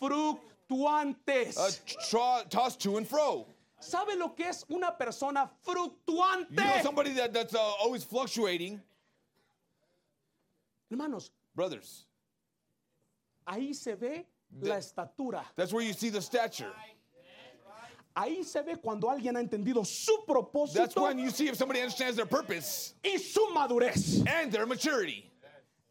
Speaker 7: Fructuantes.
Speaker 6: uh, tra- tossed to and fro.
Speaker 7: ¿Sabe lo que es una persona fructuante?
Speaker 6: You know, somebody that, that's uh, always fluctuating.
Speaker 7: Hermanos,
Speaker 6: Brothers,
Speaker 7: ahí se ve la estatura.
Speaker 6: that's where you see the stature.
Speaker 7: Ahí se ve cuando alguien ha entendido su
Speaker 6: That's
Speaker 7: propósito
Speaker 6: when you see if somebody understands their purpose
Speaker 7: y su madurez.
Speaker 6: and their maturity.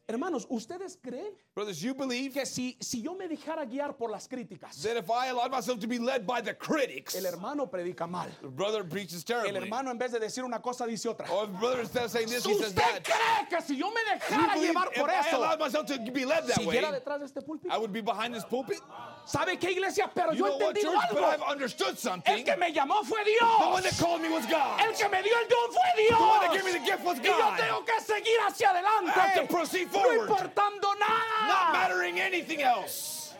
Speaker 7: Hermanos, ¿ustedes creen
Speaker 6: Brothers, you believe
Speaker 7: que si, si yo me dejara guiar por las críticas,
Speaker 6: that if I allow myself to be led by the critics,
Speaker 7: el hermano predica mal?
Speaker 6: the brother preaches
Speaker 7: El
Speaker 6: terribly.
Speaker 7: hermano en vez de decir una cosa dice otra.
Speaker 6: Or if the brother instead of saying this, he Oh, says that.
Speaker 7: ¿Usted cree que si yo me
Speaker 6: You
Speaker 7: dejara
Speaker 6: believe
Speaker 7: llevar
Speaker 6: if
Speaker 7: por
Speaker 6: I allowed
Speaker 7: eso,
Speaker 6: myself to be led that way,
Speaker 7: siguiera detrás de este púlpito?
Speaker 6: I would be behind this pulpit.
Speaker 7: ¿Sabe qué iglesia? Pero
Speaker 6: You
Speaker 7: yo he
Speaker 6: know what,
Speaker 7: entendido
Speaker 6: church? But I've
Speaker 7: algo.
Speaker 6: understood
Speaker 7: El
Speaker 6: something.
Speaker 7: que me llamó fue
Speaker 6: The one that
Speaker 7: Dios.
Speaker 6: called me was God.
Speaker 7: El que me dio el don fue
Speaker 6: one that gave me the gift
Speaker 7: Dios.
Speaker 6: was
Speaker 7: Y yo
Speaker 6: God.
Speaker 7: tengo que seguir hacia
Speaker 6: I have to
Speaker 7: adelante.
Speaker 6: proceed
Speaker 7: No
Speaker 6: forward.
Speaker 7: importando
Speaker 6: Not
Speaker 7: nada.
Speaker 6: mattering anything else.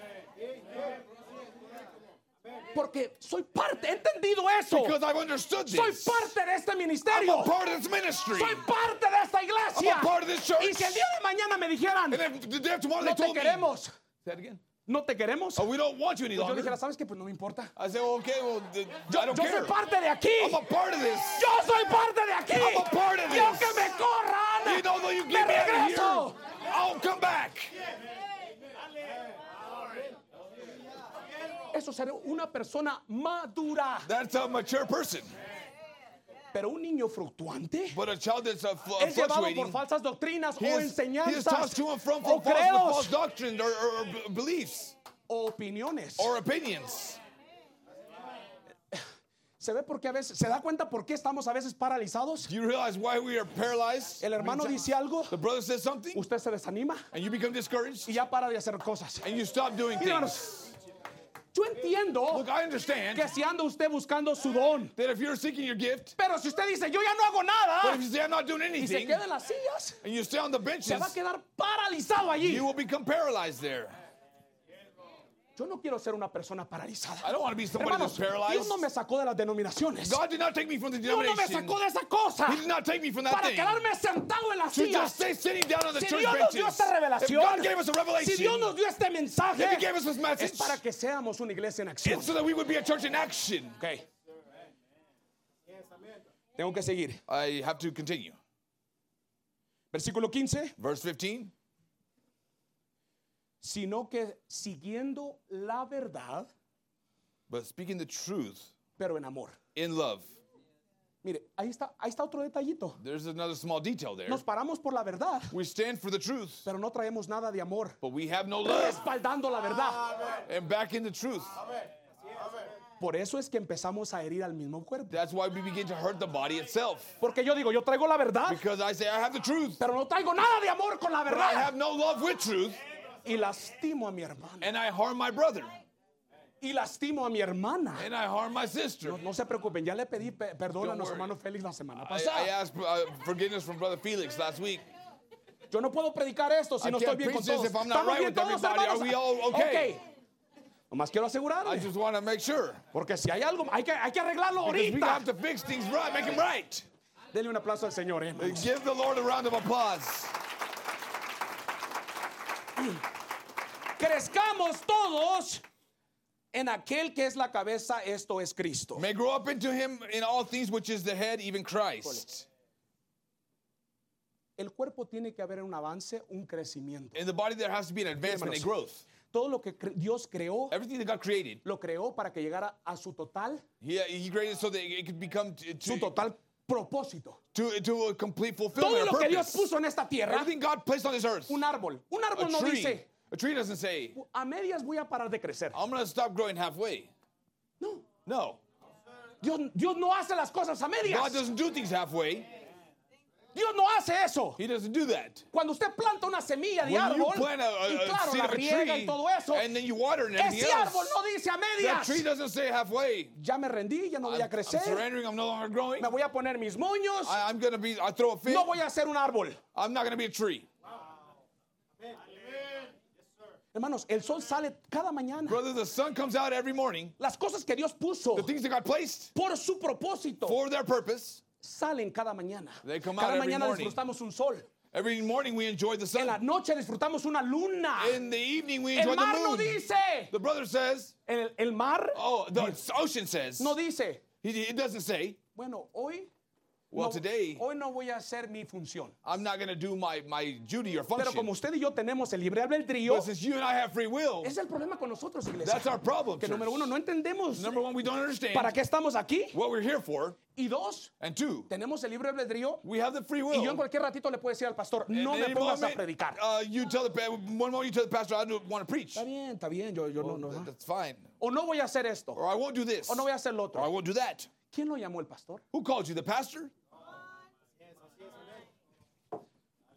Speaker 7: Porque soy parte, he entendido eso.
Speaker 6: Because I've understood
Speaker 7: Soy
Speaker 6: this.
Speaker 7: parte de este
Speaker 6: I'm
Speaker 7: ministerio.
Speaker 6: a part of this ministry.
Speaker 7: Soy parte de esta iglesia.
Speaker 6: I'm a part of this church.
Speaker 7: Y si el día de mañana me dijeran,
Speaker 6: And then the day after tomorrow,
Speaker 7: no
Speaker 6: they
Speaker 7: te
Speaker 6: told me,
Speaker 7: queremos,
Speaker 6: Say that again.
Speaker 7: no te queremos.
Speaker 6: Oh, we don't want you any
Speaker 7: Yo
Speaker 6: longer.
Speaker 7: dijera, ¿sabes qué? Pues no me importa.
Speaker 6: I said, well, okay, well, th- I don't
Speaker 7: Yo
Speaker 6: care.
Speaker 7: soy parte de aquí.
Speaker 6: I'm a part of this.
Speaker 7: Yo soy parte de aquí.
Speaker 6: I'm a part of
Speaker 7: Y aunque
Speaker 6: this.
Speaker 7: me corran,
Speaker 6: You know, though you
Speaker 7: me
Speaker 6: get me out
Speaker 7: regreso.
Speaker 6: of here, I'll come back.
Speaker 7: Eso será una persona madura.
Speaker 6: That's a mature person.
Speaker 7: Pero un niño fructuante
Speaker 6: But a child that's uh, fl-
Speaker 7: es llevado por
Speaker 6: fluctuating,
Speaker 7: falsas doctrinas
Speaker 6: he
Speaker 7: o
Speaker 6: is, he is tossed
Speaker 7: enseñanzas
Speaker 6: to and from
Speaker 7: o
Speaker 6: from false, with false
Speaker 7: creos
Speaker 6: doctrine or, or- or b- beliefs
Speaker 7: o opiniones.
Speaker 6: or opinions.
Speaker 7: ¿Se ve por qué a veces, se da cuenta por qué estamos a veces paralizados?
Speaker 6: Do you realize why we are paralyzed?
Speaker 7: El hermano dice algo,
Speaker 6: The brother says something,
Speaker 7: usted se desanima
Speaker 6: and you become discouraged,
Speaker 7: y ya para de hacer cosas.
Speaker 6: and you stop doing
Speaker 7: Mira,
Speaker 6: things.
Speaker 7: hermanos, yo entiendo
Speaker 6: Look, I understand
Speaker 7: que si anda usted buscando su don,
Speaker 6: that if you're seeking your gift,
Speaker 7: pero si usted dice, yo ya no hago
Speaker 6: but
Speaker 7: nada,
Speaker 6: if you say, I'm not doing
Speaker 7: y se
Speaker 6: anything,
Speaker 7: queda en las sillas,
Speaker 6: and you stay on the
Speaker 7: se
Speaker 6: benches,
Speaker 7: va a quedar paralizado allí.
Speaker 6: you will become paralyzed there.
Speaker 7: Yo no quiero ser una persona paralizada.
Speaker 6: I don't want to be somebody
Speaker 7: Hermanos,
Speaker 6: that's paralyzed.
Speaker 7: Dios no me sacó de las denominaciones.
Speaker 6: God did not take me from the
Speaker 7: Dios no me
Speaker 6: denomination.
Speaker 7: sacó de esa cosa
Speaker 6: He did not take me from that
Speaker 7: para
Speaker 6: thing.
Speaker 7: quedarme sentado en las
Speaker 6: To just
Speaker 7: sillas.
Speaker 6: stay sitting down on the
Speaker 7: Si
Speaker 6: church
Speaker 7: Dios nos
Speaker 6: benches.
Speaker 7: dio esta
Speaker 6: If God
Speaker 7: revelación,
Speaker 6: gave us a
Speaker 7: si
Speaker 6: revelation,
Speaker 7: Dios nos dio este
Speaker 6: if
Speaker 7: mensaje,
Speaker 6: He gave us this
Speaker 7: es
Speaker 6: message,
Speaker 7: para que seamos una iglesia en acción.
Speaker 6: it's so that we would be a church in action.
Speaker 7: Ok. Tengo que seguir.
Speaker 6: I have to continue.
Speaker 7: Versículo 15.
Speaker 6: Verse 15.
Speaker 7: Sino que siguiendo la verdad,
Speaker 6: But speaking the truth
Speaker 7: pero en amor.
Speaker 6: in love.
Speaker 7: Mire, ahí está, ahí está otro detallito.
Speaker 6: There's another small detail there.
Speaker 7: Nos paramos por la verdad,
Speaker 6: We stand for the truth,
Speaker 7: pero no traemos nada de amor.
Speaker 6: but we have no love.
Speaker 7: Respaldando la verdad.
Speaker 6: And back in the truth.
Speaker 7: Por eso es que empezamos a herir al mismo cuerpo.
Speaker 6: That's why we begin to hurt the body itself.
Speaker 7: Porque yo digo, yo traigo la verdad,
Speaker 6: Because I say, I have the truth,
Speaker 7: pero no traigo nada de amor con la
Speaker 6: but I
Speaker 7: verdad.
Speaker 6: have no love with truth,
Speaker 7: Y lastimo a mi hermano.
Speaker 6: and I harm my brother,
Speaker 7: Y lastimo a mi hermana.
Speaker 6: and I harm my sister.
Speaker 7: No, no se preocupen, ya le pedí pe- perdón a
Speaker 6: Eh, Don't worry.
Speaker 7: nuestro hermano Félix la semana
Speaker 6: I, I
Speaker 7: pasada.
Speaker 6: asked uh, forgiveness from Brother Felix last week.
Speaker 7: Yo no puedo predicar esto si
Speaker 6: I
Speaker 7: no
Speaker 6: can't
Speaker 7: estoy bien con
Speaker 6: preach this
Speaker 7: todos.
Speaker 6: if I'm not
Speaker 7: ¿Estamos
Speaker 6: right
Speaker 7: bien
Speaker 6: with
Speaker 7: todos,
Speaker 6: everybody?
Speaker 7: hermanos?
Speaker 6: Are we all okay?
Speaker 7: Ok. Nomás quiero
Speaker 6: I
Speaker 7: asegurarme.
Speaker 6: just want to make sure.
Speaker 7: Porque si hay algo, hay que, hay que arreglarlo
Speaker 6: Because we
Speaker 7: ahorita.
Speaker 6: have to fix things right, make them right.
Speaker 7: Denle un aplauso al Señor, eh, hermanos.
Speaker 6: Give the Lord a round of applause.
Speaker 7: Crezcamos todos en aquel que es la cabeza, esto es Cristo.
Speaker 6: May grow up into him in all things which is the head, even Christ.
Speaker 7: el cuerpo tiene que haber un avance, un crecimiento.
Speaker 6: In the body, there has to be an advancement, a
Speaker 7: hermanos.
Speaker 6: growth.
Speaker 7: Todo lo que cre- Dios creó,
Speaker 6: Everything that God created,
Speaker 7: lo creó para que llegara a su total,
Speaker 6: He, He created so that it could become to,
Speaker 7: su
Speaker 6: to,
Speaker 7: total propósito.
Speaker 6: to, to a complete fulfillment
Speaker 7: Todo
Speaker 6: or
Speaker 7: lo que Dios
Speaker 6: purpose.
Speaker 7: puso en esta tierra,
Speaker 6: Everything God placed on this earth,
Speaker 7: un árbol. Un
Speaker 6: a
Speaker 7: árbol no
Speaker 6: tree,
Speaker 7: dice,
Speaker 6: a tree doesn't say,
Speaker 7: a medias voy a parar de crecer.
Speaker 6: I'm going to stop growing halfway.
Speaker 7: No,
Speaker 6: No.
Speaker 7: Dios, Dios no hace las cosas a
Speaker 6: God
Speaker 7: medias.
Speaker 6: doesn't do things halfway.
Speaker 7: Dios no hace eso.
Speaker 6: He doesn't do that.
Speaker 7: Cuando usted planta una semilla
Speaker 6: When
Speaker 7: de
Speaker 6: you
Speaker 7: árbol,
Speaker 6: plant a, a-
Speaker 7: y
Speaker 6: a
Speaker 7: claro,
Speaker 6: seed
Speaker 7: la
Speaker 6: of a
Speaker 7: riega y
Speaker 6: tree,
Speaker 7: todo eso,
Speaker 6: and then you water it and
Speaker 7: ese
Speaker 6: everything
Speaker 7: árbol
Speaker 6: else,
Speaker 7: no dice a
Speaker 6: that
Speaker 7: medias.
Speaker 6: tree doesn't say halfway.
Speaker 7: Ya me rendí, ya no voy
Speaker 6: I'm,
Speaker 7: a
Speaker 6: I'm
Speaker 7: crecer,
Speaker 6: surrendering. I'm no longer growing.
Speaker 7: me voy a poner mis moños,
Speaker 6: I, I'm going to be, I throw a fit.
Speaker 7: no voy a ser un árbol.
Speaker 6: I'm not going to be a tree.
Speaker 7: Hermanos, el sol sale cada mañana.
Speaker 6: Brother, the sun comes out every morning.
Speaker 7: Las cosas que Dios puso
Speaker 6: The things that God placed
Speaker 7: por su propósito
Speaker 6: for their purpose.
Speaker 7: salen cada mañana.
Speaker 6: They come out
Speaker 7: Cada
Speaker 6: every
Speaker 7: mañana
Speaker 6: morning.
Speaker 7: disfrutamos un sol.
Speaker 6: Every morning we enjoy the
Speaker 7: En la
Speaker 6: sun.
Speaker 7: noche disfrutamos una luna.
Speaker 6: In the evening we enjoy
Speaker 7: El
Speaker 6: the
Speaker 7: mar no
Speaker 6: moon.
Speaker 7: dice.
Speaker 6: The brother says,
Speaker 7: El, el mar
Speaker 6: oh, the ocean says.
Speaker 7: no dice.
Speaker 6: He, he doesn't say,
Speaker 7: Bueno, hoy
Speaker 6: well,
Speaker 7: no-
Speaker 6: today
Speaker 7: hoy no voy a hacer mi función.
Speaker 6: I'm not going to do my, my duty or
Speaker 7: Pero como
Speaker 6: function.
Speaker 7: usted y yo tenemos el libre albedrío,
Speaker 6: But since you and I have free will,
Speaker 7: es el problema con nosotros, iglesia.
Speaker 6: that's our problem.
Speaker 7: que
Speaker 6: church.
Speaker 7: número uno, no entendemos
Speaker 6: Number one, we don't understand
Speaker 7: para qué estamos aquí.
Speaker 6: what we're here for.
Speaker 7: Y dos,
Speaker 6: And two,
Speaker 7: tenemos el libre albedrío.
Speaker 6: we have the free will.
Speaker 7: Y yo en cualquier ratito le puedo decir al pastor,
Speaker 6: At
Speaker 7: no me
Speaker 6: any
Speaker 7: pongas a
Speaker 6: moment,
Speaker 7: predicar.
Speaker 6: Uh, you tell the pa- one moment you tell the pastor I don't want to preach.
Speaker 7: Está bien, está bien, yo, yo no, no.
Speaker 6: Th- That's fine.
Speaker 7: O no voy a hacer esto,
Speaker 6: Or I won't do this.
Speaker 7: o Oh, no voy a hacer lo
Speaker 6: Or I
Speaker 7: otro.
Speaker 6: won't do that.
Speaker 7: ¿Quién lo llamó el pastor?
Speaker 6: Who called you? The pastor?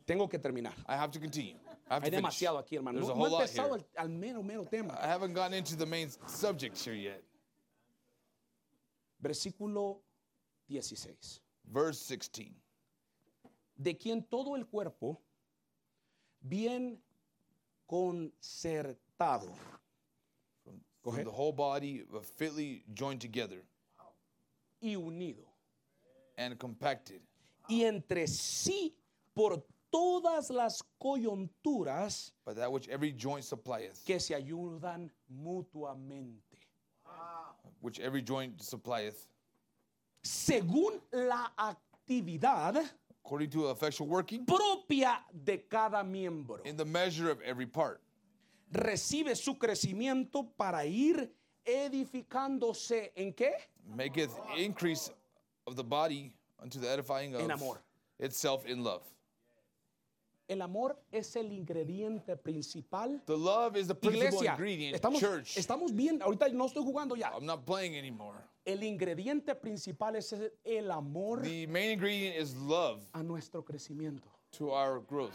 Speaker 7: Tengo que terminar.
Speaker 6: I have to continue. I have
Speaker 7: Hay
Speaker 6: to finish.
Speaker 7: demasiado aquí, hermano.
Speaker 6: There's
Speaker 7: No,
Speaker 6: a whole
Speaker 7: no he
Speaker 6: lot
Speaker 7: empezado
Speaker 6: here.
Speaker 7: al, al mero, mero tema.
Speaker 6: I haven't gotten into the main subject here yet.
Speaker 7: Versículo 16.
Speaker 6: Verse 16.
Speaker 7: De quien todo el cuerpo, bien concertado. Go
Speaker 6: From
Speaker 7: ahead.
Speaker 6: The whole body uh, fitly joined together
Speaker 7: y unido.
Speaker 6: and compacted
Speaker 7: Y entre sí por todas las coyunturas
Speaker 6: by that which every joint supplieth,
Speaker 7: que se ayudan mutuamente.
Speaker 6: which every joint supplieth,
Speaker 7: Según la actividad
Speaker 6: according to effectual working
Speaker 7: propia de cada miembro.
Speaker 6: in the measure of every part.
Speaker 7: Recibe su crecimiento para ir edificándose en qué?
Speaker 6: maketh increase of the body unto the edifying of
Speaker 7: En amor.
Speaker 6: itself in love.
Speaker 7: El amor es el ingrediente principal.
Speaker 6: The love is the principal
Speaker 7: Iglesia,
Speaker 6: ingredient.
Speaker 7: estamos,
Speaker 6: Church,
Speaker 7: estamos bien, ahorita no estoy jugando ya.
Speaker 6: I'm not playing anymore.
Speaker 7: El ingrediente principal es el amor
Speaker 6: The main ingredient is love
Speaker 7: a nuestro crecimiento.
Speaker 6: to our growth,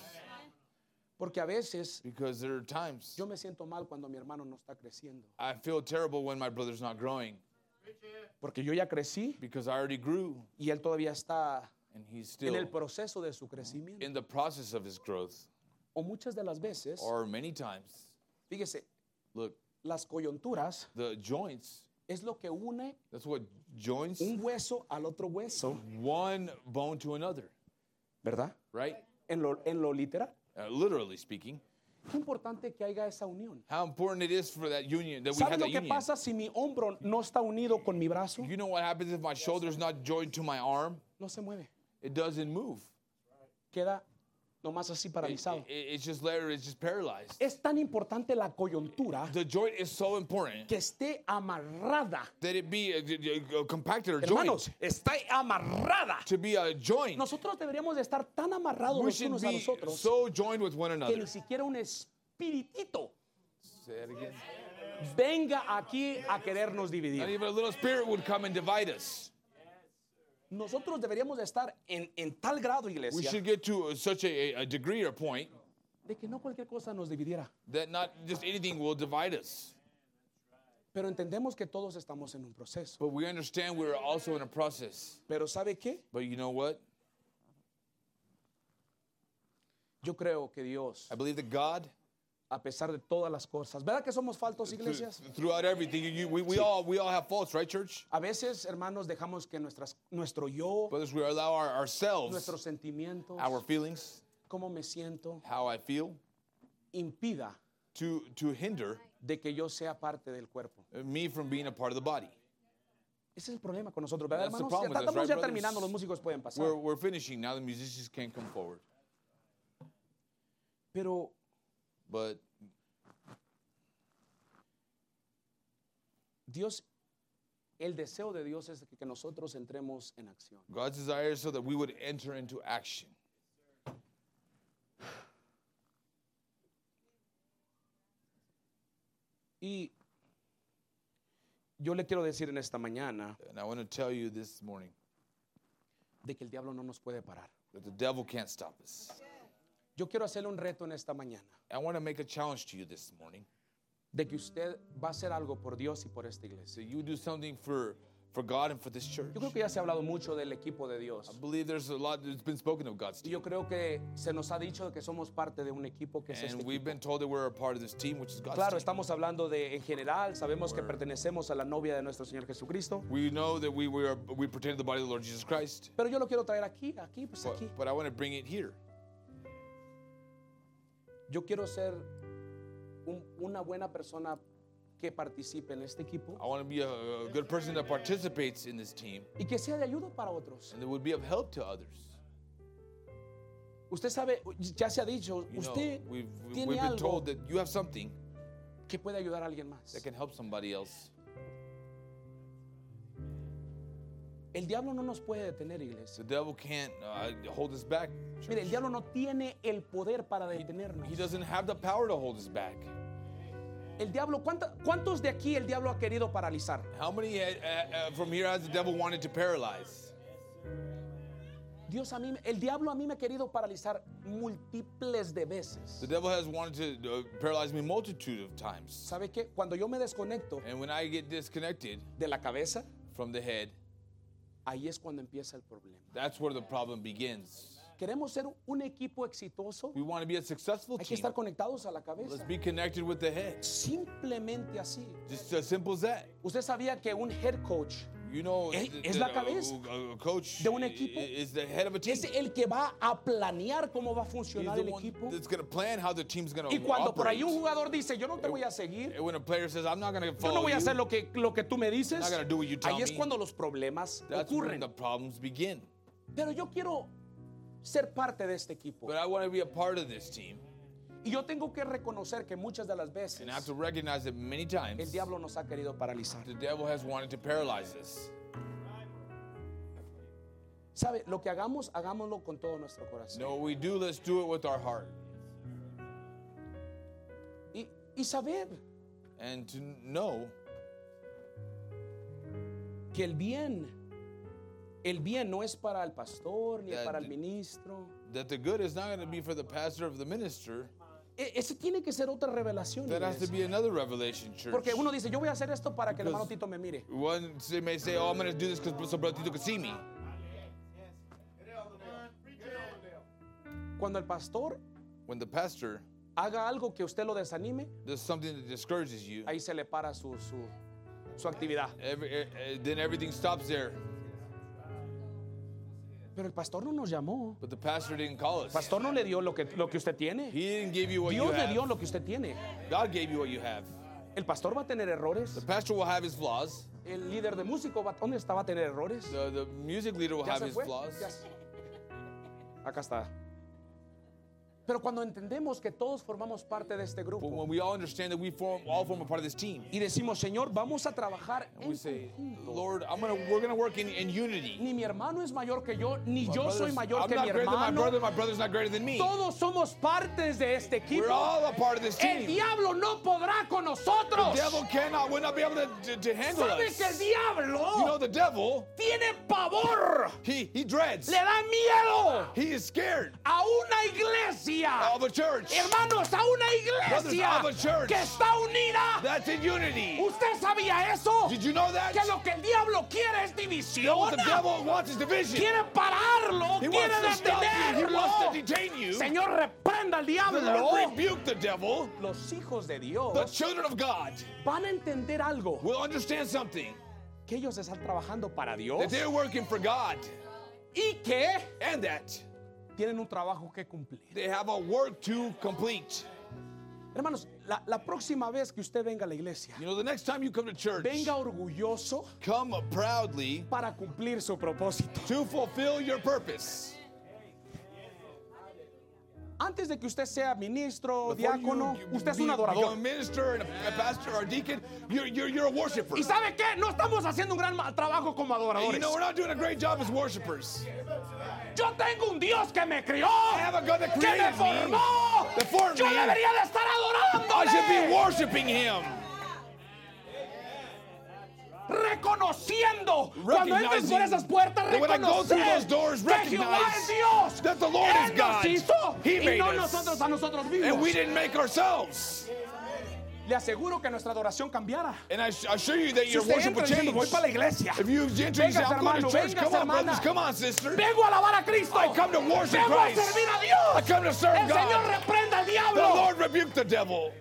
Speaker 7: Porque a veces
Speaker 6: because there are times
Speaker 7: yo me siento mal cuando mi hermano no está creciendo.
Speaker 6: I feel terrible when my brother's not growing,
Speaker 7: Porque yo ya crecí
Speaker 6: because I already grew
Speaker 7: y él todavía está
Speaker 6: and he's
Speaker 7: en
Speaker 6: still
Speaker 7: el proceso de su crecimiento.
Speaker 6: in the process of his growth.
Speaker 7: O muchas de las veces,
Speaker 6: Or many times,
Speaker 7: fíjese,
Speaker 6: look,
Speaker 7: las coyunturas
Speaker 6: the joints.
Speaker 7: es lo que une
Speaker 6: That's what joints
Speaker 7: un hueso al otro hueso,
Speaker 6: one bone to another,
Speaker 7: ¿verdad?
Speaker 6: right?
Speaker 7: En lo, en lo literal.
Speaker 6: Uh, literally speaking.
Speaker 7: Qué importante que haya esa unión.
Speaker 6: how important it is for that union that we
Speaker 7: ¿Sabe
Speaker 6: have
Speaker 7: lo
Speaker 6: that
Speaker 7: que
Speaker 6: union.
Speaker 7: pasa si mi hombro no está unido con mi brazo?
Speaker 6: You know what happens if my shoulder's not joined to my arm?
Speaker 7: No se mueve.
Speaker 6: It doesn't move.
Speaker 7: Queda nomás así
Speaker 6: It,
Speaker 7: paralizado.
Speaker 6: it- it's just later. It's just paralyzed.
Speaker 7: Es tan importante la coyuntura
Speaker 6: The joint is so important
Speaker 7: que esté amarrada.
Speaker 6: that it be a, a- a compacted or
Speaker 7: Hermanos,
Speaker 6: joint
Speaker 7: está amarrada.
Speaker 6: to be a joint.
Speaker 7: Nosotros deberíamos de estar tan amarrados
Speaker 6: we
Speaker 7: los
Speaker 6: should
Speaker 7: unos a
Speaker 6: be
Speaker 7: los otros
Speaker 6: so joined with one
Speaker 7: que
Speaker 6: another.
Speaker 7: ni siquiera un espiritito
Speaker 6: Say that again.
Speaker 7: venga aquí a querernos
Speaker 6: Not
Speaker 7: dividir.
Speaker 6: even a little spirit would come and divide us.
Speaker 7: Nosotros deberíamos de estar en, en tal grado,
Speaker 6: We
Speaker 7: iglesia,
Speaker 6: should get to such a, a degree or point
Speaker 7: de que no cualquier cosa nos dividiera.
Speaker 6: that not just anything will divide us.
Speaker 7: Pero entendemos que todos estamos en un proceso.
Speaker 6: But we understand we're also in a process.
Speaker 7: Pero ¿sabe qué?
Speaker 6: But you know what?
Speaker 7: Yo creo que Dios,
Speaker 6: I believe that God
Speaker 7: a pesar de todas las cosas, ¿verdad que somos faltos, iglesias?
Speaker 6: Th- throughout everything. You, we, we all we all have faults, right, church?
Speaker 7: A veces, hermanos, dejamos que nuestras, nuestro yo,
Speaker 6: Brothers, we allow our, ourselves,
Speaker 7: nuestros sentimientos,
Speaker 6: our feelings,
Speaker 7: cómo me siento,
Speaker 6: how I feel,
Speaker 7: impida
Speaker 6: to to hinder
Speaker 7: de que yo sea parte del cuerpo.
Speaker 6: me from being a part of the body.
Speaker 7: Ese es el problema con nosotros, ¿verdad,
Speaker 6: That's the
Speaker 7: hermanos?
Speaker 6: problem
Speaker 7: Ya
Speaker 6: with us,
Speaker 7: estamos
Speaker 6: right,
Speaker 7: ya
Speaker 6: brothers?
Speaker 7: terminando, los músicos pueden pasar.
Speaker 6: We're, we're finishing now. The musicians can come forward.
Speaker 7: Pero
Speaker 6: But
Speaker 7: Dios, el deseo de Dios es que nosotros entremos en acción.
Speaker 6: God's desire is so that we would enter into action.
Speaker 7: Y yo le quiero decir en esta mañana
Speaker 6: And I want to tell you this morning
Speaker 7: de que el diablo no nos puede parar.
Speaker 6: that the devil can't stop us.
Speaker 7: Yo quiero hacerle un reto en esta mañana
Speaker 6: I want to make a challenge to you this morning
Speaker 7: de que usted va a hacer algo por Dios y por esta iglesia.
Speaker 6: that you do something for, for God and for this church.
Speaker 7: Yo creo que ya se ha hablado mucho del equipo de
Speaker 6: I
Speaker 7: Dios.
Speaker 6: believe there's a lot that's been spoken of God's
Speaker 7: Y
Speaker 6: team.
Speaker 7: yo creo que se nos ha dicho que somos parte de un equipo que es este
Speaker 6: And we've
Speaker 7: equipo.
Speaker 6: been told that we're a part of this team, which is God's
Speaker 7: Claro,
Speaker 6: team.
Speaker 7: estamos hablando de en general, sabemos que pertenecemos a la novia de nuestro Señor Jesucristo,
Speaker 6: We know that we, we, are, we pertain to the body of the Lord Jesus Christ,
Speaker 7: pero yo lo quiero traer aquí, aquí, pues
Speaker 6: but,
Speaker 7: aquí.
Speaker 6: but I want to bring it here.
Speaker 7: Yo quiero ser un- una buena persona que participe en este equipo
Speaker 6: I want to be a, a good person that participates in this team
Speaker 7: y que sea de ayuda para otros.
Speaker 6: and that would be of help to others.
Speaker 7: Usted sabe, ya se ha dicho,
Speaker 6: You know,
Speaker 7: usted
Speaker 6: we've, we've
Speaker 7: tiene
Speaker 6: been
Speaker 7: algo
Speaker 6: told that you have something
Speaker 7: que puede ayudar a alguien más.
Speaker 6: that can help somebody else.
Speaker 7: El diablo no nos puede detener, iglesia.
Speaker 6: The devil can't uh, hold us back. church.
Speaker 7: Mire, el diablo no tiene el poder para detenernos.
Speaker 6: He doesn't have the power to hold us back.
Speaker 7: El diablo, ¿cuánta- ¿cuántos de aquí el diablo ha querido paralizar?
Speaker 6: How many uh, uh, from here has the devil wanted to paralyze?
Speaker 7: Dios a mí, el diablo a mí me ha querido paralizar múltiples de veces.
Speaker 6: The devil has wanted to uh, paralyze me multitude of times.
Speaker 7: ¿Sabe qué? Cuando yo me desconecto
Speaker 6: And when I get disconnected
Speaker 7: de la cabeza,
Speaker 6: from the head,
Speaker 7: ahí es cuando empieza el problema.
Speaker 6: that's where the problem begins.
Speaker 7: Queremos ser un equipo exitoso,
Speaker 6: We want to be a successful
Speaker 7: hay que
Speaker 6: team.
Speaker 7: estar conectados a la
Speaker 6: Let's
Speaker 7: cabeza.
Speaker 6: be connected with the head.
Speaker 7: Simplemente así.
Speaker 6: Just as simple as that.
Speaker 7: Usted sabía que un head coach
Speaker 6: You know,
Speaker 7: Es-
Speaker 6: th-
Speaker 7: es
Speaker 6: that
Speaker 7: la
Speaker 6: a-
Speaker 7: cabeza
Speaker 6: a- a uh, coach
Speaker 7: de un
Speaker 6: i-
Speaker 7: equipo.
Speaker 6: i- is the head of a team.
Speaker 7: es el que va a planear cómo va a
Speaker 6: He's
Speaker 7: funcionar
Speaker 6: the
Speaker 7: el
Speaker 6: one
Speaker 7: equipo.
Speaker 6: that's going to plan how the team's going to
Speaker 7: Y cuando por ahí
Speaker 6: operate.
Speaker 7: un jugador dice, yo no te voy a seguir,
Speaker 6: And when a player says, I'm not going to
Speaker 7: yo
Speaker 6: follow
Speaker 7: no voy a
Speaker 6: you,
Speaker 7: hacer lo que, lo que tú me dices,
Speaker 6: not gonna do what you tell
Speaker 7: ahí es
Speaker 6: me.
Speaker 7: cuando los problemas
Speaker 6: that's when
Speaker 7: ocurren.
Speaker 6: the problems begin.
Speaker 7: Pero yo quiero ser parte de este equipo.
Speaker 6: But I want to be a part of this team.
Speaker 7: Y yo tengo que reconocer que muchas de las veces
Speaker 6: And I have to recognize that many times
Speaker 7: el diablo nos ha querido paralizar.
Speaker 6: the devil has wanted to paralyze us.
Speaker 7: ¿Sabe? Lo que hagamos, hagámoslo con todo nuestro corazón.
Speaker 6: No, we do. Let's do it with our heart.
Speaker 7: Y, y saber
Speaker 6: And to know
Speaker 7: que el bien, el bien no es para el pastor ni
Speaker 6: That-
Speaker 7: para el ministro.
Speaker 6: that the good is not going to be for the pastor of the minister.
Speaker 7: E- ese tiene que ser otra revelación.
Speaker 6: That has to
Speaker 7: iglesia.
Speaker 6: be another revelation, church.
Speaker 7: Porque uno dice, yo voy a hacer esto para que el hermano
Speaker 6: Because-
Speaker 7: Tito me mire.
Speaker 6: One they may say, "Oh, I'm gonna do this because so Brother Tito can see me."
Speaker 7: Cuando el pastor
Speaker 6: When the pastor
Speaker 7: haga algo que usted lo desanime,
Speaker 6: does something that discourages you,
Speaker 7: ahí se le para su, su, su actividad.
Speaker 6: every, eh, eh, then everything stops there.
Speaker 7: Pero el pastor no nos llamó.
Speaker 6: But the pastor didn't call us.
Speaker 7: Pastor no le dio lo que, lo que usted tiene.
Speaker 6: He didn't give you what you
Speaker 7: Dios le
Speaker 6: have.
Speaker 7: dio lo que usted tiene.
Speaker 6: God gave you what you have.
Speaker 7: El pastor va a tener errores.
Speaker 6: The pastor will have his flaws.
Speaker 7: El líder de músico va, ¿dónde está? Va a tener errores.
Speaker 6: The, the music leader will
Speaker 7: Ya
Speaker 6: have
Speaker 7: se
Speaker 6: his
Speaker 7: fue.
Speaker 6: flaws.
Speaker 7: Ya se- Acá está. Pero cuando entendemos que todos formamos parte de este
Speaker 6: But
Speaker 7: grupo
Speaker 6: when we all understand that we form all form a part of this team,
Speaker 7: y decimos, Señor, vamos a trabajar en
Speaker 6: we say,
Speaker 7: conjunto.
Speaker 6: "Lord, I'm gonna we're gonna work in, in unity."
Speaker 7: Ni mi hermano es mayor que yo, ni
Speaker 6: My
Speaker 7: yo
Speaker 6: brother's-
Speaker 7: soy mayor
Speaker 6: I'm
Speaker 7: que
Speaker 6: not
Speaker 7: mi
Speaker 6: greater than my brother.
Speaker 7: hermano.
Speaker 6: My brother's not greater than me.
Speaker 7: Todos somos partes de este
Speaker 6: We're
Speaker 7: equipo.
Speaker 6: all a part of this
Speaker 7: El
Speaker 6: team.
Speaker 7: diablo no podrá con
Speaker 6: The devil
Speaker 7: nosotros.
Speaker 6: cannot, will not be able to, to, to handle
Speaker 7: ¿Sabe
Speaker 6: us.
Speaker 7: que el
Speaker 6: You know,
Speaker 7: diablo
Speaker 6: the devil,
Speaker 7: tiene pavor?
Speaker 6: he, he dreads.
Speaker 7: Le da miedo
Speaker 6: He is scared
Speaker 7: a una iglesia
Speaker 6: of a church
Speaker 7: Hermanos, a una iglesia
Speaker 6: Brothers, of a church.
Speaker 7: que está unida.
Speaker 6: that's in unity.
Speaker 7: ¿Usted sabía eso?
Speaker 6: Did you know that?
Speaker 7: Que lo que el diablo quiere es
Speaker 6: What
Speaker 7: división.
Speaker 6: the devil wants is division.
Speaker 7: Quiere pararlo,
Speaker 6: He
Speaker 7: quiere
Speaker 6: wants to stop you. He
Speaker 7: detenerlo.
Speaker 6: wants to detain you.
Speaker 7: Señor, reprenda al
Speaker 6: The
Speaker 7: diablo.
Speaker 6: Lord rebuke the devil.
Speaker 7: Los hijos de
Speaker 6: The
Speaker 7: Dios
Speaker 6: children of God
Speaker 7: van a entender algo.
Speaker 6: will understand something
Speaker 7: Que ellos están trabajando para Dios
Speaker 6: that they're working for God
Speaker 7: Oh. y que
Speaker 6: and that
Speaker 7: tienen un trabajo que cumplir.
Speaker 6: they have a work to complete.
Speaker 7: Hermanos, la, la próxima vez que usted venga a la iglesia,
Speaker 6: You know, the next time you come to church,
Speaker 7: venga orgulloso
Speaker 6: come proudly
Speaker 7: para cumplir su propósito.
Speaker 6: to fulfill your purpose.
Speaker 7: Antes de que usted sea ministro,
Speaker 6: Before you-
Speaker 7: diácono,
Speaker 6: you
Speaker 7: usted es un
Speaker 6: be- become a
Speaker 7: adorador.
Speaker 6: minister and a, a pastor or a deacon, you're, you're, you're a worshiper.
Speaker 7: ¿Y sabe qué? No estamos haciendo un gran ma- trabajo como
Speaker 6: And
Speaker 7: adoradores.
Speaker 6: you know, we're not doing a great job as worshipers.
Speaker 7: Yo tengo un Dios que me crió,
Speaker 6: have a God that
Speaker 7: que me
Speaker 6: created me,
Speaker 7: formó.
Speaker 6: that formed
Speaker 7: Yo
Speaker 6: me.
Speaker 7: debería de estar
Speaker 6: I should be
Speaker 7: adorando,
Speaker 6: worshiping Him.
Speaker 7: reconociendo. Cuando entras por
Speaker 6: Recognizing
Speaker 7: esas puertas,
Speaker 6: that when I go through
Speaker 7: reconocer
Speaker 6: those doors,
Speaker 7: que Jehová
Speaker 6: recognize
Speaker 7: es Dios.
Speaker 6: that the Lord
Speaker 7: Él
Speaker 6: is
Speaker 7: nos
Speaker 6: God.
Speaker 7: hizo
Speaker 6: He
Speaker 7: y
Speaker 6: made
Speaker 7: no
Speaker 6: us.
Speaker 7: nosotros a nosotros
Speaker 6: And we
Speaker 7: mismos.
Speaker 6: didn't make ourselves.
Speaker 7: Le aseguro que nuestra adoración cambiara.
Speaker 6: And I s- assure you that
Speaker 7: Si
Speaker 6: your
Speaker 7: usted
Speaker 6: worship
Speaker 7: entra
Speaker 6: will
Speaker 7: diciendo,
Speaker 6: change.
Speaker 7: voy para la iglesia.
Speaker 6: If you enter and say,
Speaker 7: Vengas,
Speaker 6: I'm going to
Speaker 7: hermano,
Speaker 6: church,
Speaker 7: vengas,
Speaker 6: come on,
Speaker 7: hermana.
Speaker 6: brothers, come on, sisters.
Speaker 7: Vengo a alabar a Cristo.
Speaker 6: I come to worship
Speaker 7: Vengo a
Speaker 6: Christ.
Speaker 7: servir a Dios.
Speaker 6: I come to serve
Speaker 7: El
Speaker 6: God.
Speaker 7: Señor reprenda al
Speaker 6: The
Speaker 7: diablo.
Speaker 6: Lord rebuked the devil.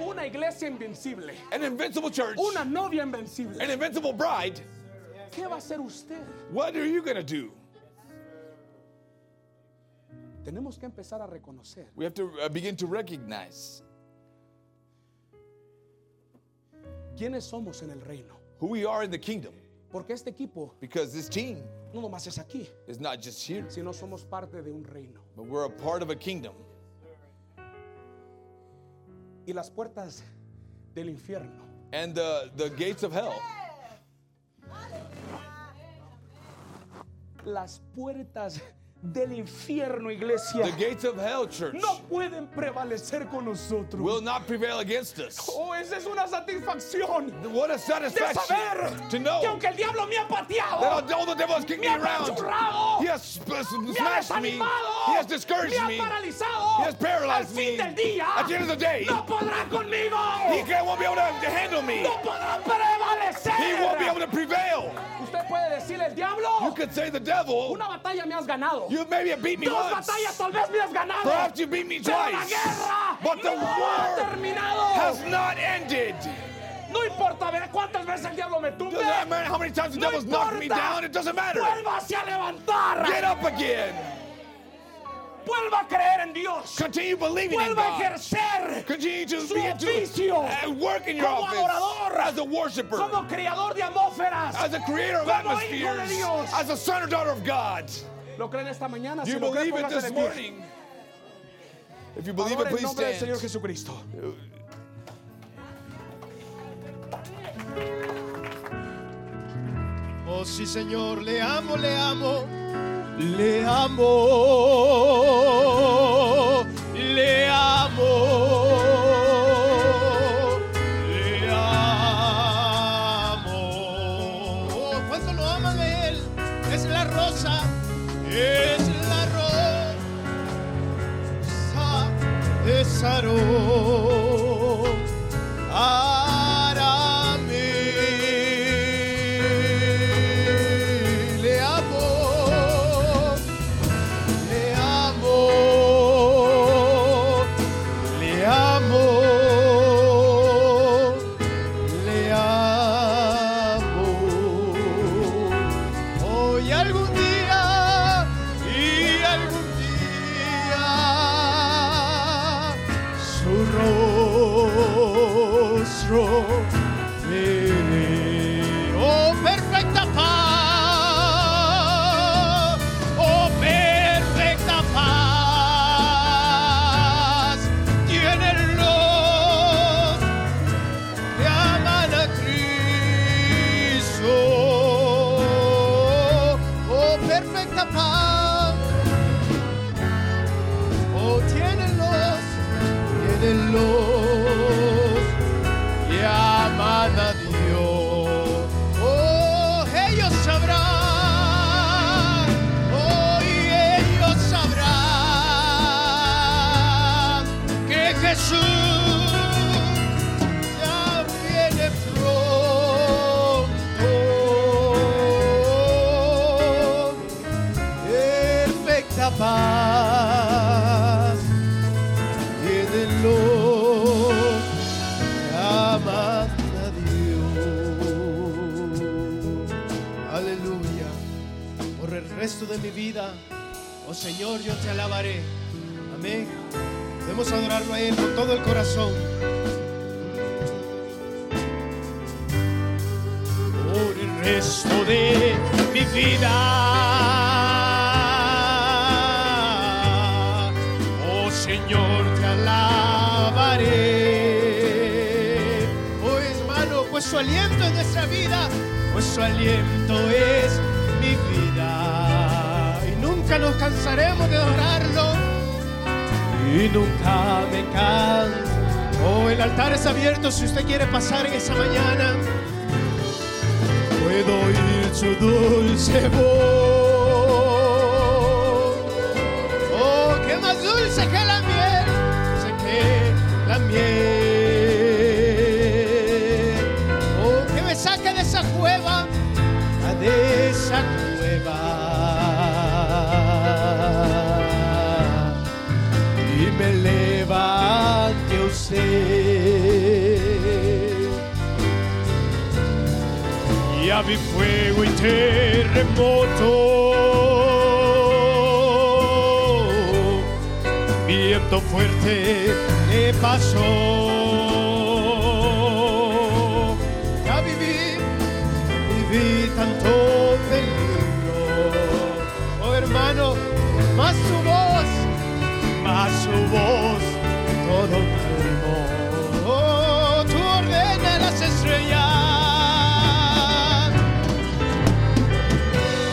Speaker 7: Una iglesia invencible.
Speaker 6: An invincible church,
Speaker 7: Una novia invencible.
Speaker 6: an invincible bride.
Speaker 7: ¿Qué va a hacer usted?
Speaker 6: What are you going to do?
Speaker 7: Tenemos que empezar a reconocer
Speaker 6: We have to uh, begin to recognize
Speaker 7: quiénes somos en el reino.
Speaker 6: who we are in the kingdom
Speaker 7: Porque este equipo
Speaker 6: because this team
Speaker 7: no nomás es aquí,
Speaker 6: is not just here,
Speaker 7: sino somos parte de un reino.
Speaker 6: but we're a part of a kingdom.
Speaker 7: Y las puertas del infierno
Speaker 6: And the, the gates of hell,
Speaker 7: las puertas del infierno, iglesia,
Speaker 6: the gates of hell, church,
Speaker 7: no pueden prevalecer con nosotros.
Speaker 6: will not prevail against us.
Speaker 7: oh, esa es una satisfacción
Speaker 6: What a
Speaker 7: de
Speaker 6: satisfaction
Speaker 7: saber
Speaker 6: to know
Speaker 7: que aunque
Speaker 6: that
Speaker 7: el diablo me ha pateado,
Speaker 6: although the devil has kicked
Speaker 7: me
Speaker 6: me
Speaker 7: ha
Speaker 6: around,
Speaker 7: apachurrado,
Speaker 6: he has sp-
Speaker 7: me ha
Speaker 6: smashed me, he
Speaker 7: desanimado,
Speaker 6: has discouraged
Speaker 7: me
Speaker 6: me,
Speaker 7: ha paralizado,
Speaker 6: He has paralyzed
Speaker 7: al fin
Speaker 6: me.
Speaker 7: del día,
Speaker 6: At the end of the day,
Speaker 7: no podrá conmigo,
Speaker 6: he can't, won't be able to handle me,
Speaker 7: no podrá prevalecer.
Speaker 6: he won't be able to prevail.
Speaker 7: Usted puede decirle al diablo,
Speaker 6: You could say the devil,
Speaker 7: una batalla me has ganado,
Speaker 6: you maybe have beat me
Speaker 7: dos
Speaker 6: once,
Speaker 7: batallas tal vez me has ganado,
Speaker 6: perhaps you beat me
Speaker 7: pero la
Speaker 6: twice,
Speaker 7: guerra
Speaker 6: but the
Speaker 7: no ha
Speaker 6: war
Speaker 7: terminado.
Speaker 6: has not ended.
Speaker 7: No importa ver cuántas veces el diablo me tumbe.
Speaker 6: Doesn't that matter how many times the
Speaker 7: No
Speaker 6: devil's knocked me
Speaker 7: importa.
Speaker 6: down, it doesn't matter.
Speaker 7: Vuélvase a levantar.
Speaker 6: Get up again.
Speaker 7: Vuelva a creer en Dios.
Speaker 6: Continue believing in
Speaker 7: Vuelva a
Speaker 6: God.
Speaker 7: ejercer
Speaker 6: Continue to
Speaker 7: su
Speaker 6: begin to
Speaker 7: oficio
Speaker 6: uh, work in your
Speaker 7: como
Speaker 6: office
Speaker 7: adorador,
Speaker 6: as a worshiper,
Speaker 7: como creador de atmósferas.
Speaker 6: as a creator of
Speaker 7: como hijo de
Speaker 6: atmospheres,
Speaker 7: Dios.
Speaker 6: as a son or daughter of God.
Speaker 7: ¿Lo creen esta mañana?
Speaker 6: Do you
Speaker 7: lo creen,
Speaker 6: believe it
Speaker 7: póngase
Speaker 6: this
Speaker 7: de pie.
Speaker 6: morning? If you believe
Speaker 7: Adora
Speaker 6: it,
Speaker 7: el
Speaker 6: please
Speaker 7: nombre del Señor
Speaker 6: stand.
Speaker 7: Jesucristo.
Speaker 1: Oh sí, Señor, le amo, le amo, le amo, le amo, le amo. Oh, ¿Cuánto lo aman de Él? Es la rosa, es la rosa de Sarón. Aramis. Le amo, le amo, le amo, le amo. Hoy algún día y algún día su rostro veré. Oh, perfecta paz. Oh, perfecta paz. Tienen los que aman a Cristo. Oh, perfecta paz. Oh, tienenlos, tienenlos y aman a Dios. Oh, ellos sabrán, oh, y ellos sabrán que Jesús ya viene pronto. Perfecta paz tienen los que aman a Dios. Aleluya. Por el resto de mi vida, oh Señor, yo te alabaré. Amén. Debemos adorarlo a Él con todo el corazón. por el resto de mi vida. Dios, Oh, pues su aliento es nuestra vida, pues su aliento es mi vida. Y nunca nos cansaremos de adorarlo, y nunca me canso. Oh, el altar es abierto si usted quiere pasar en esa mañana. Puedo oír su dulce voz. Oh, qué más dulce que la miel, dulce que la miel. Oh, que me saca de esa cueva, ah, de esa cueva y me eleva ante usted. Y a mi fuego y terremoto, viento fuerte me pasó. Ya viví, viví tanto peligro. Oh hermano, más tu voz a su voz todo calmo. Oh, tú ordenas las estrellas.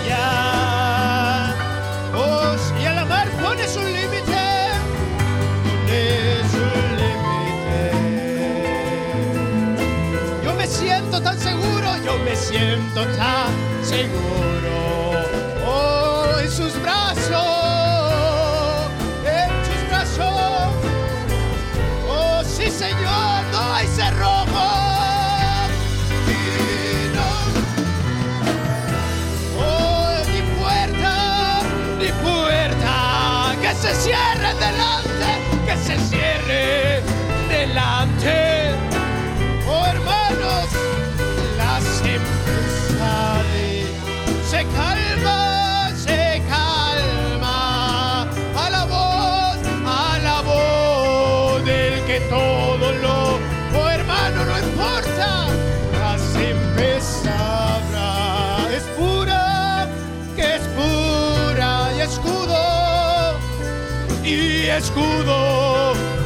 Speaker 1: Ya, oh, y a la mar pones un límite. Pones un límite. Yo me siento tan seguro, yo me siento tan seguro. Oh, en sus brazos, en sus brazos. Oh, sí, Señor, no hay cerrojo. Divino. Oh, ni puerta, ni puerta. Que se cierre delante, que se cierre delante. Oh, hermanos, la tempestades se calma, se calma. A la voz, a la voz del que todo lo. Oh, hermano, no importa. Las empezará. Es pura, que es pura y escudo y escudo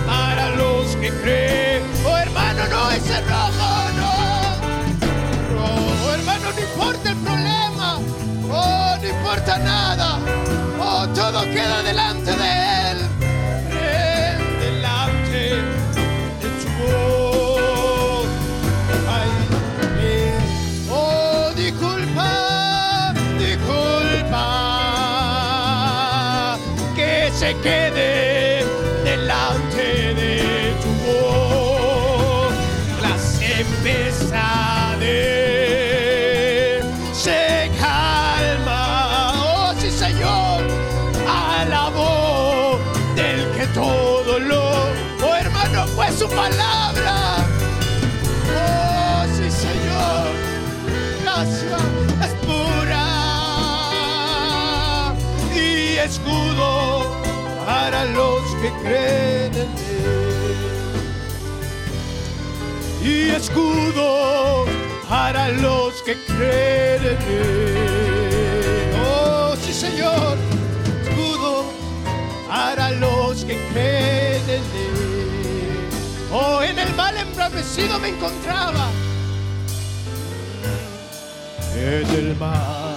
Speaker 1: para los que creen. Oh hermano, no es el rojo, no. Oh hermano, no importa el problema. Oh, no importa nada. Oh, todo queda delante de él. Él Delante de su voz. Ay, eh. Oh, disculpa, disculpa, que se quede delante de tu voz. Las empezades se calma, oh sí Señor, a la voz del que todo lo, oh hermano, fue su palabra. Oh, sí, Señor, gracia es pura y escudo para los que creen en él. Y escudo para los que creen en él. Oh, sí, Señor, escudo para los que creen en él. Oh, en el mal embravecido me encontraba. En el mal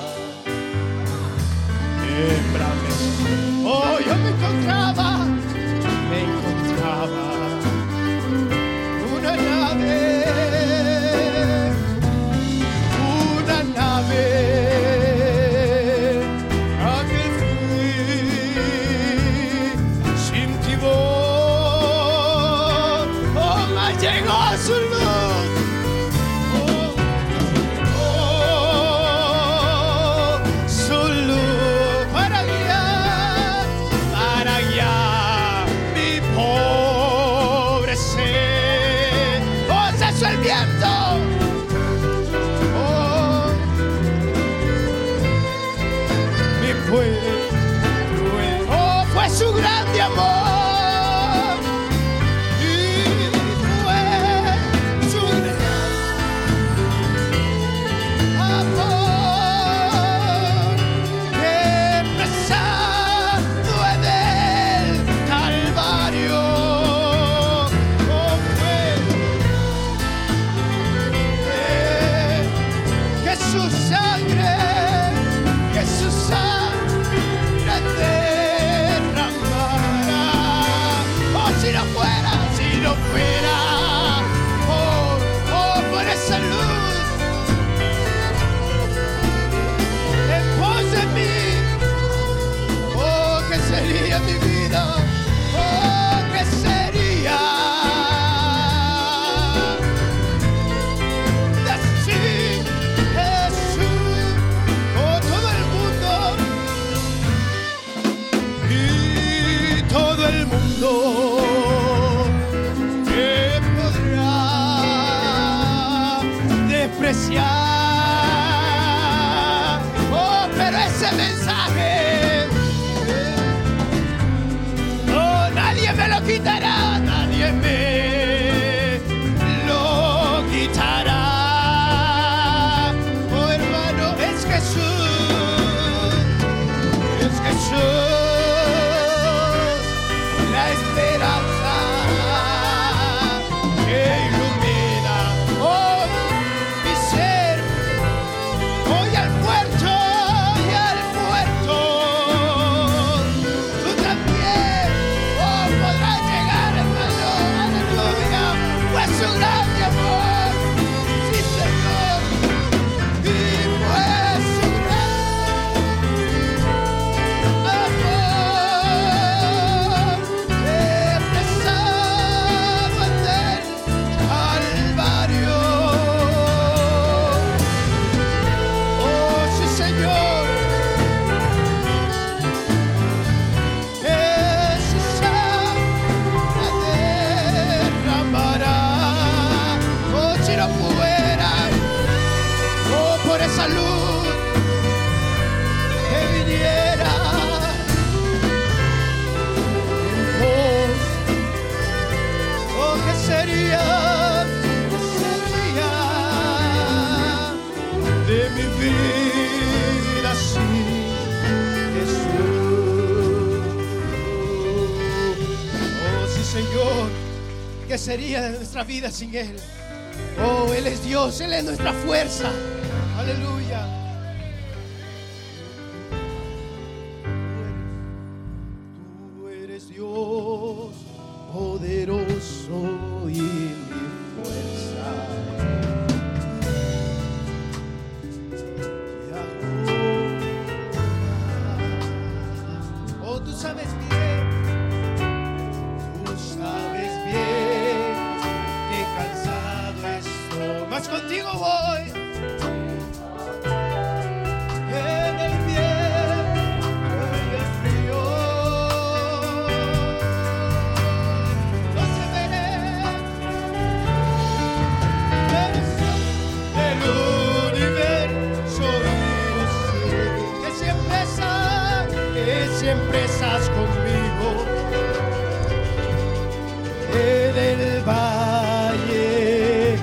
Speaker 1: embravecido. Oh, yo me encontraba, me encontraba. Una nave, una nave a que fui sin tibor. Oh, mas llegó su luz. Oh, llegó su luz para guiar, para guiar mi pobre ser. Oh, se hizo el viento. Oh, mi fue, fue, oh, fue su grande amor. Y fue su gran amor. Que pesado en el Calvario. Oh, fue, Oh, oh, oh, despreciar. Oh, pero ese mensaje, oh, nadie me lo quitará, nadie me lo quitará. Oh, hermano, es Jesús, es Jesús la esperanza que ilumina hoy mi ser. Voy al puerto y al puerto. Tú también oh, podrás llegar, hermano. Aleluya. Pues su grande amor. Sí, Señor. Y pues fue su gran amor que rezaba del Calvario. Oh, sí, Señor. Esa sangre derramará. Oh, si no fuera, oh, por esa luz que viniera tiempos. Oh, ¿qué sería? ¿Qué sería de mi vida sin Jesús? Oh, sí, Señor, ¿qué sería de nuestra vida sin Él? Oh, Él es Dios, Él es nuestra fuerza. Aleluya. Tú eres Dios poderoso y mi fuerza. Yahweh. Oh, tú sabes bien, tú sabes bien que cansado estoy, mas contigo voy. En el bien en el frío, no se veré del universo vivo, que siempre estás, que siempre estás conmigo en el valle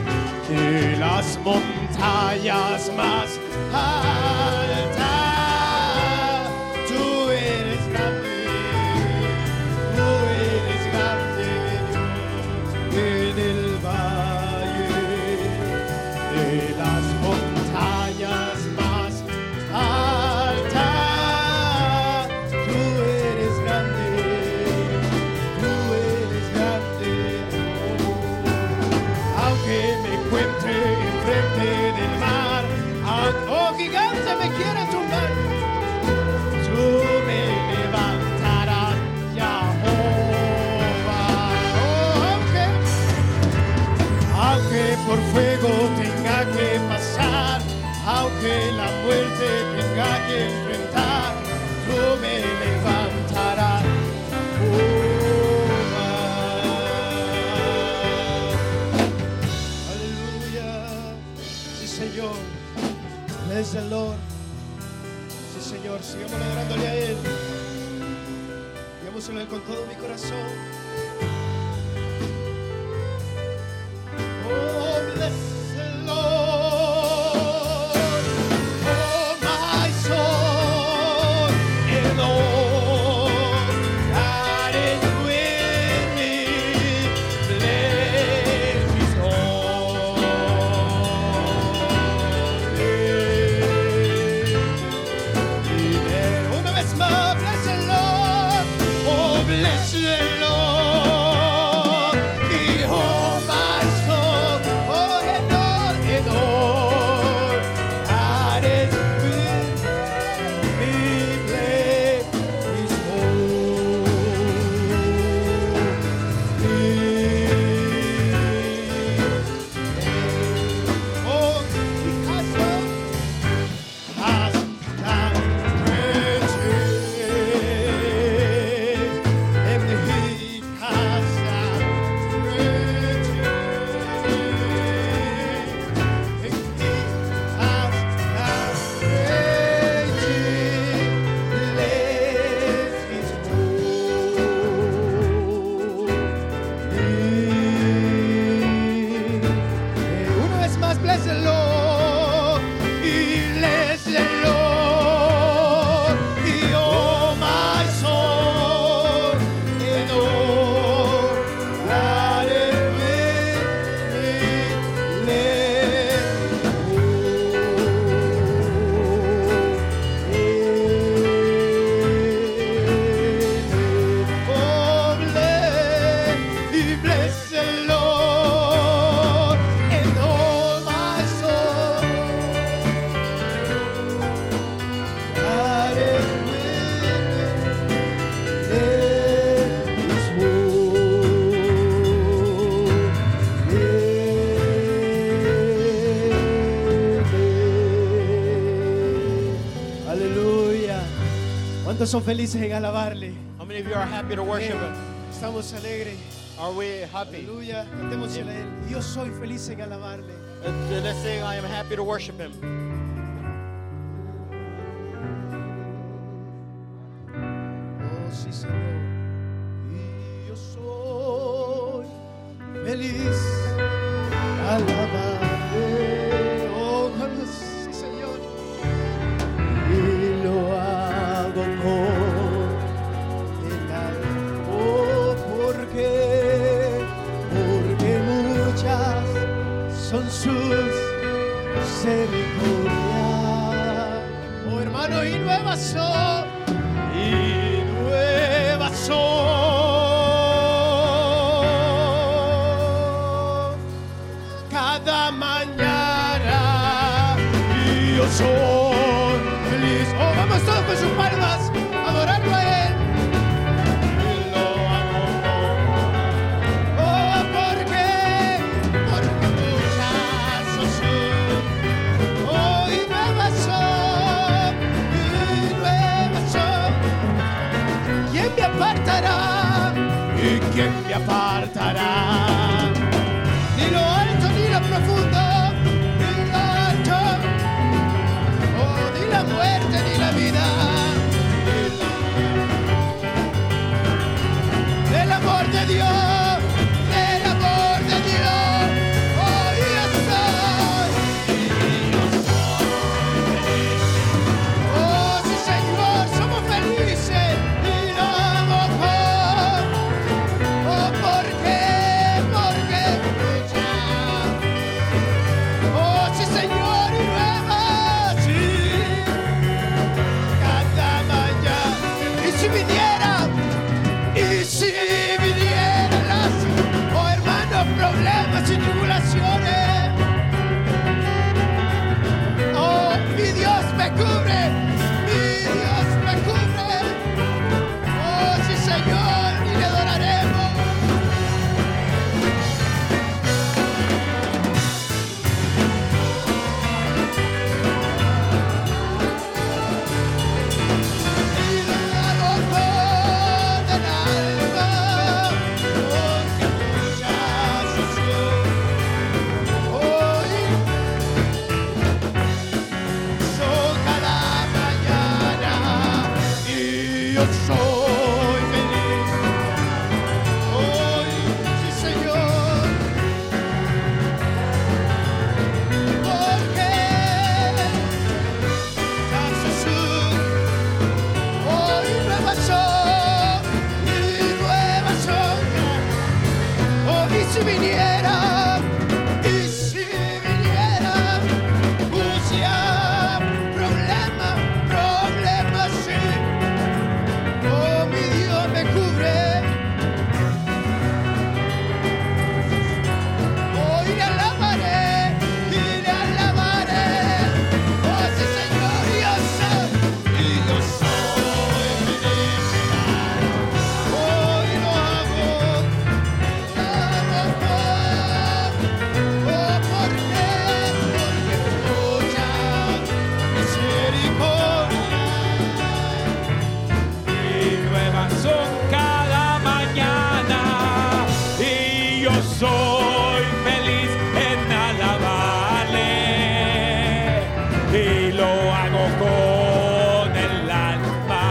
Speaker 1: de las montañas más altas. Tú eres grande, tú eres grande Dios, en el valle de las montañas más altas. Tú eres grande, Tú eres grande, aunque me encuentre enfrente del mar, aun- oh gigante me quiera tumbar, tú me levantarás, Jehová. Oh, aunque, aunque por fuego tenga que pasar, aunque la muerte tenga que enfrentar, tú me levantarás. Aleluya. Sí, Señor. Él es el Lord. Sí, Señor. Sigamos adorándole a Él. Digámoselo a Él con todo mi corazón. Oh, bless the Lord. Oh, my soul, and all that is with me, bless His holy Dile Una vez más, bless the Lord, oh, bless the Lord. Oh, oh, ¿Cuántos son felices en alabarle?
Speaker 3: How many of you are happy to worship Him?
Speaker 1: Estamos alegres.
Speaker 3: Are we happy?
Speaker 1: Aleluya. Cantemos a él. Yo soy feliz en alabarle.
Speaker 3: Let's
Speaker 2: uh,
Speaker 3: let's sing, I am happy to worship Him.
Speaker 1: Oh, sí, Señor. Y yo soy feliz alabarte. Oh, cuando sí, Señor. Y lo hago con el alma. Oh, porque, porque muchas son sus misericordia. Oh hermano, y nuevas son, y nuevas son cada mañana. Y yo soy feliz. Oh, vamos todos con sus palmas a adorarlo a él. Y lo amo. Oh, porque, porque muchas son sus Hoy nueva son, y nueva son. ¿Quién me apartará? ¿Y quién me apartará? Ni lo alto ni lo profundo, ni lo alto, oh, ni la muerte ni la vida. Del amor de Dios, del amor de Dios, hoy estoy. Oh, sí, Señor, somos felices y lo amamos. Oh, ¿por qué? ¿Por qué? Oh, sí, Señor, y nueva, sí, cada mañana. Y si viniera, y si vinieran las, oh, hermanos, problemas y tribulaciones. Oh, mi Dios me cubre, mi Dios me cubre. Oh, sí, Señor, y le adoraremos. Y lo gozo del alma, porque muchas Oh, son hoy son cada mañana y yo soy feliz. Hoy, sí, Señor, porque a Jesús hoy nueva son y nueva son. Oh, y si viniera, y si viniera, Usia, problema, problema, sí. Oh, mi Dios me cubre. Oh, y le alabaré, y le alabaré. Oh, sí, Señor, yo soy, y yo soy feliz. Hoy lo amo, cada vez Oh, porque, porque mucha misericordia
Speaker 6: y nuevas son cada mañana. Y yo soy feliz en alabarle y lo hago con el alma,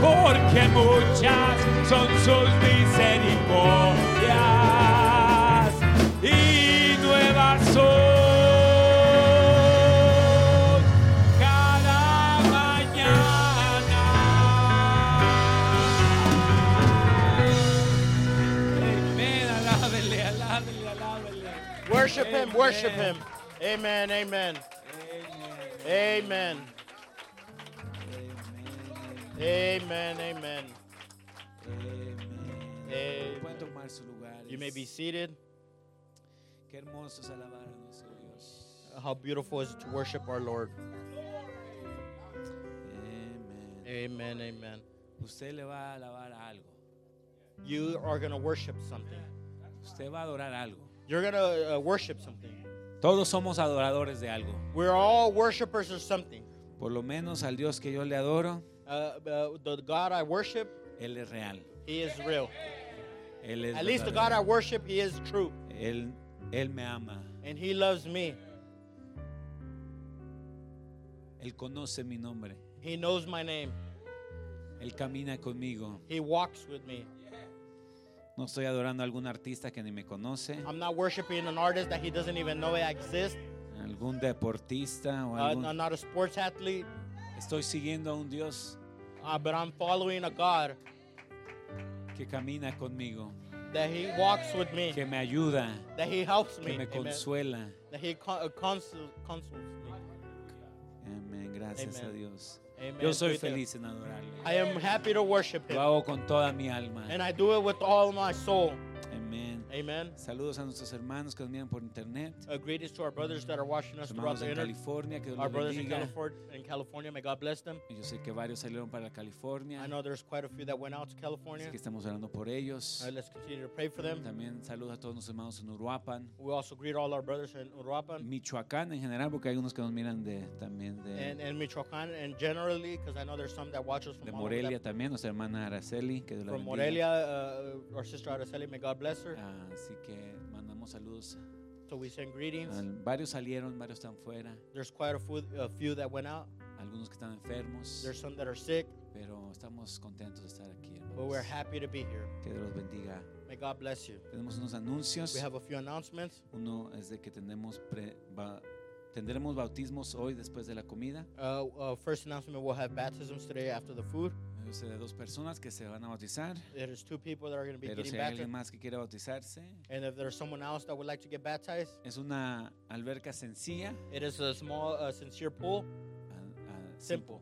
Speaker 6: porque muchas son sus misericordias y nuevas son cada mañana. Amén, alábele, alábele, alábele.
Speaker 3: Worship Him, worship Him. Amen, amen. Amen. Amen, amen. Amen.
Speaker 8: Pueden tomar sus lugares.
Speaker 3: You may be seated.
Speaker 8: Qué hermoso es alabar a nuestro Dios.
Speaker 3: How beautiful is it to worship our Lord.
Speaker 8: Amén.
Speaker 3: Amen, amen.
Speaker 8: Usted le va a alabar a algo.
Speaker 3: You are going to worship something.
Speaker 8: Usted va a adorar algo.
Speaker 3: You're going to uh, worship something.
Speaker 8: Todos somos adoradores de algo.
Speaker 3: We're all worshipers of something.
Speaker 8: Por lo menos al Dios que yo le adoro,
Speaker 3: Uh, uh, the God I worship,
Speaker 9: Él es real.
Speaker 3: He is real.
Speaker 9: Él es
Speaker 3: At least the God I
Speaker 9: verdadero.
Speaker 3: worship, He is true,
Speaker 9: Él, él me ama.
Speaker 3: and He loves me.
Speaker 9: Él conoce mi nombre.
Speaker 3: He knows my name.
Speaker 9: Él camina conmigo.
Speaker 3: He walks with me.
Speaker 9: No estoy adorando a algún artista que ni me conoce,
Speaker 3: I'm not worshiping an artist that He doesn't even know I exist.
Speaker 9: algún deportista o
Speaker 3: Uh,
Speaker 9: algún...
Speaker 3: I'm not a sports athlete,
Speaker 9: Estoy siguiendo a un Dios
Speaker 3: uh, but I'm following a God
Speaker 9: que camina conmigo,
Speaker 3: that He walks with me,
Speaker 9: que me ayuda,
Speaker 3: that He helps
Speaker 9: que
Speaker 3: me,
Speaker 9: me
Speaker 3: amen.
Speaker 9: consuela.
Speaker 3: that He con- uh, consul- consoles me.
Speaker 9: Amén, gracias
Speaker 3: Amen.
Speaker 9: a Dios.
Speaker 3: Amen.
Speaker 9: Yo soy
Speaker 3: Thank you.
Speaker 9: feliz en adorarle.
Speaker 3: I am happy to worship
Speaker 9: Lo
Speaker 3: Him,
Speaker 9: hago con toda mi alma.
Speaker 3: and I do it with all my soul.
Speaker 9: Amén.
Speaker 3: Amen.
Speaker 9: Saludos a nuestros hermanos que nos miran por internet,
Speaker 3: Uh, greetings to our brothers that are watching us throughout
Speaker 9: hermanos
Speaker 3: the
Speaker 9: en
Speaker 3: internet.
Speaker 9: California, que Dios
Speaker 3: Our
Speaker 9: los
Speaker 3: brothers in
Speaker 9: bendiga.
Speaker 3: California, in California, may God bless them.
Speaker 9: Yo sé que varios salieron para
Speaker 3: I
Speaker 9: California,
Speaker 3: know there's quite a few that went out to
Speaker 9: así
Speaker 3: California.
Speaker 9: que estamos orando por
Speaker 3: All
Speaker 9: ellos.
Speaker 3: right, let's continue to pray for them.
Speaker 9: También saludos a todos nuestros hermanos en Uruapan,
Speaker 3: We also greet all our brothers in Uruapan
Speaker 9: Michoacán en general, porque hay unos que nos miran de, también
Speaker 3: and,
Speaker 9: de,
Speaker 3: and Michoacan, and generally, because I know there's some that watch us from,
Speaker 9: de
Speaker 3: all over that-
Speaker 9: Morelia también, nuestra hermana Araceli, que Dios la
Speaker 3: from
Speaker 9: bendiga. Ah.
Speaker 3: Morelia. Uh, our sister Araceli, may God bless her.
Speaker 9: Así que mandamos saludos.
Speaker 3: So we send greetings.
Speaker 9: Al- Varios salieron, varios están fuera,
Speaker 3: There's quite a few, a few that went out.
Speaker 9: algunos que están enfermos,
Speaker 3: There's some that are sick,
Speaker 9: pero estamos contentos de estar aquí.
Speaker 3: but we're
Speaker 9: hermanos.
Speaker 3: happy to be here.
Speaker 9: Que Dios los bendiga.
Speaker 3: May God bless you.
Speaker 9: Tenemos unos anuncios.
Speaker 3: We have a few announcements.
Speaker 9: Uno es de que tenemos pre- ba- tendremos bautismos hoy después de la comida.
Speaker 3: Uh, uh, first announcement we'll have baptisms today after the food.
Speaker 9: Yo sé de dos personas que se van a bautizar,
Speaker 3: There's two people that are going to be
Speaker 9: pero
Speaker 3: getting
Speaker 9: si hay alguien
Speaker 3: baptized.
Speaker 9: más que quiera bautizarse,
Speaker 3: And if there's someone else that would like to get baptized,
Speaker 9: es una alberca sencilla,
Speaker 3: it is a small, uh, sincere pool,
Speaker 9: a- a-
Speaker 3: Simple.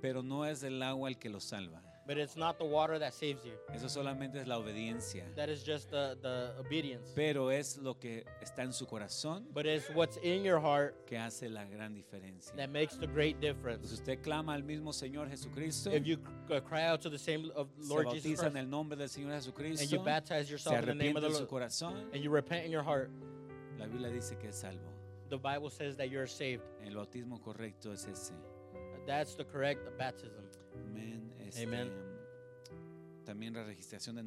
Speaker 9: pero no es el agua el que los salva.
Speaker 3: but it's not the water that saves you.
Speaker 9: Eso solamente es la obediencia,
Speaker 3: That is just the, the obedience.
Speaker 9: pero es lo que está en su corazón
Speaker 3: But it's what's in your heart
Speaker 9: que hace la gran diferencia.
Speaker 3: that makes the great
Speaker 9: Entonces
Speaker 3: difference.
Speaker 9: usted clama al mismo Señor Jesucristo,
Speaker 3: If you c- uh, cry out to the same of
Speaker 9: se
Speaker 3: Lord Jesus
Speaker 9: bautiza en
Speaker 3: Christ,
Speaker 9: el nombre del Señor
Speaker 3: and you
Speaker 9: Jesucristo,
Speaker 3: baptize
Speaker 9: se
Speaker 3: yourself in the name of
Speaker 9: arrepiente
Speaker 3: the
Speaker 9: en su
Speaker 3: Lord,
Speaker 9: corazón,
Speaker 3: and you repent in your heart,
Speaker 9: la Biblia dice que es salvo.
Speaker 3: the Bible says that you're saved.
Speaker 9: El bautismo correcto es ese.
Speaker 3: That's the correct baptism.
Speaker 9: Amén. Este,
Speaker 3: Amén.
Speaker 9: También la registración de